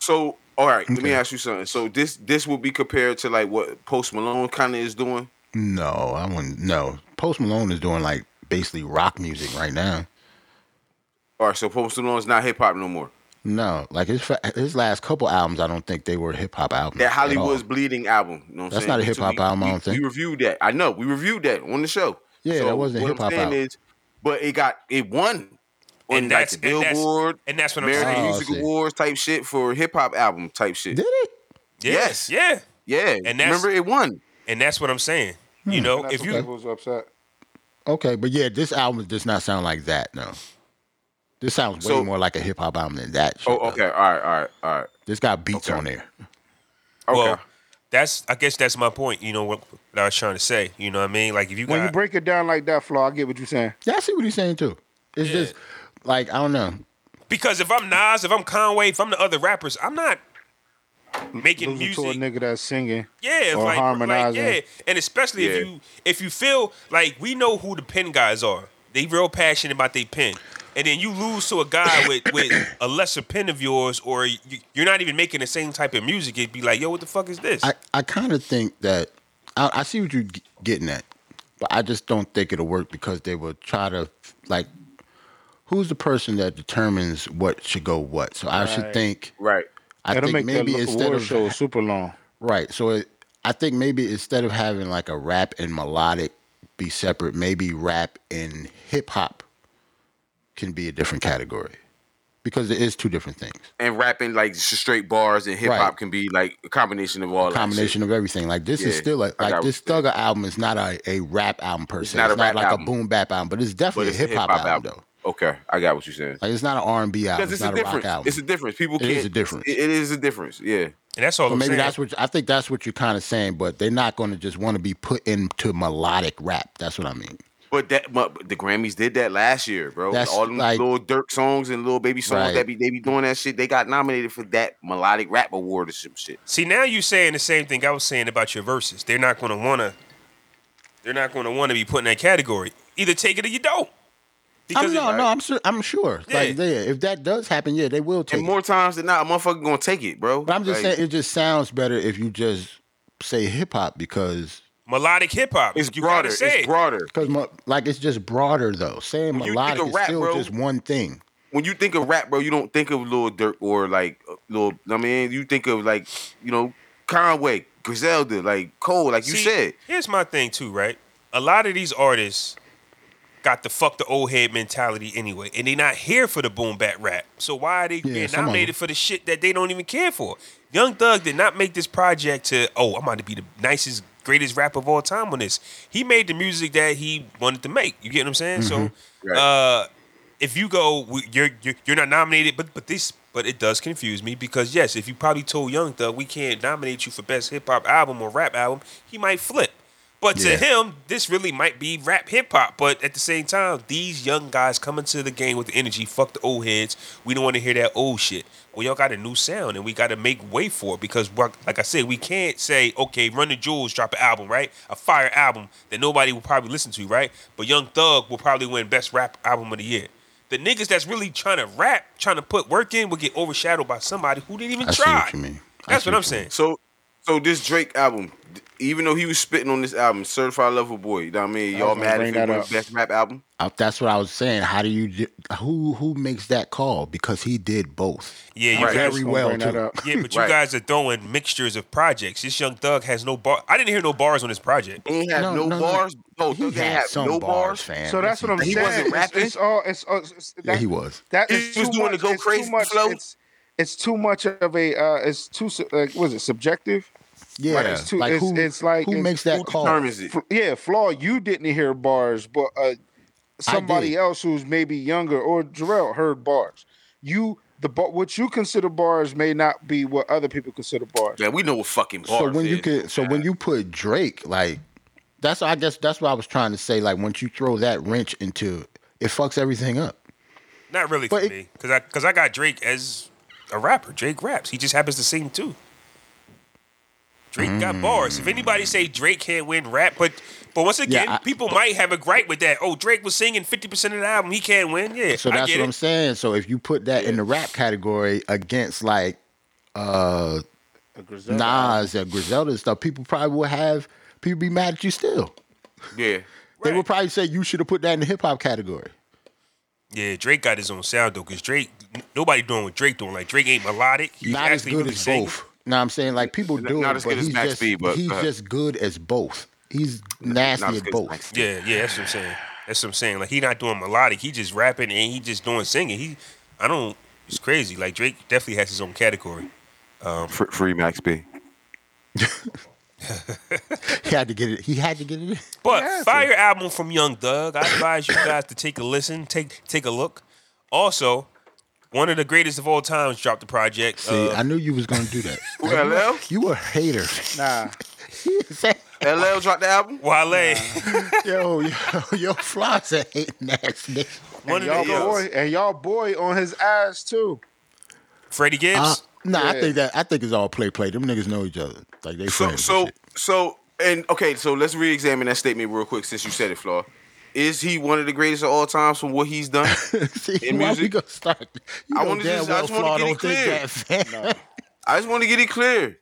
S4: so all right, let me
S2: Okay.
S4: ask you something. So this this will be compared to like what Post Malone kind of is doing.
S2: no, I wouldn't. No, Post Malone is doing like basically rock music right now.
S4: All right, so Post Malone's not hip hop no more.
S2: No, like his fa- his last couple albums, I don't think they were hip hop albums.
S4: That
S2: at all.
S4: Hollywood's Bleeding album. You know what I'm
S2: That's
S4: saying?
S2: not a
S4: So
S2: hip-hop
S4: we-
S2: album, I
S4: we-
S2: don't think.
S4: We reviewed that. I know. We reviewed that on the show.
S2: Yeah, that wasn't a
S4: what I'm
S2: hip-hop
S4: saying
S2: album.
S4: Is, but it got it won on
S1: And
S4: like
S1: that's-
S4: the
S1: and that's-
S4: Billboard
S1: and that's what I'm
S4: American
S1: saying.
S2: Oh, I
S4: Music
S2: see.
S4: Awards type shit for hip hop album type shit.
S2: Did it?
S1: Yeah,
S4: yes.
S1: yeah,
S4: Yeah,
S1: And
S4: and
S1: that's-
S4: remember it won.
S1: and that's what I'm saying. You know,
S3: That's
S1: if
S3: what
S1: you
S3: people was upset.
S2: Okay, but yeah, this album does not sound like that. No, this sounds way
S4: So-
S2: more like a hip hop album than that. shit,
S4: Oh,
S2: though.
S4: okay. All right, all right, all right.
S2: This got beats
S4: Okay.
S2: on there.
S4: Okay.
S1: well, that's I guess that's my point. You know what, what I was trying to say. You know what I mean? Like if you
S3: When you
S1: got
S3: break it down like that, Flaw, I get what you're saying.
S2: Yeah, I see what he's saying too. It's
S1: Yeah.
S2: just like I don't know.
S1: because if I'm Nas, if I'm Conway, if I'm the other rappers, I'm not making
S3: Losing to a
S1: music
S3: nigga that's singing.
S1: Yeah, it's
S3: or
S1: like,
S3: harmonizing.
S1: like, yeah, and especially
S4: Yeah.
S1: if you if you feel like we know who the pen guys are, they real passionate about their pen, and then you lose to a guy with with a lesser pen of yours, or you, you're not even making the same type of music. It'd be like, yo, what the fuck is this?
S2: I, I kind of think that I, I see what you're g- getting at, but I just don't think it'll work because they will try to like. Who's the person that determines what should go what? So I should think.
S4: right.
S2: I
S3: That'll
S2: think
S3: make
S2: maybe
S3: that
S2: instead
S3: award
S2: of
S3: show super long.
S2: right, so it, I think maybe instead of having like a rap and melodic be separate, maybe rap and hip hop can be a different category because it is two different things.
S4: And rapping like just straight bars and hip hop
S2: Right.
S4: can be like a combination of all that shit.
S2: combination of everything. Like this is
S4: Yeah,
S2: still a,
S4: I got
S2: like
S4: what
S2: this
S4: you're
S2: Thugger album is not a, a rap album per se. It's
S4: not
S2: not,
S4: a rap
S2: like
S4: album.
S2: a boom bap album, but it's
S4: But
S2: definitely
S4: it's
S2: a hip hop album, though.
S4: Okay, I got what you're saying.
S2: Like it's not an R and B album.
S4: Because
S2: It's,
S4: it's,
S2: not
S4: a
S2: a, rock
S4: difference.
S2: album.
S4: It's a difference. People
S2: It
S4: can't.
S2: is a difference.
S4: It- it is a difference. Yeah.
S1: and that's all
S2: So
S1: I'm
S2: maybe
S1: saying.
S2: that's what I think. That's what you're kind of saying, but they're not going to just want to be put into melodic rap. That's what I mean.
S4: But that, but the Grammys did that last year, bro.
S2: That's
S4: All them
S2: like-
S4: little Dirk songs and little baby songs
S2: Right.
S4: that be they be doing that shit. They got nominated for that melodic rap award or some shit.
S1: See, now you saying the same thing I was saying about your verses. They're not gonna wanna, they're not gonna wanna be put in that category. Either take it or you don't.
S2: I'm,
S1: it-
S2: no, no, I'm sure. I'm sure. Like,
S1: Yeah.
S2: yeah, if that does happen, yeah, they will take.
S4: and
S2: it.
S4: more times than not, a motherfucker gonna take it, bro.
S2: But I'm just
S4: Like,
S2: saying, it just sounds better if you just say hip hop because
S1: melodic hip hop.
S4: it's
S1: You
S4: broader.
S1: gotta say
S4: It's
S1: it.
S4: broader.
S2: because like it's just broader though. Saying
S4: When you think
S2: melodic
S4: of
S2: is
S4: rap,
S2: still
S4: bro-
S2: just one thing.
S4: When you think of rap, bro, you don't think of Lil Dirk or like uh, Lil. I mean, you think of like you know Conway, Griselda, like Cole, like you
S1: See,
S4: said.
S1: Here's my thing too, right? A lot of these artists got the fuck the old head mentality anyway, and they not here for the boom bat rap. So why are they being
S2: some of
S1: nominated
S2: them.
S1: for the shit that they don't even care for? Young Thug did not make this project to oh I'm about to be the nicest, greatest rapper of all time on this. He made the music that he wanted to make. You get what I'm saying? So
S4: Right.
S1: uh, if you go, we- you're, you're you're not nominated, but but this but it does confuse me because yes, if you probably told Young Thug we can't nominate you for best hip hop album or rap album, he might flip. But to
S2: Yeah.
S1: him, this really might be rap hip hop. But at the same time, these young guys coming to the game with the energy. Fuck the old heads. We don't want to hear that old shit. Well, y'all got a new sound, and we got to make way for it because, we're- like I said, we can't say, okay, Run the Jewels drop an album, right? A fire album that nobody will probably listen to, right? But Young Thug will probably win best rap album of the year. The niggas that's really trying to rap, trying to put work in, will get overshadowed by somebody who didn't even
S2: I see
S1: try.
S2: what you mean. I
S1: That's
S2: see
S1: what I'm
S2: what you
S1: saying.
S4: So, so this Drake album, th- even though he was spitting on this album, Certified Lover Boy, you know what I mean?
S3: I
S4: Y'all
S3: was gonna
S4: mad
S3: bring
S4: if
S3: that
S4: it was
S3: up.
S4: best rap album?
S2: I, that's what I was saying. How do you di- who who makes that call? Because he did both.
S1: Yeah, you
S4: Right.
S1: guys-
S2: Very
S3: Gonna
S2: well,
S3: bring that
S2: too.
S3: up.
S1: Yeah, but you
S4: Right.
S1: guys are throwing mixtures of projects. This young thug has no bar. I didn't hear no bars on this project.
S4: He ain't have no, bars. Oh, No,
S2: he
S4: Thug ain't
S2: had
S4: have
S2: some
S4: no
S2: bars,
S4: bars.
S2: fam.
S3: So that's what I'm
S4: He
S3: saying.
S4: wasn't
S3: It's-
S4: rapping?
S3: It's all. It's, all- it's, it's-
S2: Yeah,
S3: that-
S2: he was.
S3: That
S4: He
S3: is
S4: was
S3: too
S4: doing
S3: much.
S4: the Go
S3: it's
S4: Crazy
S3: too much.
S4: flow?
S3: It's it's too much of a. Uh, it's too su- like was it subjective?
S2: Yeah,
S3: Like, it's too-
S2: like
S3: it's-
S2: who,
S3: it's like-
S2: who
S3: it's-
S2: makes that
S4: Who
S2: call?
S4: determines it?
S3: F- yeah, flaw. You didn't hear bars, but uh, somebody
S2: did.
S3: else who's maybe younger or Jarrell heard bars. You the bar, what you consider bars may not be what other people consider bars.
S4: Yeah, we know what fucking bars
S2: So when you
S4: is.
S2: could, so when you put Drake, like that's I guess that's what I was trying to say. Like once you throw that wrench into it, it fucks everything up.
S1: Not really for
S2: But it-
S1: me, because I because I got Drake as a rapper. Drake raps. He just happens to sing too. Drake
S2: Mm.
S1: got bars. If anybody say Drake can't win rap, but but once again,
S2: I-
S1: people might have a gripe with that. Oh, Drake was singing fifty percent of the album. He can't win. Yeah,
S2: So
S1: I
S2: that's
S1: get
S2: what
S1: it.
S2: I'm saying. So if you put that in the rap category against like uh Nas and Griselda and stuff, people probably will have people be mad at you still.
S4: yeah,
S2: They would probably say you should have put that in the hip hop category.
S1: Yeah, Drake got his own sound though, because Drake n- nobody doing what Drake doing. Like Drake ain't melodic. He's
S2: Not as
S1: actually
S2: good
S1: really
S2: as
S1: singing.
S2: both. Know what I'm saying? Like people
S4: Not-
S2: do
S4: not
S2: it,
S4: as
S2: but
S4: good as
S2: he's
S4: Max
S2: just
S4: B, but,
S2: he's
S4: uh,
S2: just good as both. He's nasty
S4: as
S2: at
S4: good as
S2: both.
S4: Max
S1: Yeah, yeah, that's what I'm saying. That's what I'm saying. Like he not doing melodic. He just rapping and he just doing singing. He, I don't. It's crazy. Like Drake definitely has his own category.
S4: free, free Max B.
S2: He had to get it. He had to get it. in.
S1: But
S3: Yeah,
S1: fire album from Young Thug. I advise you guys to take a listen, take take a look. Also, one of the greatest of all times dropped the project.
S2: See,
S1: uh,
S2: I knew you was gonna do that.
S4: Who,
S2: Like, you a-
S4: LL?
S2: you a hater.
S3: Nah,
S4: LL dropped the album.
S1: Wale.
S2: yo, yo, yo, Fly's a hating ass nigga.
S1: one
S3: and
S1: of
S3: y'all
S1: the
S3: boy and y'all boy on his ass too.
S1: Freddie Gibbs.
S2: Uh, nah, I
S3: Yeah.
S2: think that I think it's all play play. Them niggas know each other. Like they
S4: So
S2: friends.
S4: so so and okay, so let's re-examine that statement real quick since you said it, Flaw. Is he one of the greatest of all times from what he's done?
S2: See,
S4: in
S2: why we
S4: music-
S2: gonna start? You
S4: I
S2: know
S4: wanna
S2: damn
S4: just- I
S2: well
S4: just wanna
S2: Flaw
S4: get it
S2: don't
S4: clear.
S2: think that fast.
S4: I just want to get it clear.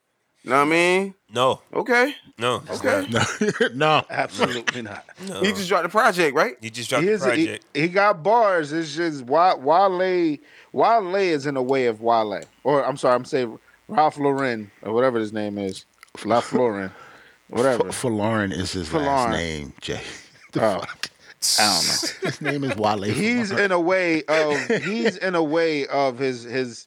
S4: Know what I mean?
S1: no,
S4: Okay.
S1: no, it's uh,
S4: Okay.
S1: not.
S2: No, no.
S3: Absolutely not.
S4: He just dropped the project, right?
S1: He just dropped
S3: He,
S1: the
S3: is, e- he,
S1: project.
S3: he got bars. It's just Wa- Wale. Wale is in the way of Wale, or I'm sorry, I'm saying Ralph Lauren or whatever his name is, Ralph Lauren, whatever.
S2: F- Falarin is his last
S3: Falarin.
S2: name, Jay. The
S3: Oh.
S2: fuck?
S3: I don't know.
S2: His name is Wale.
S3: He's
S2: Falarin.
S3: in a way of he's in a way of his his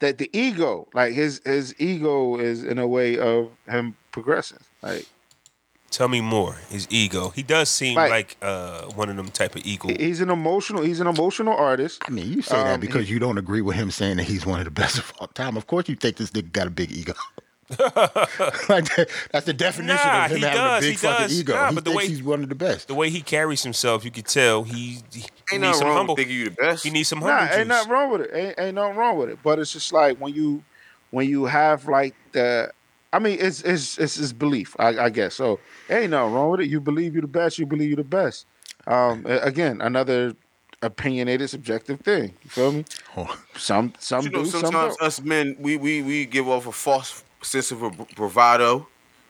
S3: that the ego, like his his ego is in a way of him progressing. Like
S1: Tell me more. His ego. He does seem
S3: Right.
S1: like uh, one of them type of ego.
S3: he's an emotional he's an emotional artist.
S2: I mean, you say that
S3: Um,
S2: because you don't agree with him saying that he's one of the best of all time. Of course, you think this nigga got a big ego. like that, that's the definition
S1: Nah,
S2: of him
S1: he
S2: having
S1: does,
S2: a
S1: he
S2: big fucking
S1: does.
S2: ego.
S1: Nah,
S2: he
S1: but the
S2: thinks
S1: way-
S2: he's one of the best.
S1: The way he carries himself, you could tell he, he
S4: Ain't
S1: needs
S4: nothing
S1: some
S4: wrong
S1: humble.
S4: with thinking you the best.
S1: He needs some humble
S3: Nah,
S1: juice.
S3: ain't nothing wrong with it. Ain't, ain't nothing wrong with it. But it's just like when you when you have like the I mean it's it's it's, it's belief, I, I guess. So ain't nothing wrong with it. You believe you're the best, you believe you're the best. Um a- again, another opinionated subjective thing. You feel me?
S2: Oh.
S3: Some some
S4: you know,
S3: do, some
S4: sometimes
S3: don't.
S4: us men, we, we we give off a false sense of bra- bravado.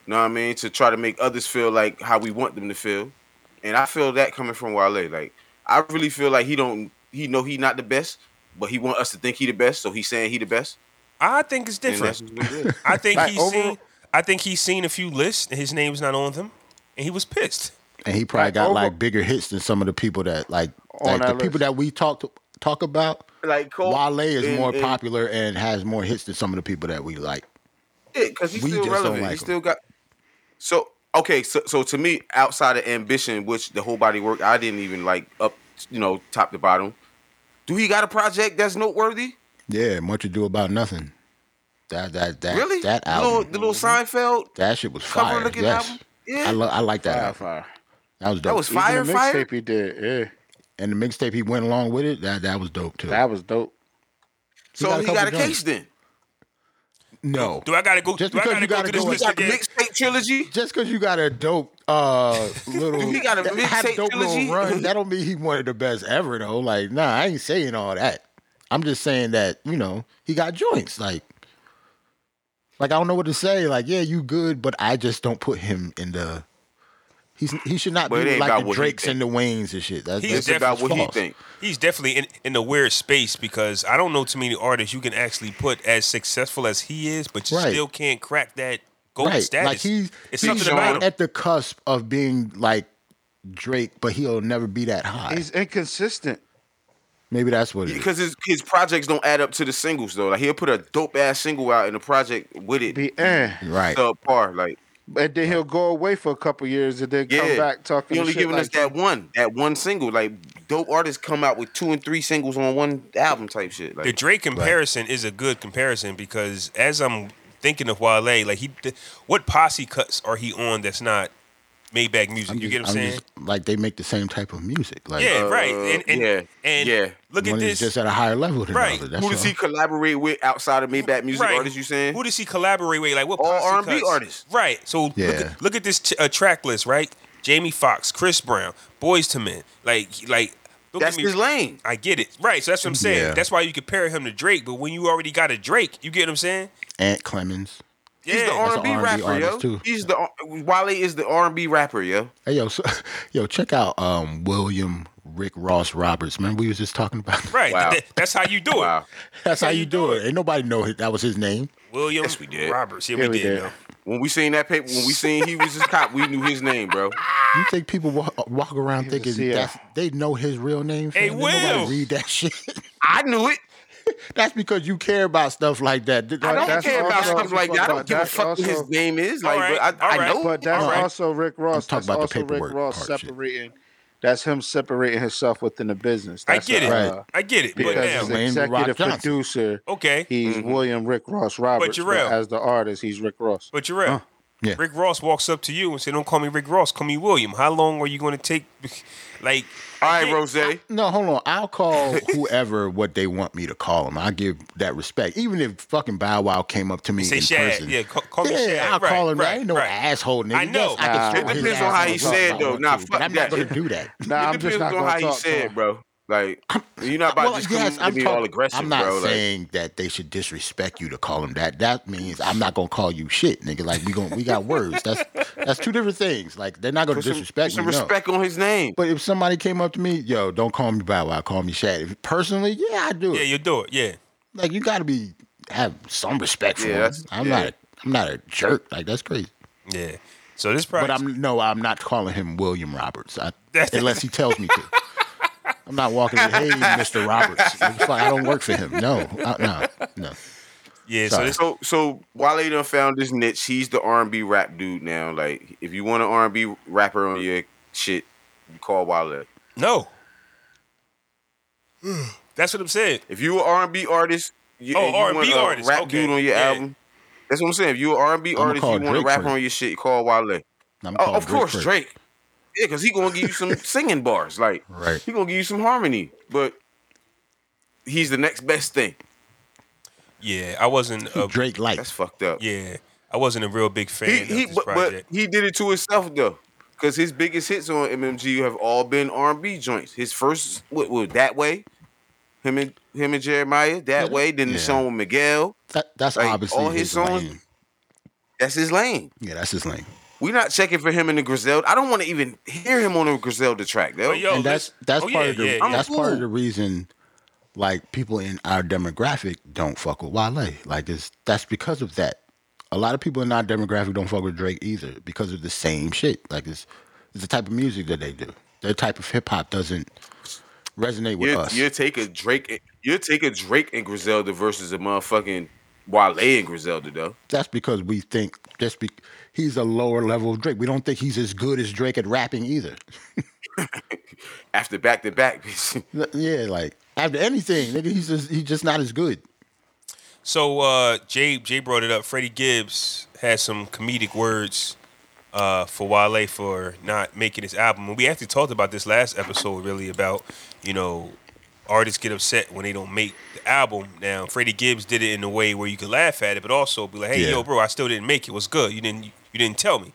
S4: Know what I mean? To try to make others feel like how we want them to feel, and I feel that coming from Wale. Like I really feel like he don't he know he not the best, but he want us to think he the best, so he's saying he the best.
S1: I think it's
S4: And
S1: different.
S4: that's just what it is.
S1: I think
S3: Like,
S1: he's
S3: overall-
S1: seen. I think he's seen a few lists, and his name's not on them, and he was pissed.
S2: and he probably
S3: Like,
S2: got
S3: over-
S2: like bigger hits than some of the people that like
S3: On
S2: like the
S3: that
S2: people
S3: list.
S2: that we talk to, talk about.
S4: like Cole,
S2: Wale is
S4: and-
S2: more
S4: and-
S2: popular and has more hits than some of the people that we like.
S4: Yeah, because he's
S2: We
S4: still
S2: just don't
S4: relevant.
S2: like
S4: he
S2: him.
S4: still got. So okay, so so to me, outside of ambition, which the whole body work, I didn't even like up, you know, top to bottom. Do he got a project that's noteworthy?
S2: Yeah, much ado about nothing. That that that
S4: really?
S2: that
S4: The little-
S2: album.
S4: the little Seinfeld.
S2: that shit was
S4: cover
S2: fire.
S4: looking
S2: Yes.
S4: album? Yeah.
S2: I lo- I like that
S3: Fire,
S2: album.
S3: fire.
S2: That was dope.
S4: That was
S3: Even
S4: fire,
S3: the
S4: fire.
S3: mixtape he did, yeah.
S2: and the mixtape he went along with it. That that was dope too.
S3: That was dope.
S4: So
S2: got a
S4: he
S2: couple
S4: got a
S2: joints.
S4: case then.
S2: no.
S1: Do I gotta go?
S2: Just
S1: do I
S2: because
S1: gotta
S2: you
S1: go
S2: gotta
S1: to this
S2: go
S1: list
S2: with-
S1: again?
S4: Mixtape trilogy.
S2: Just because you got a dope uh little
S4: He got a
S2: that- had
S4: mixtape
S2: dope
S4: trilogy.
S2: little run, that don't mean he wanted the best ever though. Like, nah, I ain't saying all that. I'm just saying that, you know, he got joints. Like like I don't know what to say. Like, yeah, you good, but I just don't put him in the He's, he should not
S4: But it
S2: be
S4: ain't
S2: like
S4: about
S2: the
S4: what he
S2: Drakes
S4: think.
S2: and the Waynes and shit. That's,
S1: He's
S2: that's
S4: It's about what he
S2: false.
S4: think.
S1: He's definitely in, in a weird space because I don't know too many artists you can actually put as successful as he is, but you
S2: Right.
S1: still can't crack that gold
S2: right.
S1: status.
S2: Like he's
S1: it's
S2: he's
S1: something about
S2: right
S1: him.
S2: at the cusp of being like Drake, but he'll never be that high.
S3: He's inconsistent.
S2: Maybe that's what it is.
S4: Because his, his projects don't add up to the singles though. Like he'll put a dope ass single out and the project with it
S3: Be eh.
S2: Right.
S4: subpar. Like
S3: And then he'll go away for a couple years and then
S4: yeah,
S3: come back talking.
S4: he only
S3: shit
S4: giving
S3: like
S4: us that one, that one single. Like dope artists come out with two and three singles on one album type shit.
S1: The
S4: Like
S1: Drake comparison is a good comparison because as I'm thinking of Wale, like he, th- what posse cuts are he on that's not Maybach music?
S2: I'm
S1: you
S2: just-
S1: get what I'm
S2: I'm
S1: saying?
S2: just- like they make the same type of music. Like
S1: yeah,
S4: Uh,
S1: right. And, and,
S4: yeah,
S1: and
S4: yeah.
S1: look at
S2: one
S1: this.
S2: is just at a higher level than
S1: Right.
S2: the other. That's
S4: who does
S2: all.
S4: he collaborate with outside of Maybach music
S1: right.
S4: artists? You saying
S1: Who does he collaborate with? Like what
S4: All
S1: posse
S4: R&B
S1: cuts?
S4: artists.
S1: Right. So look,
S2: Yeah.
S1: at, look at this t- uh, track list, right? Jamie Foxx, Chris Brown, Boys to Men. Like like don't
S4: that's
S1: get me-
S4: his lane.
S1: I get it. Right. So that's what I'm saying.
S2: Yeah.
S1: That's why you compare him to Drake. But when you already got a Drake, you get what I'm saying?
S2: Ant Clemens.
S1: Yeah.
S4: He's the
S2: That's
S4: R&B,
S2: a R&B
S4: rapper, yo.
S2: artist, too.
S4: He's the R- Wale is the R&B rapper, yo.
S2: Hey yo, so, yo, check out um, William Rick Ross Roberts. Remember we was just talking about. that?
S1: Right.
S4: Wow.
S1: Th- th- that's how you do it.
S4: Wow.
S2: That's how
S1: how you
S2: you do it. Ain't nobody know it. that was his name.
S1: William
S4: Yes, we did.
S1: Roberts. Yeah,
S3: Yeah,
S1: we,
S3: we
S1: did.
S3: did.
S1: yo.
S4: When we seen that paper, when we seen he was his cop, we knew his name, bro.
S2: You think people walk, walk around
S3: was
S2: thinking
S3: here.
S2: that's, they know his real name?
S1: Hey,
S2: fam? Ain't nobody
S1: Will.
S2: read that shit.
S4: I knew it.
S2: that's because you care about stuff like that.
S4: I
S3: But
S4: don't
S3: that's
S4: care about
S3: also-
S4: stuff like that. I don't
S3: but
S4: give a
S3: that's
S4: fuck what his
S3: also-
S4: name is. Like,
S1: All right,
S4: but I,
S1: all
S4: I
S1: right.
S4: know.
S3: But that's
S1: All right.
S3: also Rick Ross. That's
S2: talking about the
S3: also Rick
S2: paperwork
S3: Ross
S2: part, shit.
S3: separating. That's him separating himself within the business.
S1: I
S3: That's
S1: get it.
S2: Right.
S1: I get it. But
S3: Because
S1: now,
S3: he's
S2: Wayne The Rock
S3: executive
S2: Johnson.
S3: producer.
S1: okay.
S3: He's William Rick Ross Roberts.
S1: you're real.
S3: as the artist, he's Rick Ross.
S1: But you're right.
S2: yeah.
S1: Rick Ross walks up to you and say, "Don't call me Rick Ross. Call me William." How long are you going to take? Like,
S4: all
S1: I
S4: right,
S1: get-
S4: Rose.
S2: No, hold on. I'll call whoever what they want me to call them. I give that respect, even if fucking Bow Wow came up to me
S1: Say
S2: in
S1: Shad.
S2: person.
S1: Yeah, ca- call me
S2: yeah,
S1: Shad.
S2: I'll
S1: Right,
S2: call him. that.
S1: right,
S2: ain't no
S1: right.
S2: asshole nigga.
S1: I know.
S2: Yes, I can
S3: Nah.
S2: throw
S3: It
S2: his
S4: depends
S2: ass
S4: on how he
S2: the bus
S4: said,
S2: if I
S4: though.
S2: want
S4: Nah,
S2: to,
S4: fuck
S2: but I'm
S4: that.
S2: not gonna do that.
S3: Nah,
S4: it
S3: I'm just
S4: depends
S3: not
S4: on
S3: gonna
S4: how he
S3: talk to
S4: said,
S3: him.
S4: bro. Like, you're not about
S2: Well,
S4: to just
S2: yes,
S4: come
S2: I'm
S4: and be
S2: talk-
S4: all aggressive,
S2: I'm not
S4: bro. Like,
S2: saying that they should disrespect you to call them that. That means I'm not gonna call you shit, nigga. Like we going we got words. That's that's two different things. Like they're not gonna
S4: put some, put
S2: disrespect
S4: some
S2: me. no.
S4: respect on his name.
S2: But if somebody came up to me, yo, don't call me Bow Wow, call me Shad. If- Personally, yeah, I do.
S1: yeah,
S2: it.
S1: you do it. Yeah.
S2: Like you gotta be have some respect for
S4: Yeah,
S2: him.
S4: that's-
S2: I'm
S4: yeah.
S2: not a, I'm not a jerk. Like that's crazy.
S1: Yeah. So this project.
S2: But I'm no, I'm not calling him William Roberts I,
S1: That's-
S2: unless he tells me to. I'm not walking. Hey, Mr. Roberts, It's like, I don't work for him. No, uh, no, no.
S1: yeah.
S2: sorry.
S1: So
S4: So, so Wale done found his niche. He's the R&B rap dude now. Like, if you want an R&B rapper on your shit, you call Wale.
S1: this no. That's what I'm saying.
S4: If you an R&B artist, you,
S1: Oh,
S4: and you
S1: R&B
S4: want a
S1: artist,
S4: rap
S1: okay,
S4: dude on your
S1: yeah.
S4: album. That's what I'm saying. If you an R&B
S2: gonna
S4: artist, you
S2: call
S4: want a
S2: Drake
S4: rapper
S2: first.
S4: on your shit, call Wale.
S2: I'm
S4: Oh,
S2: calling
S4: of course,
S2: first.
S4: Drake. Yeah, because he gonna give you some singing bars. Like,
S2: Right.
S4: he gonna give you some harmony. But he's the next best thing.
S1: Yeah, I wasn't. A,
S2: Drake
S4: That's
S2: light.
S4: fucked up.
S1: yeah, I wasn't a real big fan
S4: he,
S1: of
S4: he
S1: this
S4: but, but
S1: project.
S4: he did it to himself though, because his biggest hits on MMG have all been R and B joints. His first what, what, that way, him and him and Jeremiah that way. Then the
S2: Yeah.
S4: song with Miguel.
S2: That, that's
S4: Like,
S2: obviously
S4: all his
S2: his,
S4: songs-
S2: lane.
S4: That's his lane.
S2: Yeah, that's his lane.
S4: We're not checking for him in the Griselda. I don't want to even hear him on the Griselda track though.
S1: But yo,
S2: and that's
S1: let's-
S2: that's
S1: oh,
S2: part
S1: yeah,
S2: of the
S1: yeah, yeah.
S2: that's part
S4: Ooh.
S2: of the reason like people in our demographic don't fuck with Wale. Like it's that's because of that. A lot of people in our demographic don't fuck with Drake either because of the same shit. Like it's it's the type of music that they do. Their type of hip hop doesn't resonate with
S4: you're,
S2: us.
S4: you're taking Drake. You're taking Drake and Griselda versus a motherfucking Wale and Griselda though.
S2: That's because we think just be, he's a lower level of Drake. We don't think he's as good as Drake at rapping either.
S4: After back to back,
S2: yeah, like after anything, nigga, he's just he's just not as good.
S1: So uh, Jay Jay brought it up. Freddie Gibbs had some comedic words uh, for Wale for not making his album, and we actually talked about this last episode. Really about you know artists get upset when they don't make the album. Now Freddie Gibbs did it in a way where you could laugh at it, but also be like, hey
S2: Yeah.
S1: yo, bro, I still didn't make it. What's good? You didn't you didn't tell me.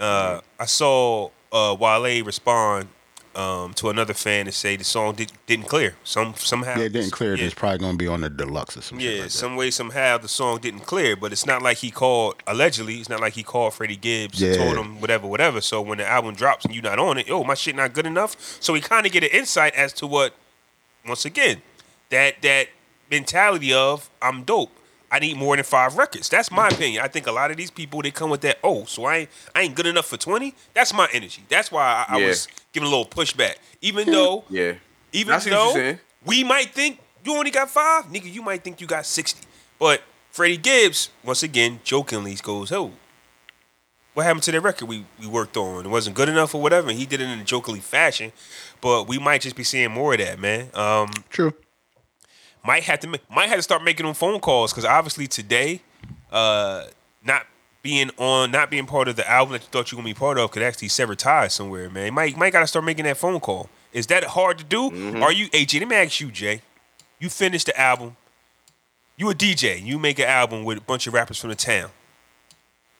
S1: Uh, I saw uh, Wale respond. Um, to another fan and say the song did, didn't clear some somehow
S2: Yeah, it didn't clear.
S1: Yeah.
S2: It's probably gonna be on the deluxe or some shit.
S1: Yeah,
S2: like that.
S1: some way, somehow, the song didn't clear, but it's not like he called, allegedly, it's not like he called Freddie Gibbs,
S2: Yeah.
S1: told him whatever, whatever. So when the album drops and you're not on it, oh, my shit not good enough. So we kind of get an insight as to what, once again, that that mentality of, I'm dope. I need more than five records. That's my
S2: Mm-hmm.
S1: opinion. I think a lot of these people they come with that. Oh, so I ain't, I ain't good enough for twenty. That's my energy. That's why I, I
S4: Yeah.
S1: was giving a little pushback. Even though,
S4: yeah.
S1: even
S4: I see what you're
S1: though
S4: saying.
S1: we might think you only got five, nigga. You might think you got sixty, but Freddie Gibbs once again jokingly goes, "Oh, what happened to that record we, we worked on? It wasn't good enough or whatever." And he did it in a jokingly fashion, but we might just be seeing more of that, man. Um,
S2: True.
S1: might have to ma- might have to start making them phone calls because obviously today, uh, not being on, not being part of the album that you thought you were gonna be part of could actually sever ties somewhere, man. Might might gotta start making that phone call. Is that hard to do? Are you AJ? Let me ask you, Jay. You finished the album. You a DJ. You make an album with a bunch of rappers from the town.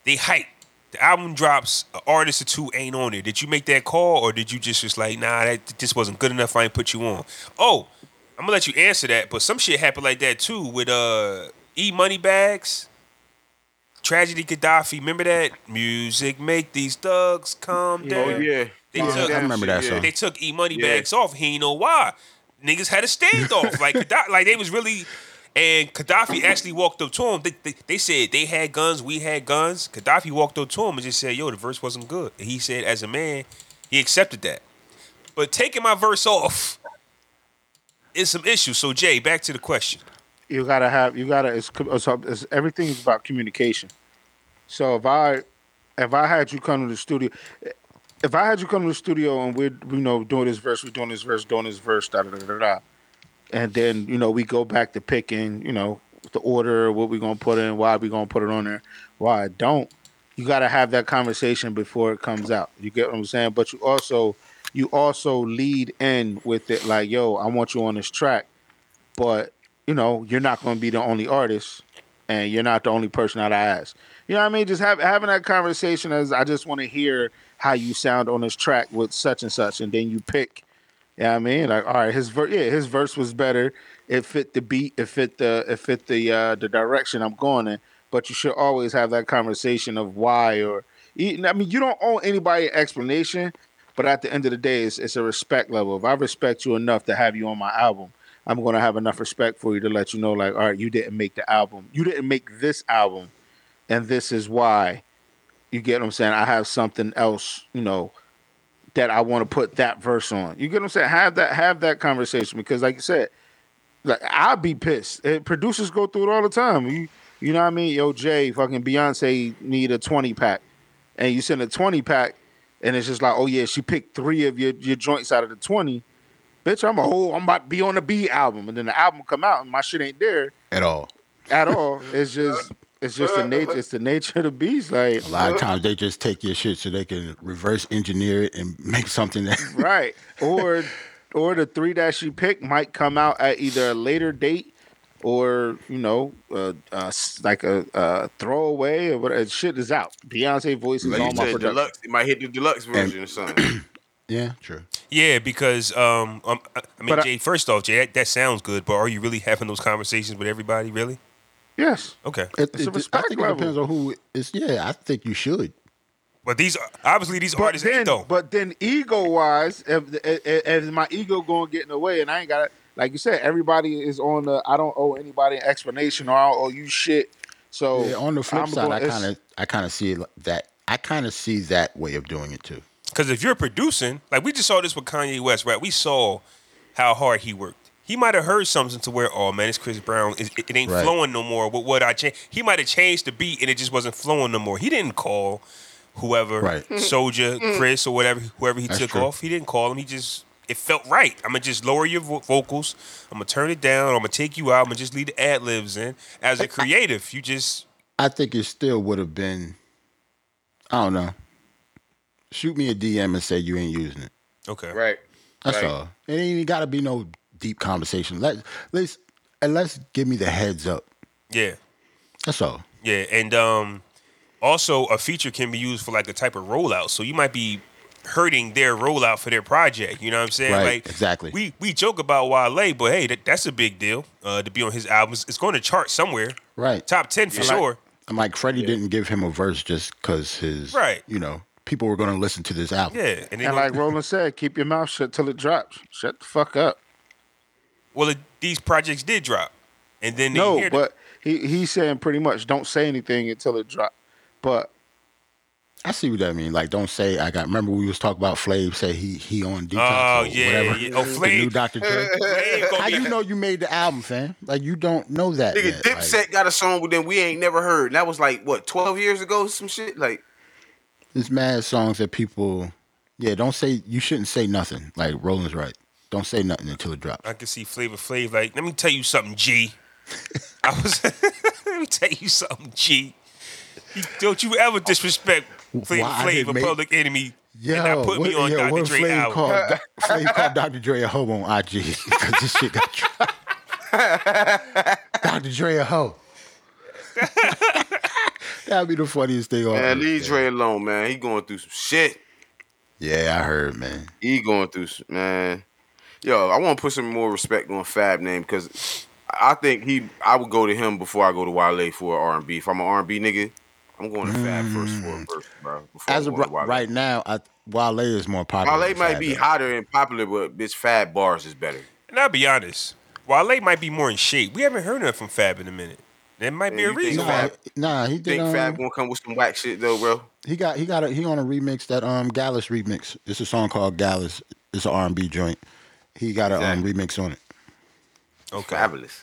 S1: They hype. The album drops. An artist or two ain't on it. Did you make that call, or did you just just like, nah, that this wasn't good enough. I ain't put you on. Oh, I'm gonna let you answer that. But some shit happened like that too with uh E Money Bags, Tragedy Gaddafi. Remember that music? Make these thugs calm down.
S4: Oh yeah.
S1: They
S4: Calm
S1: took-
S4: down
S1: I
S2: remember
S4: shit,
S2: that song.
S1: They took E Money
S4: Yeah.
S1: Bags off. He ain't know why. Niggas had a standoff. like, Gadda- like they was really. And Gaddafi actually walked up to him. They, they, they said they had guns, we had guns. Gaddafi walked up to him and just said, "Yo, the verse wasn't good." And he said, as a man, he accepted that. But taking my verse off is some issue. So Jay, back to the question.
S3: you gotta have you gotta it's, co- it's, it's everything is about communication so if i if i had you come to the studio if i had you come to the studio and we're you know doing this verse we're doing this verse doing this verse da da da da da and then you know we go back to picking you know the order what we gonna put in why we gonna put it on there why I don't you gotta have that conversation before it comes out you get what i'm saying but you also you also lead in with it like yo i want you on this track but you know you're not going to be the only artist and you're not the only person that i ask you know what i mean just have, having that conversation as i just want to hear how you sound on this track with such and such and then you pick yeah i mean like all right his ver- yeah his verse was better it fit the beat it fit the it fit the uh the direction i'm going in but you should always have that conversation of why or i mean you don't owe anybody an explanation but at the end of the day it's, it's a respect level if i respect you enough to have you on my album I'm gonna have enough respect for you to let you know, like, all right, you didn't make the album, you didn't make this album, and this is why. You get what I'm saying? I have something else, you know, that I want to put that verse on. You get what I'm saying? Have that, have that conversation because, like you said, like I'd be pissed. Eh, producers go through it all the time. You, you know what I mean? Yo, Jay, fucking Beyonce need a 20 pack, and you send a 20 pack, and it's just like, oh yeah, she picked three of your your joints out of the 20 bitch, I'm a whole, I'm about to be on the B album, and then the album come out and my shit ain't there
S2: At all.
S3: at all. It's just, it's just the nature, it's the nature of the beast, like
S2: A lot of times they just take your shit so they can reverse engineer it and make something that
S3: right. Or, or the three that she picked might come out at either a later date or you know, uh, uh, s- like a uh, throwaway or whatever. Shit is out. Beyonce voice is
S4: Like
S3: on
S4: you
S3: my
S4: said,
S3: production.
S4: deluxe. It might hit the deluxe version or something.
S2: Yeah, true.
S1: Yeah, because um, um I I mean,
S3: But I-
S1: Jay. First off, Jay, that, that sounds good, but are you really having those conversations with everybody? Really?
S3: Yes.
S1: Okay.
S2: It,
S3: It's a
S2: it-
S3: respect
S2: I think
S3: level.
S2: it depends on who it's yeah, I think you should.
S1: But these obviously these
S3: But
S1: artists
S3: then,
S1: ain't though.
S3: but then, ego wise, if, if, if my ego going get in the way, and I ain't got like you said, everybody is on the. I don't owe anybody an explanation, or I don't owe you shit. So
S2: Yeah, on the flip
S3: I'm
S2: side,
S3: going-
S2: I
S3: it's-
S2: kind of I kind of see it like that I kind of see that way of doing it too.
S1: Because if you're producing, like we just saw this with Kanye West, right? We saw how hard he worked. He might have heard something to where, oh man, it's Chris Brown. It, it, it ain't
S2: Right.
S1: flowing no more. With what I changed, he might have changed the beat and it just wasn't flowing no more. He didn't call whoever,
S2: Right.
S1: Soldier, Chris, or whatever, whoever he
S2: That's
S1: took
S2: true.
S1: off. He didn't call him. He just it felt right. I'm gonna just lower your vo- vocals. I'm gonna turn it down. I'm gonna take you out. I'm gonna just leave the ad libs in. As a creative, you just
S2: I think it still would have been I don't know. Shoot me a DM and say you ain't using it.
S1: okay.
S4: right.
S2: That's
S4: Right.
S2: all. It ain't even got to be no deep conversation. Let let's and let's give me the heads up.
S1: Yeah.
S2: That's all.
S1: Yeah, and um, also a feature can be used for like a type of rollout. So you might be hurting their rollout for their project. You know what I'm saying?
S2: Right,
S1: like
S2: exactly.
S1: We we joke about Wale, but hey, that, that's a big deal uh, to be on his albums. It's going to chart somewhere,
S2: Right.
S1: top ten for sure.
S2: I'm like Freddie didn't give him a verse just because his
S1: Right.
S2: You know, people were going to listen to this album.
S1: yeah, and, they
S3: and
S1: gonna-
S3: like Roland said, keep your mouth shut till it drops. Shut the fuck up.
S1: well, it, these projects did drop, and then they
S3: No,
S1: hear
S3: but he he's saying pretty much don't say anything until it drops. But
S2: I see what that mean. Like, don't say I got. Remember we was talking about Flav say he he on detox.
S1: Oh
S2: or
S1: yeah,
S2: whatever.
S1: yeah. Oh,
S2: The new
S1: Flav. Oh,
S2: Dr. Dre.
S1: Flav gonna
S2: How
S1: be-
S2: you know you made the album, fam? Like you don't know that.
S4: Nigga,
S2: yet.
S4: Dipset
S2: Like,
S4: got a song with them we ain't never heard. And that was like what twelve years ago, some shit. Like
S2: there's mad songs that people. Yeah, don't say you shouldn't say nothing. Like Roland's right. Don't say nothing until it drops.
S1: I can see Flavor Flav like, let me tell you something, G. I was let me tell you something, G. You- Don't you ever disrespect Flavor
S2: Why I
S1: Flav,
S2: didn't
S1: a
S2: make-
S1: public enemy, and
S2: Yeah,
S1: not put me on Dr. Dre album.
S2: called, Flav called Dr. Dre a hoe on IG because this shit got dropped. Dr. Dre a hoe. That'd be the funniest thing on
S4: man,
S2: earth,
S4: leave
S2: man.
S4: Dre alone, man. He going through some shit.
S2: Yeah, I heard, man.
S4: He going through some man. Yo, I want to put some more respect on Fab name because I think he. I would go to him before I go to Wale for R and B. If I'm an R and B nigga, I'm going to Fab first for a verse, bro. before
S2: Mm. As
S4: I'm
S2: of
S4: going to
S2: ri-
S4: Oh, Wale.
S2: right now, I, Wale is more popular.
S4: Wale
S2: than
S4: might
S2: Fab
S4: be
S2: Fab.
S4: hotter and popular, but bitch, Fab bars is better.
S1: And I'll be honest, Wale might be more in shape. We haven't heard nothing from Fab in a minute. There might be
S4: Man,
S1: a
S4: you think
S1: reason.
S4: Fab-
S2: Nah, nah, he did.
S4: Think
S2: Um,
S4: Fab gonna come with some whack shit though, bro?
S2: he got he got a, he on a remix that um Gallus remix. It's a song called Gallus. It's an R and B joint. He got a
S4: Exactly.
S2: um, remix on it.
S1: Okay.
S4: Fabulous.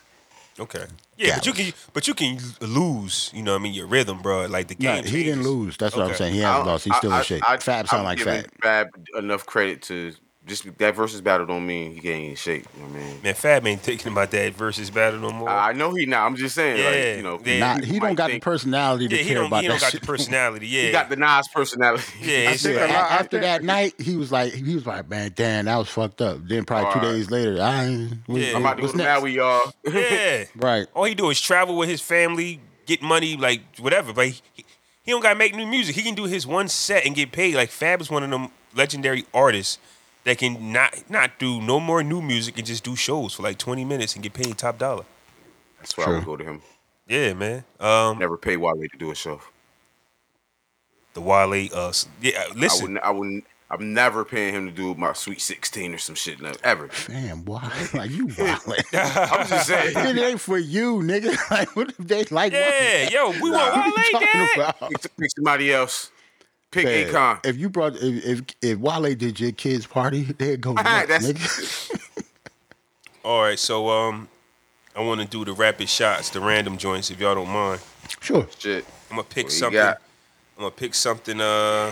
S1: Okay. Yeah, but you can but you can lose, you know what I mean, your rhythm, bro. Like the
S2: No,
S1: game.
S2: he didn't
S1: changes.
S2: lose. That's what I'm
S1: Okay.
S2: saying. He
S4: I
S2: hasn't
S4: don't-
S2: lost. He's still
S4: I-
S2: in shape.
S4: I-
S2: Fab
S4: I'm
S2: sound like
S4: giving
S2: Fab.
S4: Fab enough credit to just that versus battle don't mean he ain't in shape. You know what I mean,
S1: Man, Fab ain't thinking about that versus battle no more.
S4: I I know he not. I'm just saying,
S1: Yeah,
S4: like, you know,
S1: yeah.
S2: Not,
S4: people
S2: he don't
S4: might
S2: got the
S4: think-
S2: personality
S1: yeah,
S2: to
S1: he
S2: care
S1: don't,
S2: about
S1: he don't
S2: that
S1: got
S2: shit.
S1: the personality. Yeah.
S4: He got the Nas personality.
S1: yeah, it's-
S3: think
S2: Yeah,
S3: a
S2: a-
S3: lot- I
S2: after
S3: think-
S2: that night, he was like, he was like, man, damn, that was fucked up. Then probably two
S4: Alright.
S2: days later, I ain't. what-
S1: Yeah.
S4: I'm about to go
S2: what's
S4: to
S2: next?
S4: Maui, y'all.
S1: yeah.
S2: Right.
S1: All he do is travel with his family, get money, like whatever. But he, he don't gotta make new music. He can do his one set and get paid. Like Fab is one of them legendary artists that can not not do no more new music and just do shows for like twenty minutes and get paid top dollar.
S4: That's why I would go to him.
S1: Yeah, man. Um,
S4: Never pay Wale to do a show.
S1: the Wale. Uh, s- yeah.
S4: I
S1: Listen,
S4: would. I would. I'm never paying him to do my Sweet 16 or some shit. No, ever.
S2: Damn, why? Like you wild.
S4: I'm just saying.
S2: it ain't for you, nigga. Like what if they like?
S1: yeah, yo, we want Wale.
S2: What you talking
S1: Dad.
S2: about?
S4: pick, pick somebody else. Pick
S2: Man,
S4: Akon.
S2: If you brought if, if if Wale did your kids party, they'd go nuts,
S4: That's-
S2: nigga.
S1: All right, so um, I want to do the rapid shots, the random joints, if y'all don't mind.
S2: Sure.
S4: Shit.
S1: I'm gonna pick
S4: What you
S1: something.
S4: got?
S1: I'm gonna pick something. Uh,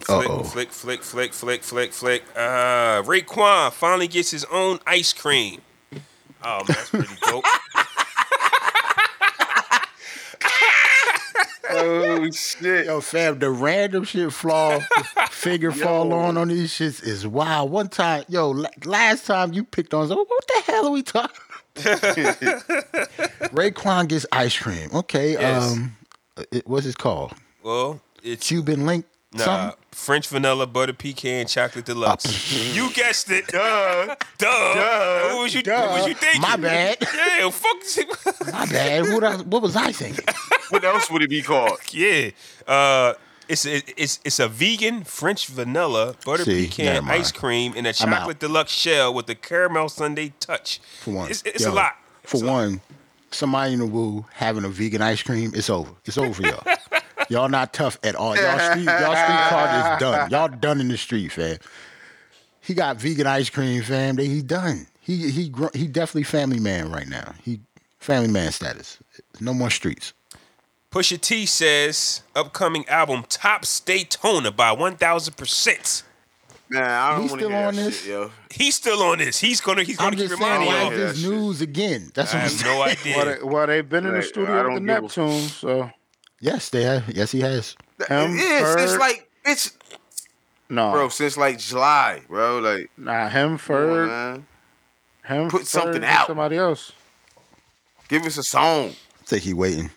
S1: flick,
S2: Uh-oh.
S1: flick, flick, flick, flick, flick, flick. Uh, Raekwon finally gets his own ice cream. Oh man, that's pretty dope.
S4: Oh shit.
S2: Yo, fam, the random shit flaw, figure fall on on these shits is wild. One time, yo, la- last time you picked on, so what the hell are we talking? Raekwon gets ice cream. Okay,
S1: Yes.
S2: um, it, what's it called?
S1: Well, it's
S2: Cuban link.
S1: nah,
S2: something?
S1: French vanilla, butter pecan, chocolate deluxe. you guessed it. Duh, duh. What was you? What was you thinking?
S2: My bad.
S1: Yeah, fuck.
S2: My bad. What, I, what was I thinking?
S4: What else would it be called?
S1: Yeah. Uh, it's a, it's it's a vegan French vanilla butter
S2: See, never
S1: pecan
S2: mind.
S1: ice cream in a
S2: I'm out.
S1: chocolate deluxe shell with a caramel sundae touch.
S2: For one,
S1: it's, it's
S2: yo,
S1: a lot.
S2: For
S1: It's a-
S2: one, somebody in the woo having a vegan ice cream, it's over. It's over for y'all. y'all not tough at all. Y'all street, y'all street card is done. Y'all done in the street, fam. He got vegan ice cream, fam. They- He done. He he gr- he definitely family man right now. He family man status. No more streets.
S1: Pusha T says upcoming album tops Daytona by one thousand percent.
S4: Man, I don't
S2: We
S4: want to
S2: still
S4: hear that
S2: on this?
S4: shit, yo.
S1: He's still on this. He's gonna he's
S2: I'm
S1: gonna keep
S2: just saying,
S1: reminding
S2: why
S1: y'all.
S4: on
S2: is
S4: here.
S2: this news again? That's
S1: I
S2: what I'm
S1: have
S2: saying.
S1: no
S3: Well,
S1: idea.
S3: they, well, they've been in the
S4: Right,
S3: studio
S4: I
S3: with
S4: don't
S3: the
S4: give a-
S3: Neptunes, so
S2: Yes, they have. Yes, he has.
S3: Him,
S4: it is. It's
S3: Ferg.
S4: like it's
S3: no,
S4: bro since like July, bro. Like,
S3: nah, him,
S4: come on,
S3: Ferg,
S4: man.
S3: him,
S4: Put
S3: Ferg,
S4: something
S3: and
S4: out.
S3: somebody else.
S4: give us a song.
S2: I think he waiting.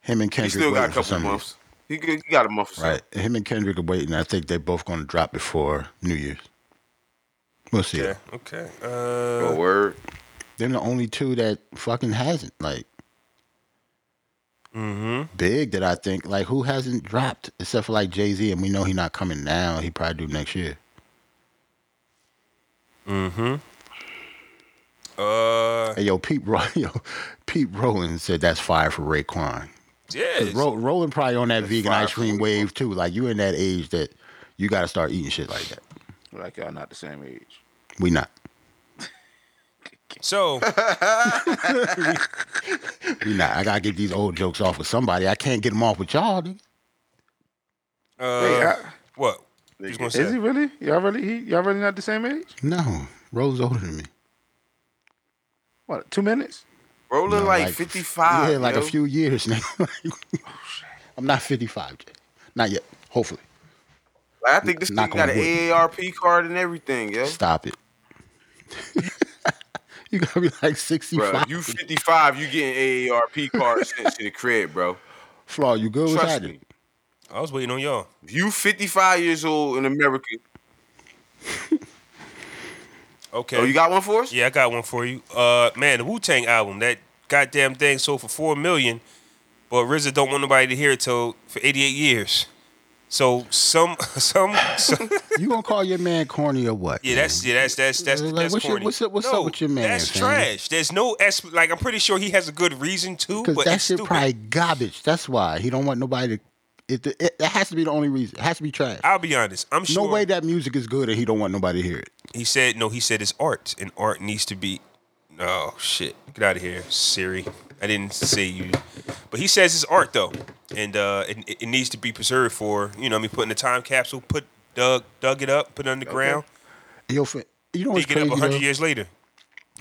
S2: Him and
S4: He
S2: Kendrick.
S4: still got a
S2: waiting for
S4: couple
S2: some reason.
S4: months. He, could- he got a month or so.
S2: Right. Him and Kendrick are waiting. I think they're both going to drop before New Year's. We'll see.
S1: Yeah. Okay.
S4: Oh,
S1: Uh,
S4: word.
S2: They're the only two that fucking hasn't. Like,
S1: mm-hmm.
S2: big that I think. Like, who hasn't dropped except for like Jay Z? And we know he not coming now. He probably do next year.
S1: Uh, uh,
S2: Hey, yo, Pete, Ro- yo, Pete Rowland said that's fire for Raekwon.
S1: Yeah.
S2: Cause Ro- Roland probably on that vegan
S4: fire
S2: ice cream
S4: food.
S2: wave too. Like you in that age that you got to start eating shit like that.
S3: Like y'all not the same age.
S2: We not.
S1: So uh,
S2: We not. I gotta get these old jokes off with somebody. I can't get them off with y'all. Nigga.
S3: Wait,
S1: uh,
S3: I-
S1: what? You was gonna
S3: is he
S1: say?
S3: really? Y'all really? He, y'all really not the same age?
S2: No, Roland's older than me.
S3: What? Two minutes?
S4: Rolling
S2: No,
S4: like, 55.
S2: Yeah, like
S4: yo.
S2: a few years now. I'm not 55, Jay. Not yet. Hopefully.
S4: Like, I think this
S2: Knock
S4: nigga got an
S2: on wood.
S4: AARP card and everything, yo.
S2: Stop it. you gotta be like 65.
S4: Bro, you 55, you getting AARP card sent to the crib, bro.
S2: Flaw, you good? What's
S4: Trust me.
S2: happening?
S1: I was waiting on y'all.
S4: You 55 years old in America. Oh,
S1: Okay.
S4: Oh, you got one for us?
S1: Yeah, I got one for you. Uh, man, the Wu Tang album, that goddamn thing sold for four million, but RZA don't want nobody to hear it till for eighty eight years. So some, some, some
S2: You gonna call your man corny or what?
S1: yeah,
S2: man?
S1: that's yeah, that's that's that's
S2: Like,
S1: that's
S2: what's your-
S1: corny.
S2: what's up- what's up
S1: no,
S2: with your man,
S1: That's
S2: fam?
S1: trash. There's no es- like I'm pretty sure he has a good reason to,
S2: Because
S1: but
S2: that
S1: it's
S2: shit
S1: stupid.
S2: probably garbage. That's why he don't want nobody to. It, it, that has to be the only reason. It has to be trash.
S1: I'll be honest. I'm
S2: no
S1: sure
S2: way that music is good and he don't want nobody to hear it.
S1: he said no. He said it's art, and art needs to be. Oh shit! Get out of here, Siri. I didn't say you, but he says it's art though, and uh, it, it needs to be preserved for you know. I mean, put in a time capsule, put dug dug it up, put it underground,
S2: Yo, fa- you know what's
S1: dig it
S2: crazy?
S1: up a hundred
S2: though?
S1: years later.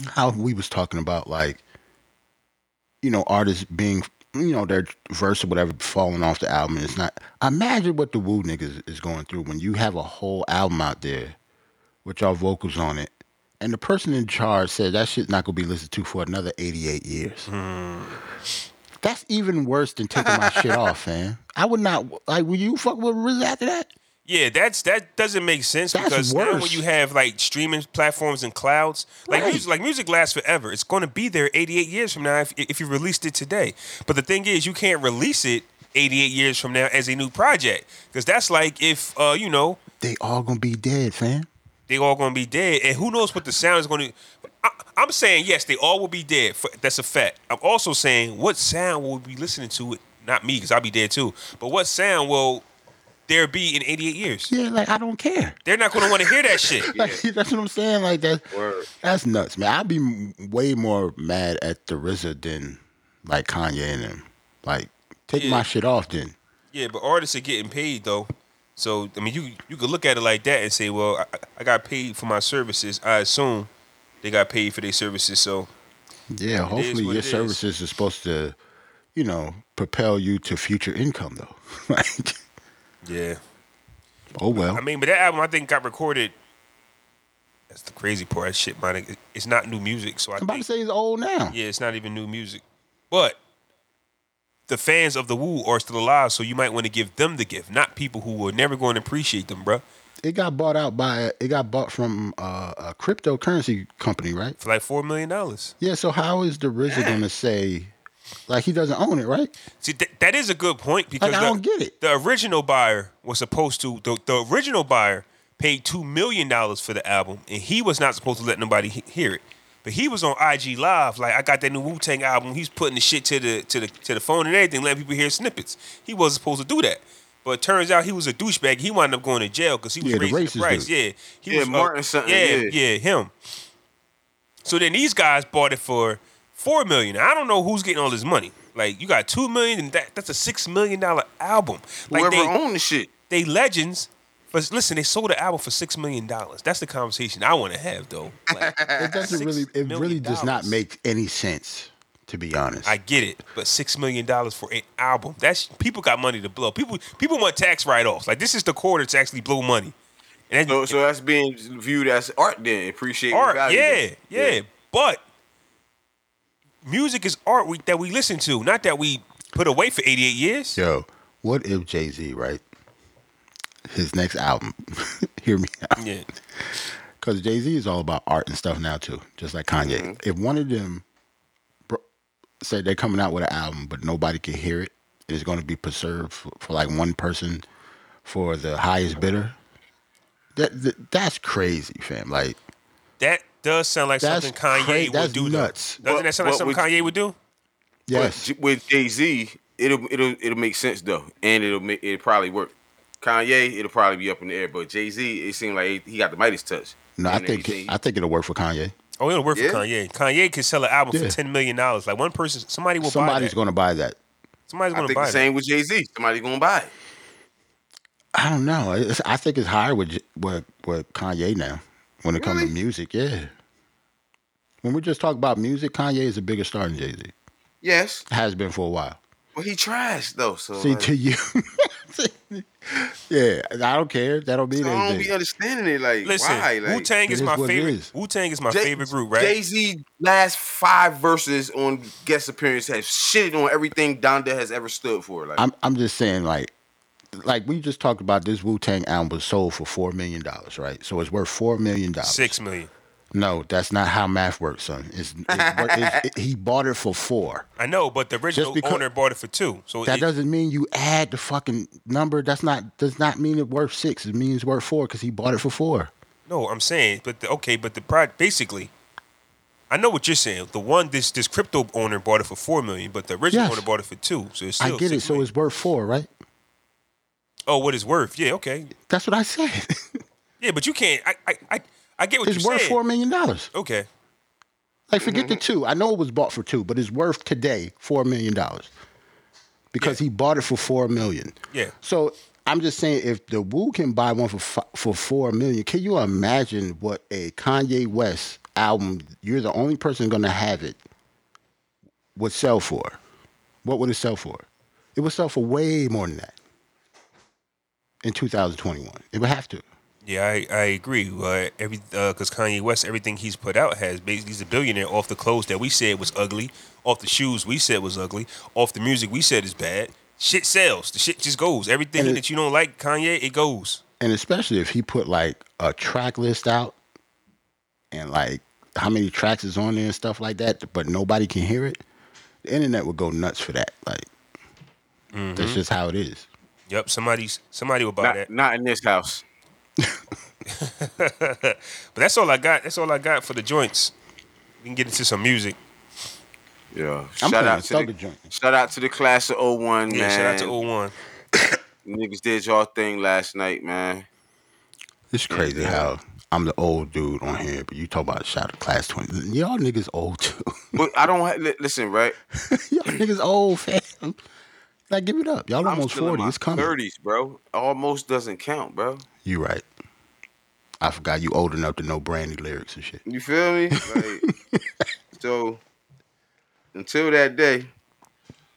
S2: how we was talking about like you know artists being you know their verse or whatever falling off the album and it's not imagine what the woo niggas is going through when you have a whole album out there with y'all vocals on it and the person in charge said that shit's not gonna be listened to for another 88 years that's even worse than taking my shit off fam i would not like will you fuck with RZA after that
S1: Yeah, that's that doesn't make sense
S2: That's
S1: because now when
S2: worse.
S1: you have like streaming platforms and clouds, like
S2: Right.
S1: music, like music lasts forever. It's going to be there 88 years from now if, if you released it today. But the thing is, you can't release it 88 years from now as a new project because that's like if uh, you know
S2: they all gonna be dead fam
S1: they all going to be dead, and who knows what the sound is going to. I, I'm saying yes, they all will be dead. For, that's a fact. I'm also saying what sound will we be listening to? It not me because I'll be dead too. But what sound will there be in 88 years?
S2: yeah like i don't care
S1: They're not going to want to hear that shit.
S2: Like, that's what I'm saying. Like that,
S4: Word.
S2: that's nuts, man. I'd be m- way more mad at the RZA than like Kanye and them. Like, take
S1: Yeah.
S2: my shit off then.
S1: Yeah, but artists are getting paid though. So I mean, you you could look at it like that and say, well, I, I got paid for my services. I assume they got paid for their services. So
S2: Yeah, hopefully
S1: what
S2: your
S1: it is.
S2: services are supposed to, you know, propel you to future income though. like,
S1: yeah,
S2: oh well.
S1: I mean, but that album I think got recorded. That's the crazy part. That shit, man. it- It's not new music, so I
S2: I'm about to
S1: think
S2: say he's old now.
S1: yeah, it's not even new music. But the fans of the Woo are still alive, so you might want to give them the gift, not people who were never going to appreciate them, bruh.
S2: It got bought out by it got bought from uh, a cryptocurrency company, right?
S1: For like four million dollars.
S2: Yeah. So how is the RZA gonna say, like he doesn't own it, right?
S1: See, th- that is a good point because
S2: I
S1: the,
S2: don't get it.
S1: the original buyer was supposed to the, the original buyer paid two million dollars for the album, and he was not supposed to let nobody he- hear it. But he was on IG Live, like I got that new Wu Tang album. He's putting the shit to the to the to the phone and everything, letting people hear snippets. He wasn't supposed to do that, but it turns out he was a douchebag. He wound up going to jail because he was
S2: Yeah, the
S1: raising the,
S2: racist
S1: price.
S2: dude.
S1: Yeah, he
S4: Yeah,
S1: was, uh,
S4: Martin something, yeah.
S1: yeah, him. So then these guys bought it for four million. I don't know who's getting all this money. Like you got two million, and that, that's a six million dollar album. Like
S4: Whoever
S1: they
S4: owned the shit.
S1: they legends, but listen, they sold the album for six million dollars. That's the conversation I want to have though. Like,
S2: It doesn't
S1: Six
S2: really. It
S1: million
S2: really does not
S1: dollars.
S2: make any sense, to be honest.
S1: I get it, but six million dollars for an album. That's people got money to blow. People people want tax write offs. Like this is the quarter to actually blow money. And
S4: So,
S1: that's
S4: so that's being viewed as art then. Appreciate
S1: art.
S4: value.
S1: Yeah,
S4: then.
S1: yeah, But music is art we, that we listen to, not that we put away for eighty eight years.
S2: Yo, what if Jay Z, right? His next album, hear me out,
S1: Yeah.
S2: because Jay Z is all about art and stuff now too, just like Kanye.
S1: Mm-hmm.
S2: If one of them bro- said they're coming out with an album, but nobody can hear it, and it's going to be preserved for, for like one person for the highest bidder. That, that that's crazy, fam. Like
S1: That does sound like
S2: That's
S1: something Kanye
S2: cra-
S1: would
S2: that's
S1: do. though.
S2: nuts.
S1: Doesn't
S4: What-
S1: that sound like
S4: what
S1: something
S4: would-
S1: Kanye would do?
S4: But
S2: yes,
S4: J- with Jay Z, it'll it'll it'll make sense though, and it'll make it'll probably work. Kanye, it'll probably be up in the air, but Jay Z, it seemed like he got the Midas touch.
S2: No, I
S4: And
S2: think
S4: everything.
S2: I think it'll work for Kanye.
S1: Oh, it'll work
S4: Yeah.
S1: for Kanye. Kanye can sell an album
S2: Yeah.
S1: for ten million dollars. Like one person, somebody will buy
S2: Somebody's
S1: that.
S2: going to buy that.
S1: Somebody's
S4: I
S1: going to
S4: think
S1: buy
S4: the
S1: it.
S4: same with Jay Z. Somebody gonna buy it.
S2: I don't know. It's, I think it's higher with J- with with Kanye now when it comes to
S4: Really?
S2: music. Yeah. When we just talk about music, Kanye is a bigger star than Jay Z.
S4: Yes,
S2: Has been for a while.
S4: well he trash though. So
S2: See
S4: like,
S2: to you. yeah, I don't care. That don't mean
S4: I don't be
S2: anything.
S4: understanding it. Like
S1: Listen,
S4: why? Like,
S1: Wu Tang
S2: it
S1: is
S2: is
S1: my
S2: what it
S1: favorite.
S2: is.
S1: Wu Tang is my favorite group, right?
S4: Jay Z last five verses on guest appearance has shitted on everything Donda has ever stood for. Like
S2: I'm I'm just saying like like we just talked about this Wu Tang album was sold for four million dollars, right? So it's worth four million dollars.
S1: Six million.
S2: No, that's not how math works, son. It's, it's, wor- it's it, he bought it for four.
S1: I know, but the original
S2: because-
S1: owner bought it for two. So
S2: That
S1: it-
S2: doesn't mean you add the fucking number. That's not does not mean it worth six. It means worth four because he bought it for four.
S1: No, I'm saying, but the, okay, but the pro basically, I know what you're saying. The one this this crypto owner bought it for four million, but the original
S2: Yes.
S1: owner bought it for two. So it's still
S2: I get it.
S1: six
S2: So
S1: million.
S2: it's worth four, right?
S1: oh, what it's worth? Yeah, okay,
S2: That's what I said.
S1: yeah, but you can't. I I I, I get what
S2: it's
S1: you're
S2: worth
S1: saying.
S2: four million dollars.
S1: okay,
S2: Like forget the
S1: Mm-hmm.
S2: two. I know it was bought for two, but it's worth today four million dollars because he bought it for four million.
S1: Yeah.
S2: So I'm just saying, if the Wu can buy one for fi- for four million, can you imagine what a Kanye West album? You're the only person going to have it. Would sell for? What would it sell for? It would sell for way more than that in 2021. It would have to.
S1: yeah, I I agree. Uh, every because Kanye West, everything he's put out has basically he's a billionaire off the clothes that we said was ugly, off the shoes we said was ugly, off the music we said is bad. Shit sells. The shit just goes. Everything
S2: And it-
S1: that you don't like, Kanye, it goes.
S2: and especially if he put like a track list out and like how many tracks is on there and stuff like that, but nobody can hear it, the internet would go nuts for that. Like that's just how it is.
S1: Yep, somebody's somebody will buy that.
S4: not, not in this house.
S1: but that's all I got. That's all I got for the joints. We can get into some music.
S4: Yeah. shout
S2: I'm playing
S4: out to
S2: Thugger
S4: the,
S2: joint.
S4: shout out to the class of 01,
S1: Yeah,
S4: man.
S1: shout out to 01.
S4: Niggas did y'all thing last night, man.
S2: It's crazy how I'm the old dude on here, but you talk about shout out class twenty. Y'all niggas old too.
S4: But I don't ha- li- listen, right?
S2: Y'all niggas old fam. Like give it up. Y'all
S4: I'm
S2: almost
S4: still in
S2: forty.
S4: my
S2: It's coming.
S4: 30s, bro. Almost doesn't count, bro.
S2: You right. I forgot you old enough to know brandy lyrics and shit.
S4: You feel me? Like, so until that day,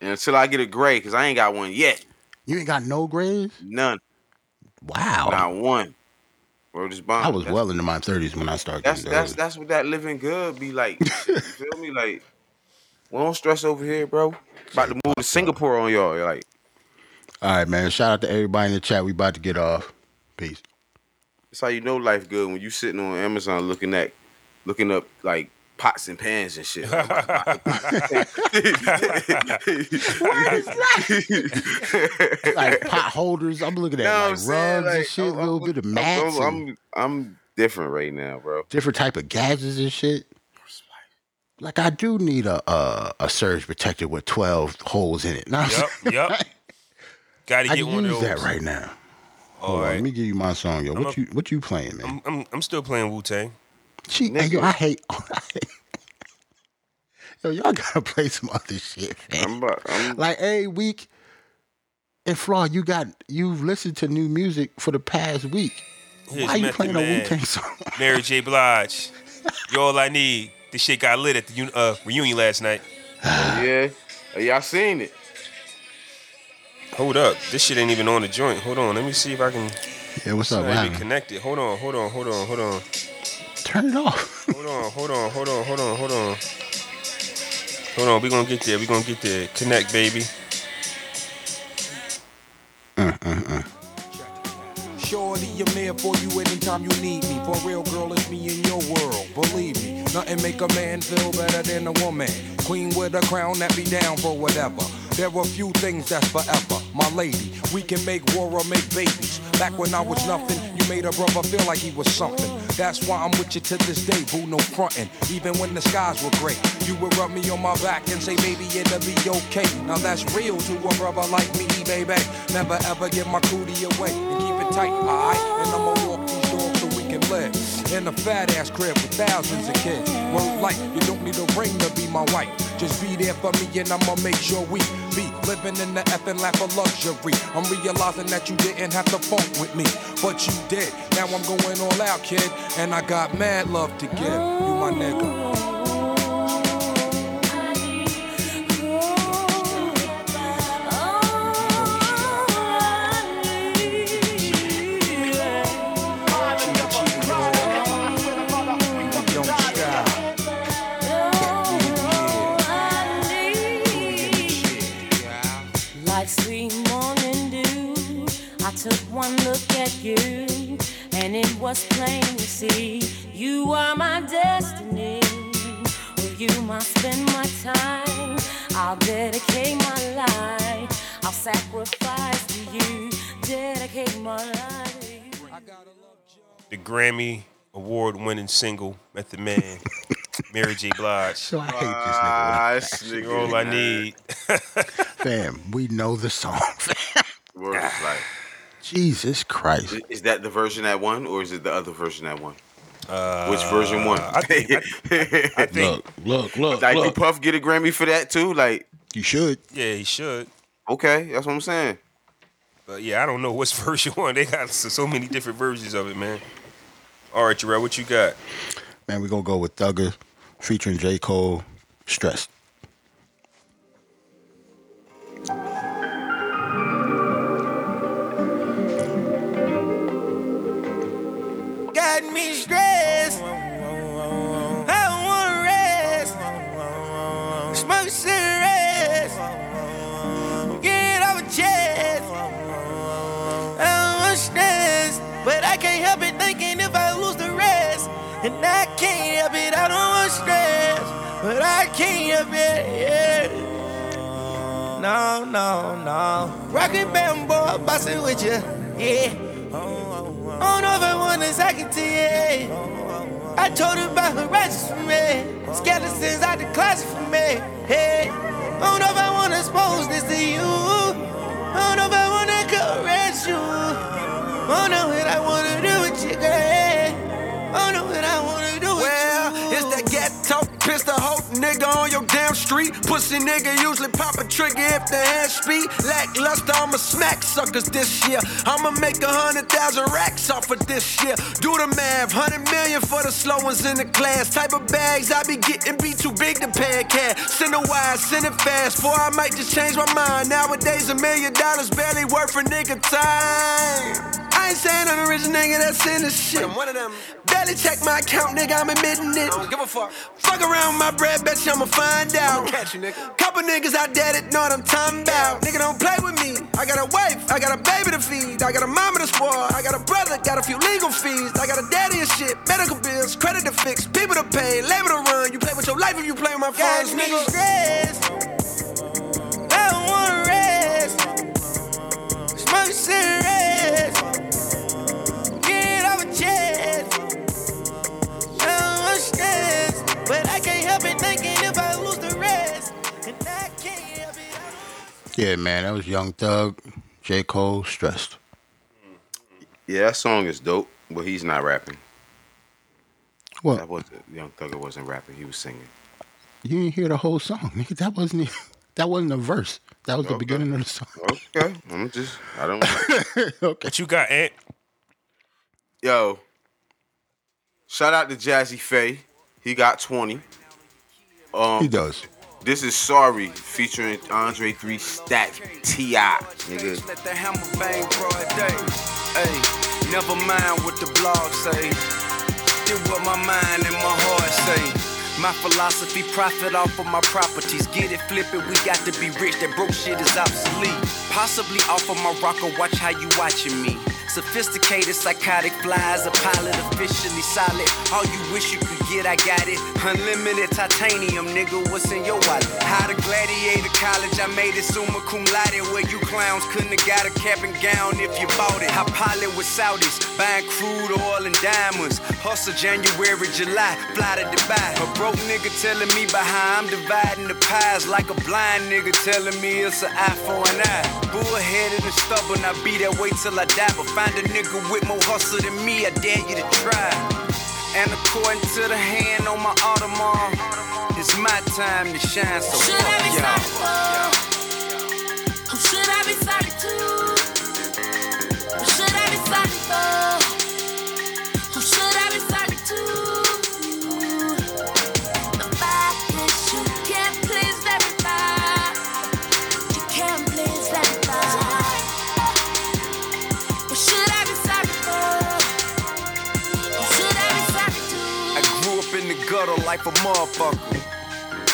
S4: and until I get a grade, because I ain't got one yet.
S2: You ain't got no grades?
S4: None.
S2: Wow.
S4: Not one. Bro, this bomb.
S2: Oh. I was
S4: Oh, That's-
S2: well into my thirties when I started.
S4: That's
S2: Getting
S4: that's
S2: that's,
S4: that's what that living good be like. you feel me? Like, we don't stress over here, bro. About to move to Singapore on y'all. Like,
S2: All right, man. Shout out to everybody in the chat. We about to get off. Peace.
S4: that's how you know life good when you sitting on Amazon looking at, looking up like pots and pans and shit. Like,
S2: Like pot holders. I'm looking at
S4: you know what I'm
S2: like rugs
S4: saying?
S2: and
S4: Like,
S2: shit.
S4: I'm-
S2: A little
S4: I'm-
S2: bit of
S4: I'm-
S2: mats.
S4: I'm,
S2: and
S4: I'm I'm different right now, bro.
S2: different type of gadgets and shit. Like I do need a a, a surge protector with twelve holes in it. Now
S1: Yep, yep. Got to
S2: I
S1: get one of
S2: use
S1: those.
S2: that right now.
S1: All
S2: Hold on,
S1: right.
S2: let me give you my song, yo. What
S1: a-
S2: you what you playing, man?
S1: I'm, I'm, I'm still playing Wu Tang.
S2: She, hey, yo, I hate. yo, y'all gotta play some other shit, man.
S4: I'm about. I'm,
S2: like every week in Florida, you got you've listened to new music for the past week.
S1: Here's
S2: Why are you
S1: Method
S2: playing a
S1: Man,
S2: Wu Tang song?
S1: Mary J. Blige. You're all I need. This shit got lit at the uni- uh, reunion last night.
S4: yeah, y'all seen it?
S1: Hold up. This shit ain't even on the joint. Hold on. Let me see if I can
S2: yeah, what's up?
S1: not
S2: What
S1: even
S2: happened?
S1: connect it. Hold on. Hold on. Hold on. Hold on.
S2: Turn it off.
S1: Hold on, hold on, hold on, hold on, hold on. Hold on, we gonna get there. we gonna get there. Connect, baby.
S2: Uh-uh.
S5: Surely I'm there for you anytime you need me. For real, girl, it's me in your world. Believe me, nothing make a man feel better than a woman. Queen with a crown that be down for whatever. There are few things that's forever, my lady. We can make war or make babies. Back when I was nothing, you made a brother feel like he was something. That's why I'm with you to this day, boo, no frontin'. Even when the skies were gray, you would rub me on my back and say, baby, it'll be okay. Now that's real to a brother like me, baby. Never ever give my cootie away and keep it tight, alright? And I'ma walk these dogs so we can live in a fat ass crib with thousands of kids. One life, you don't need a ring to be my wife. Just be there for me and I'ma make sure we be living in the effing lap of luxury. I'm realizing that you didn't have to funk with me, but you did. Now I'm going all out, kid, and I got mad love to give. You my nigga. Don't stop.
S6: Like sweet morning dew, I took one look at you, and it was plain to see you are my destiny. With you, I spend my time. I'll dedicate my life. I'll sacrifice to you. Dedicate my life to you.
S1: The Grammy award winning single, Method Man, Mary J. Blige.
S2: So I hate this nigga.
S4: Ah, this nigga,
S1: All I need.
S2: Fam, we know the song.
S4: Word is like,
S2: Jesus Christ.
S4: is that the version that won, or is it the other version that won? Which version won?
S1: I think- I think,
S2: Look, look, look,
S4: like, did
S2: look.
S4: Puff get a Grammy for that too? Like,
S2: You should.
S1: yeah, he should.
S4: okay, that's what I'm saying.
S1: But yeah, I don't know what's version one. They got so, so many different versions of it, man. All right, Jarrell, what you got?
S2: Man, we're gonna go with Thugger featuring J. Cole, Stressed.
S7: got me stressed. I don't wanna rest. Smoke cigarettes. Get it off my chest. I don't want stress, Oh, but I can't help it thinking if I lose the rest. And I can't help it, I don't want stress, but I can't help it. Yeah. No, no, no. Rockin' bamboo, bustin' with ya. Yeah. On over one is I can tell ya. I told her about her righteous for me. Skeletons out the closet for me. Hey. I don't know if I wanna expose this to you. I don't know if I wanna caress you. I don't know what I wanna do with you, girl. I don't know what I wanna do with
S8: Well,
S7: you.
S8: it's that ghetto pistol hoe nigga on your damn street. Pussy nigga usually pop a trigger if the hand speed. Lackluster, I'ma smack suckers this year. I'ma make a hundred thousand racks off of this year. Do the math, hundred million for the slow ones in the class. Type of bags I be getting be too big to pay in cash. Send it wide, send it fast, for I might just change my mind. Nowadays, a million dollars barely worth a nigga time. I ain't saying I'm the rich nigga that's in this shit. I'm one of them. Barely check my account, nigga, I'm admitting it. I don't give a fuck. Fuck around with my bread, bitch, I'ma find out. catch you, nigga. Couple niggas out there that know what I'm talking about. Nigga, don't play with me. I got a wife, I got a baby to feed, I got a mama to spoil, I got a brother, got a few legal fees, I got a daddy and shit, medical bills, credit to fix, people to pay, labor to run. You play with your life if you play with my
S7: got
S8: funds,
S7: me
S8: nigga.
S7: stressed. I don't wanna rest. Smoke cigarettes. Get it off my chest. I don't want stress, but I can't help it thinking if I lose the rest. And I can't help it. I-
S2: Yeah, man, that was Young Thug, J. Cole, Stressed.
S4: Yeah, that song is dope, but he's not rapping. That
S2: What?
S4: was Young Thugger wasn't rapping; he was singing.
S2: You didn't hear the whole song, nigga. That wasn't even, that wasn't a verse. That was the
S4: Okay.
S2: beginning of the song.
S4: Okay, I'm just I don't.
S2: okay.
S1: What you got, Ant?
S4: Yo, shout out to Jazzy Faye. He got 20.
S2: He does.
S4: This is Sorry featuring Andre 3 Stack T.I. Nigga.
S8: Let the hammer bang for a day. Hey, never mind what the blog say. Did what my mind and my heart say. My philosophy, profit off of my properties. Get it, flip it, we got to be rich. That broke shit is obsolete. Possibly off of my rocker, watch how you watching me.
S9: Sophisticated, psychotic flies, a pilot officially solid. All you wish you could get, I got it. Unlimited titanium, nigga, what's in your wallet? How to gladiator college, I made it summa cum laude. Where you clowns couldn't have got a cap and gown if you bought it. I pilot with Saudis, buying crude oil and diamonds. Hustle January, July, fly to Dubai. A broke nigga telling me behind, I'm dividing the pies like a blind nigga telling me it's an eye for an eye. Bullheaded and stubborn, I be that way till I die. But find a nigga with more hustle than me, I dare you to try. And according to the hand on my Audemars, it's my time to shine, so
S6: Should I
S9: fuck
S6: be
S9: y'all.
S6: sorry for? Or Should I be sorry too? Or Should I be sorry for? Or Should I be sorry too? The fact that you can't please everybody, you can't please everybody. Or should I be sorry for? Or should I be sorry
S9: I grew up in the gutter like a motherfucker.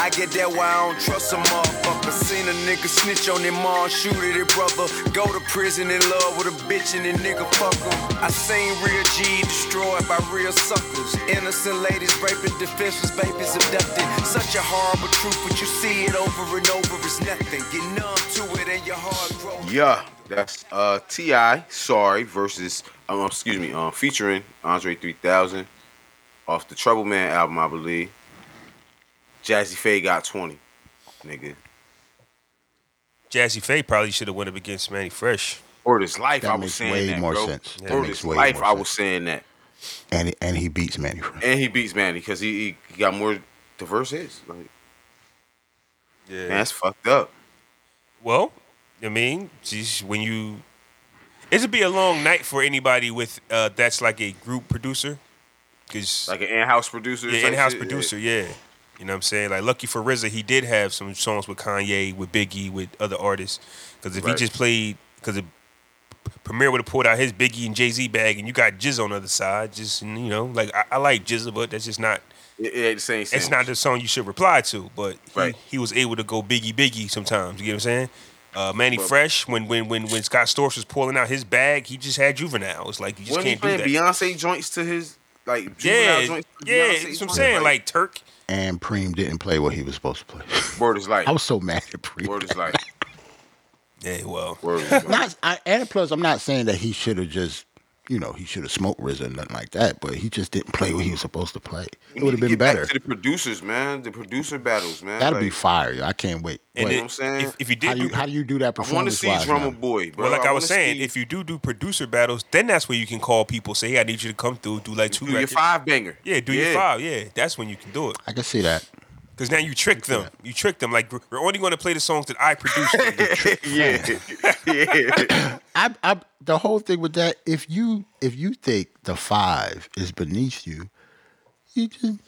S9: I get that why I don't trust a motherfucker. Seen a nigga snitch on their mom, shoot at his brother. Go to prison in love with a bitch and a nigga fucker. I seen real G destroyed by real suckers. Innocent ladies raping, defenseless babies abducted. Such a horrible truth, but you see it over and over. It's nothing. Get numb to it and your heart grows.
S4: Yeah, that's uh Ti Sorry versus um excuse me um featuring Andre 3000 off the Trouble Man album, I believe. Jazzy Faye got 20, nigga.
S1: Jazzy Faye probably should have went up against Manny Fresh.
S4: Or this life,
S2: That
S4: I was
S2: makes
S4: saying
S2: way
S4: that,
S2: more
S4: bro.
S2: sense. That
S4: Or
S2: makes
S4: this
S2: way
S4: life,
S2: more
S4: I was
S2: sense.
S4: saying that,
S2: and and he beats Manny. Fresh.
S4: and he beats Manny because he, he- he got more diverse hits. Like,
S1: Yeah.
S4: man, that's fucked up.
S1: Well, I mean, geez, when you, it'd be a long night for anybody with uh, that's like a group producer, because
S4: Like an in-house producer,
S1: yeah,
S4: type
S1: in-house
S4: shit, yeah.
S1: producer, yeah. You know what I'm saying? Like, lucky for RZA, he did have some songs with Kanye, with Biggie, with other artists. Because if
S4: Right.
S1: he just played, because Premier would have pulled out his Biggie and Jay Z bag, and you got Jizz on the other side. Just you know, like I, I like Jizz, but that's just not.
S4: It, it ain't the same.
S1: It's not the song you should reply to. But he,
S4: Right.
S1: he was able to go Biggie, Biggie sometimes. You get what I'm saying? Uh, Manny
S4: Well-
S1: Fresh, when when when when Scott Storch was pulling out his bag, he just had Juvenile. It's like you just
S4: When he
S1: can't do
S4: playing
S1: that.
S4: Beyonce joints to his like juvenile
S1: yeah,
S4: joints to
S1: yeah,
S4: Beyonce
S1: that's what I'm
S4: joints,
S1: saying. Like Turk,
S2: And Preem didn't play what he was supposed to play.
S4: word is life.
S2: I was so mad at Preem.
S4: Word is life.
S1: yeah, well,
S4: Word is life.
S2: Not, I, and plus, I'm not saying that he should have just, you know, he should have smoked RZA and nothing like that, but he just didn't play what he was supposed to play. It would have been
S4: Get back
S2: better.
S4: To the producers, man, the producer battles, man.
S2: That'd
S4: like,
S2: be fire. yo. I can't wait.
S1: And
S2: But
S1: it-
S4: what I'm saying?
S1: If, if you did,
S2: how do you
S1: do-
S2: how do you do that
S4: I want to
S2: performance
S4: see
S2: wise?
S4: Drummer
S2: now?
S4: Boy, bro.
S1: well, like I,
S4: wanna
S1: was saying,
S4: see
S1: if you do do producer battles, then that's where you can call people, say, "Hey, I need you to come through, do like two
S4: do your
S1: records."
S4: five banger,
S1: Yeah, do your five. Yeah, that's when you can do it.
S2: I can see that.
S1: Because now you trick them. You trick them. Like we're only going to play the songs that I produced.
S4: yeah, yeah.
S2: I, I the whole thing with that. If you if you think the five is beneath you, you just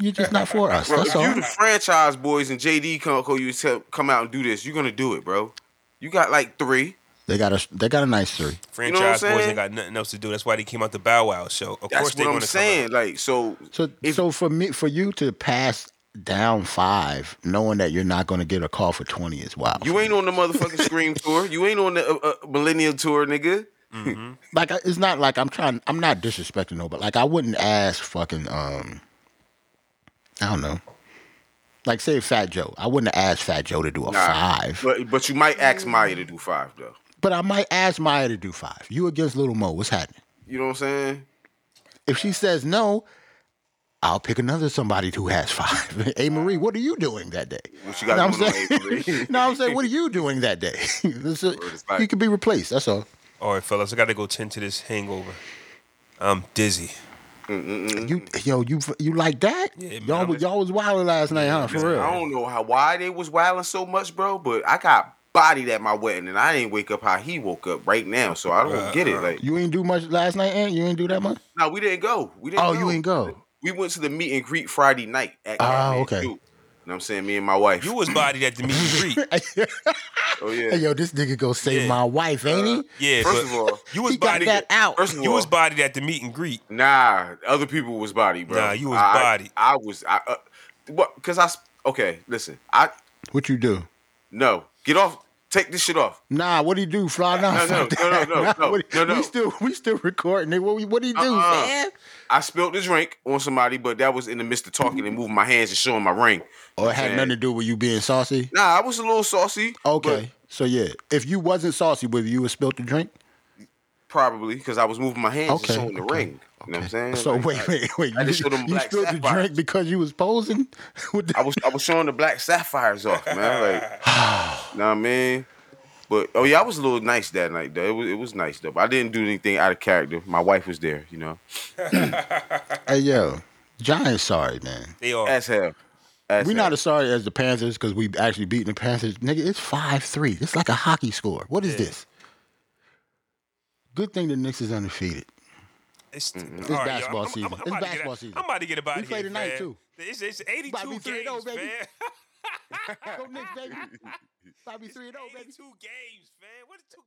S2: you're just not for us.
S4: bro,
S2: That's
S4: if
S2: all.
S4: you the franchise boys and JD come call you and tell, come out and do this, you're gonna do it, bro. You got like three.
S2: They got a they got a nice three.
S4: know what I'm
S1: Franchise boys
S4: saying?
S1: ain't got nothing else to do. That's why they came out the Bow Wow show. Of course
S4: That's
S1: they're
S4: what
S1: going
S4: I'm
S1: to
S4: saying. Like so,
S2: So
S4: If-
S2: so for me for you to pass down five, knowing that you're not going to get a call for twenty is wild.
S4: you ain't on the motherfucking Scream tour. You ain't on the uh, uh, Millennial tour, nigga.
S2: like I- it's not like I'm trying. I'm not disrespecting nobody. Like I wouldn't ask fucking um, I don't know. Like say Fat Joe, I wouldn't ask Fat Joe to do a
S4: Nah.
S2: five, but,
S4: But but you might ask Maya to do five though.
S2: I might ask Maya to do five. You against Little Mo? What's happening?
S4: You know what I'm saying?
S2: If she says no, I'll pick another somebody who has five. hey Marie, what are you doing that day?
S4: What you got
S2: No, I'm
S4: going
S2: saying,
S4: on, Avery?
S2: no, I'm saying, what are you doing that day? This is-
S4: Word is life.
S2: you could be replaced. That's all.
S1: All right, fellas, I got to go tend to this hangover. I'm dizzy.
S4: Mm-hmm.
S2: You, yo, you, you like that?
S1: Yeah, man,
S2: y'all,
S1: I'm
S2: was- y'all was wild last night, huh? For real.
S4: I don't know how why they was wilding so much, bro, but I got bodied at my wedding and I didn't wake up how he woke up right now. So I don't get it. Like
S2: You ain't do much last night, Aunt? You ain't do that much?
S4: no, we didn't go. We didn't
S2: Oh,
S4: go.
S2: you ain't go.
S4: We went to the meet and greet Friday night at
S2: Oh,
S4: Catman
S2: okay.
S4: Zoo. You know what I'm saying? Me and my wife.
S1: You was bodied at the meet and greet.
S4: oh yeah.
S2: Hey, yo, this nigga go save
S1: Yeah.
S2: my wife, ain't
S4: Uh,
S2: he?
S1: Yeah, but
S4: First of all,
S1: you was
S2: he got
S1: bodied.
S2: that out.
S4: First of
S1: You
S4: all,
S1: was bodied at the meet and greet.
S4: Nah, other people was body, bro.
S1: Nah, you was
S4: I-
S1: bodied.
S4: I, I was I uh, what cuz I s- okay, listen. I
S2: What you do?
S4: no. Get off Take this shit off.
S2: Nah, what he do? Fly
S4: No,
S2: now?
S4: no,
S2: Fuck
S4: no, no,
S2: that.
S4: no,
S2: Nah,
S4: no,
S2: what-
S4: no, no.
S2: We still, we still recording. nigga. What, we- what he do,
S4: Uh-uh.
S2: man?
S4: I spilled the drink on somebody, but that was in the midst of talking and moving my hands and showing my ring.
S2: Or it had
S4: Man.
S2: nothing to do with you being saucy.
S4: Nah, I was a little saucy. but
S2: Okay, so yeah, if you wasn't saucy, would you have spilt the drink?
S4: Probably because I was moving my hands
S2: Okay,
S4: and showing the
S2: okay,
S4: ring. You know what I'm saying?
S2: So
S4: Like,
S2: wait,
S4: I-
S2: wait, wait.
S4: I
S2: You,
S4: just showed them
S2: you
S4: black
S2: spilled the
S4: sapphires.
S2: drink because you was posing? What the-
S4: I was I was showing the black sapphires off, man. Like, know what I mean? But oh yeah, I was a little nice that night though. It was it was nice though. But I didn't do anything out of character. My wife was there, you know.
S2: hey yo, Giants sorry, man.
S1: They are.
S4: As hell. As
S2: we
S4: hell.
S2: not as sorry as the Panthers because we actually beating the Panthers. Nigga, it's 5 3. It's like a hockey score. What is this? Good thing the Knicks is undefeated.
S1: It's,
S2: It's
S1: all right, yo,
S2: basketball season.
S1: I'm about
S2: It's
S1: to get
S2: basketball
S1: out-
S2: season.
S1: I'm about to get about
S2: We
S1: here.
S2: play tonight,
S1: man.
S2: too.
S1: It's, it's
S2: About to
S1: 82
S2: be
S1: games,
S2: 3-0,
S1: man.
S2: baby. Go Knicks, oh, baby. Bobby 3 0, baby.
S1: 82 games, man. oh, What is two oh?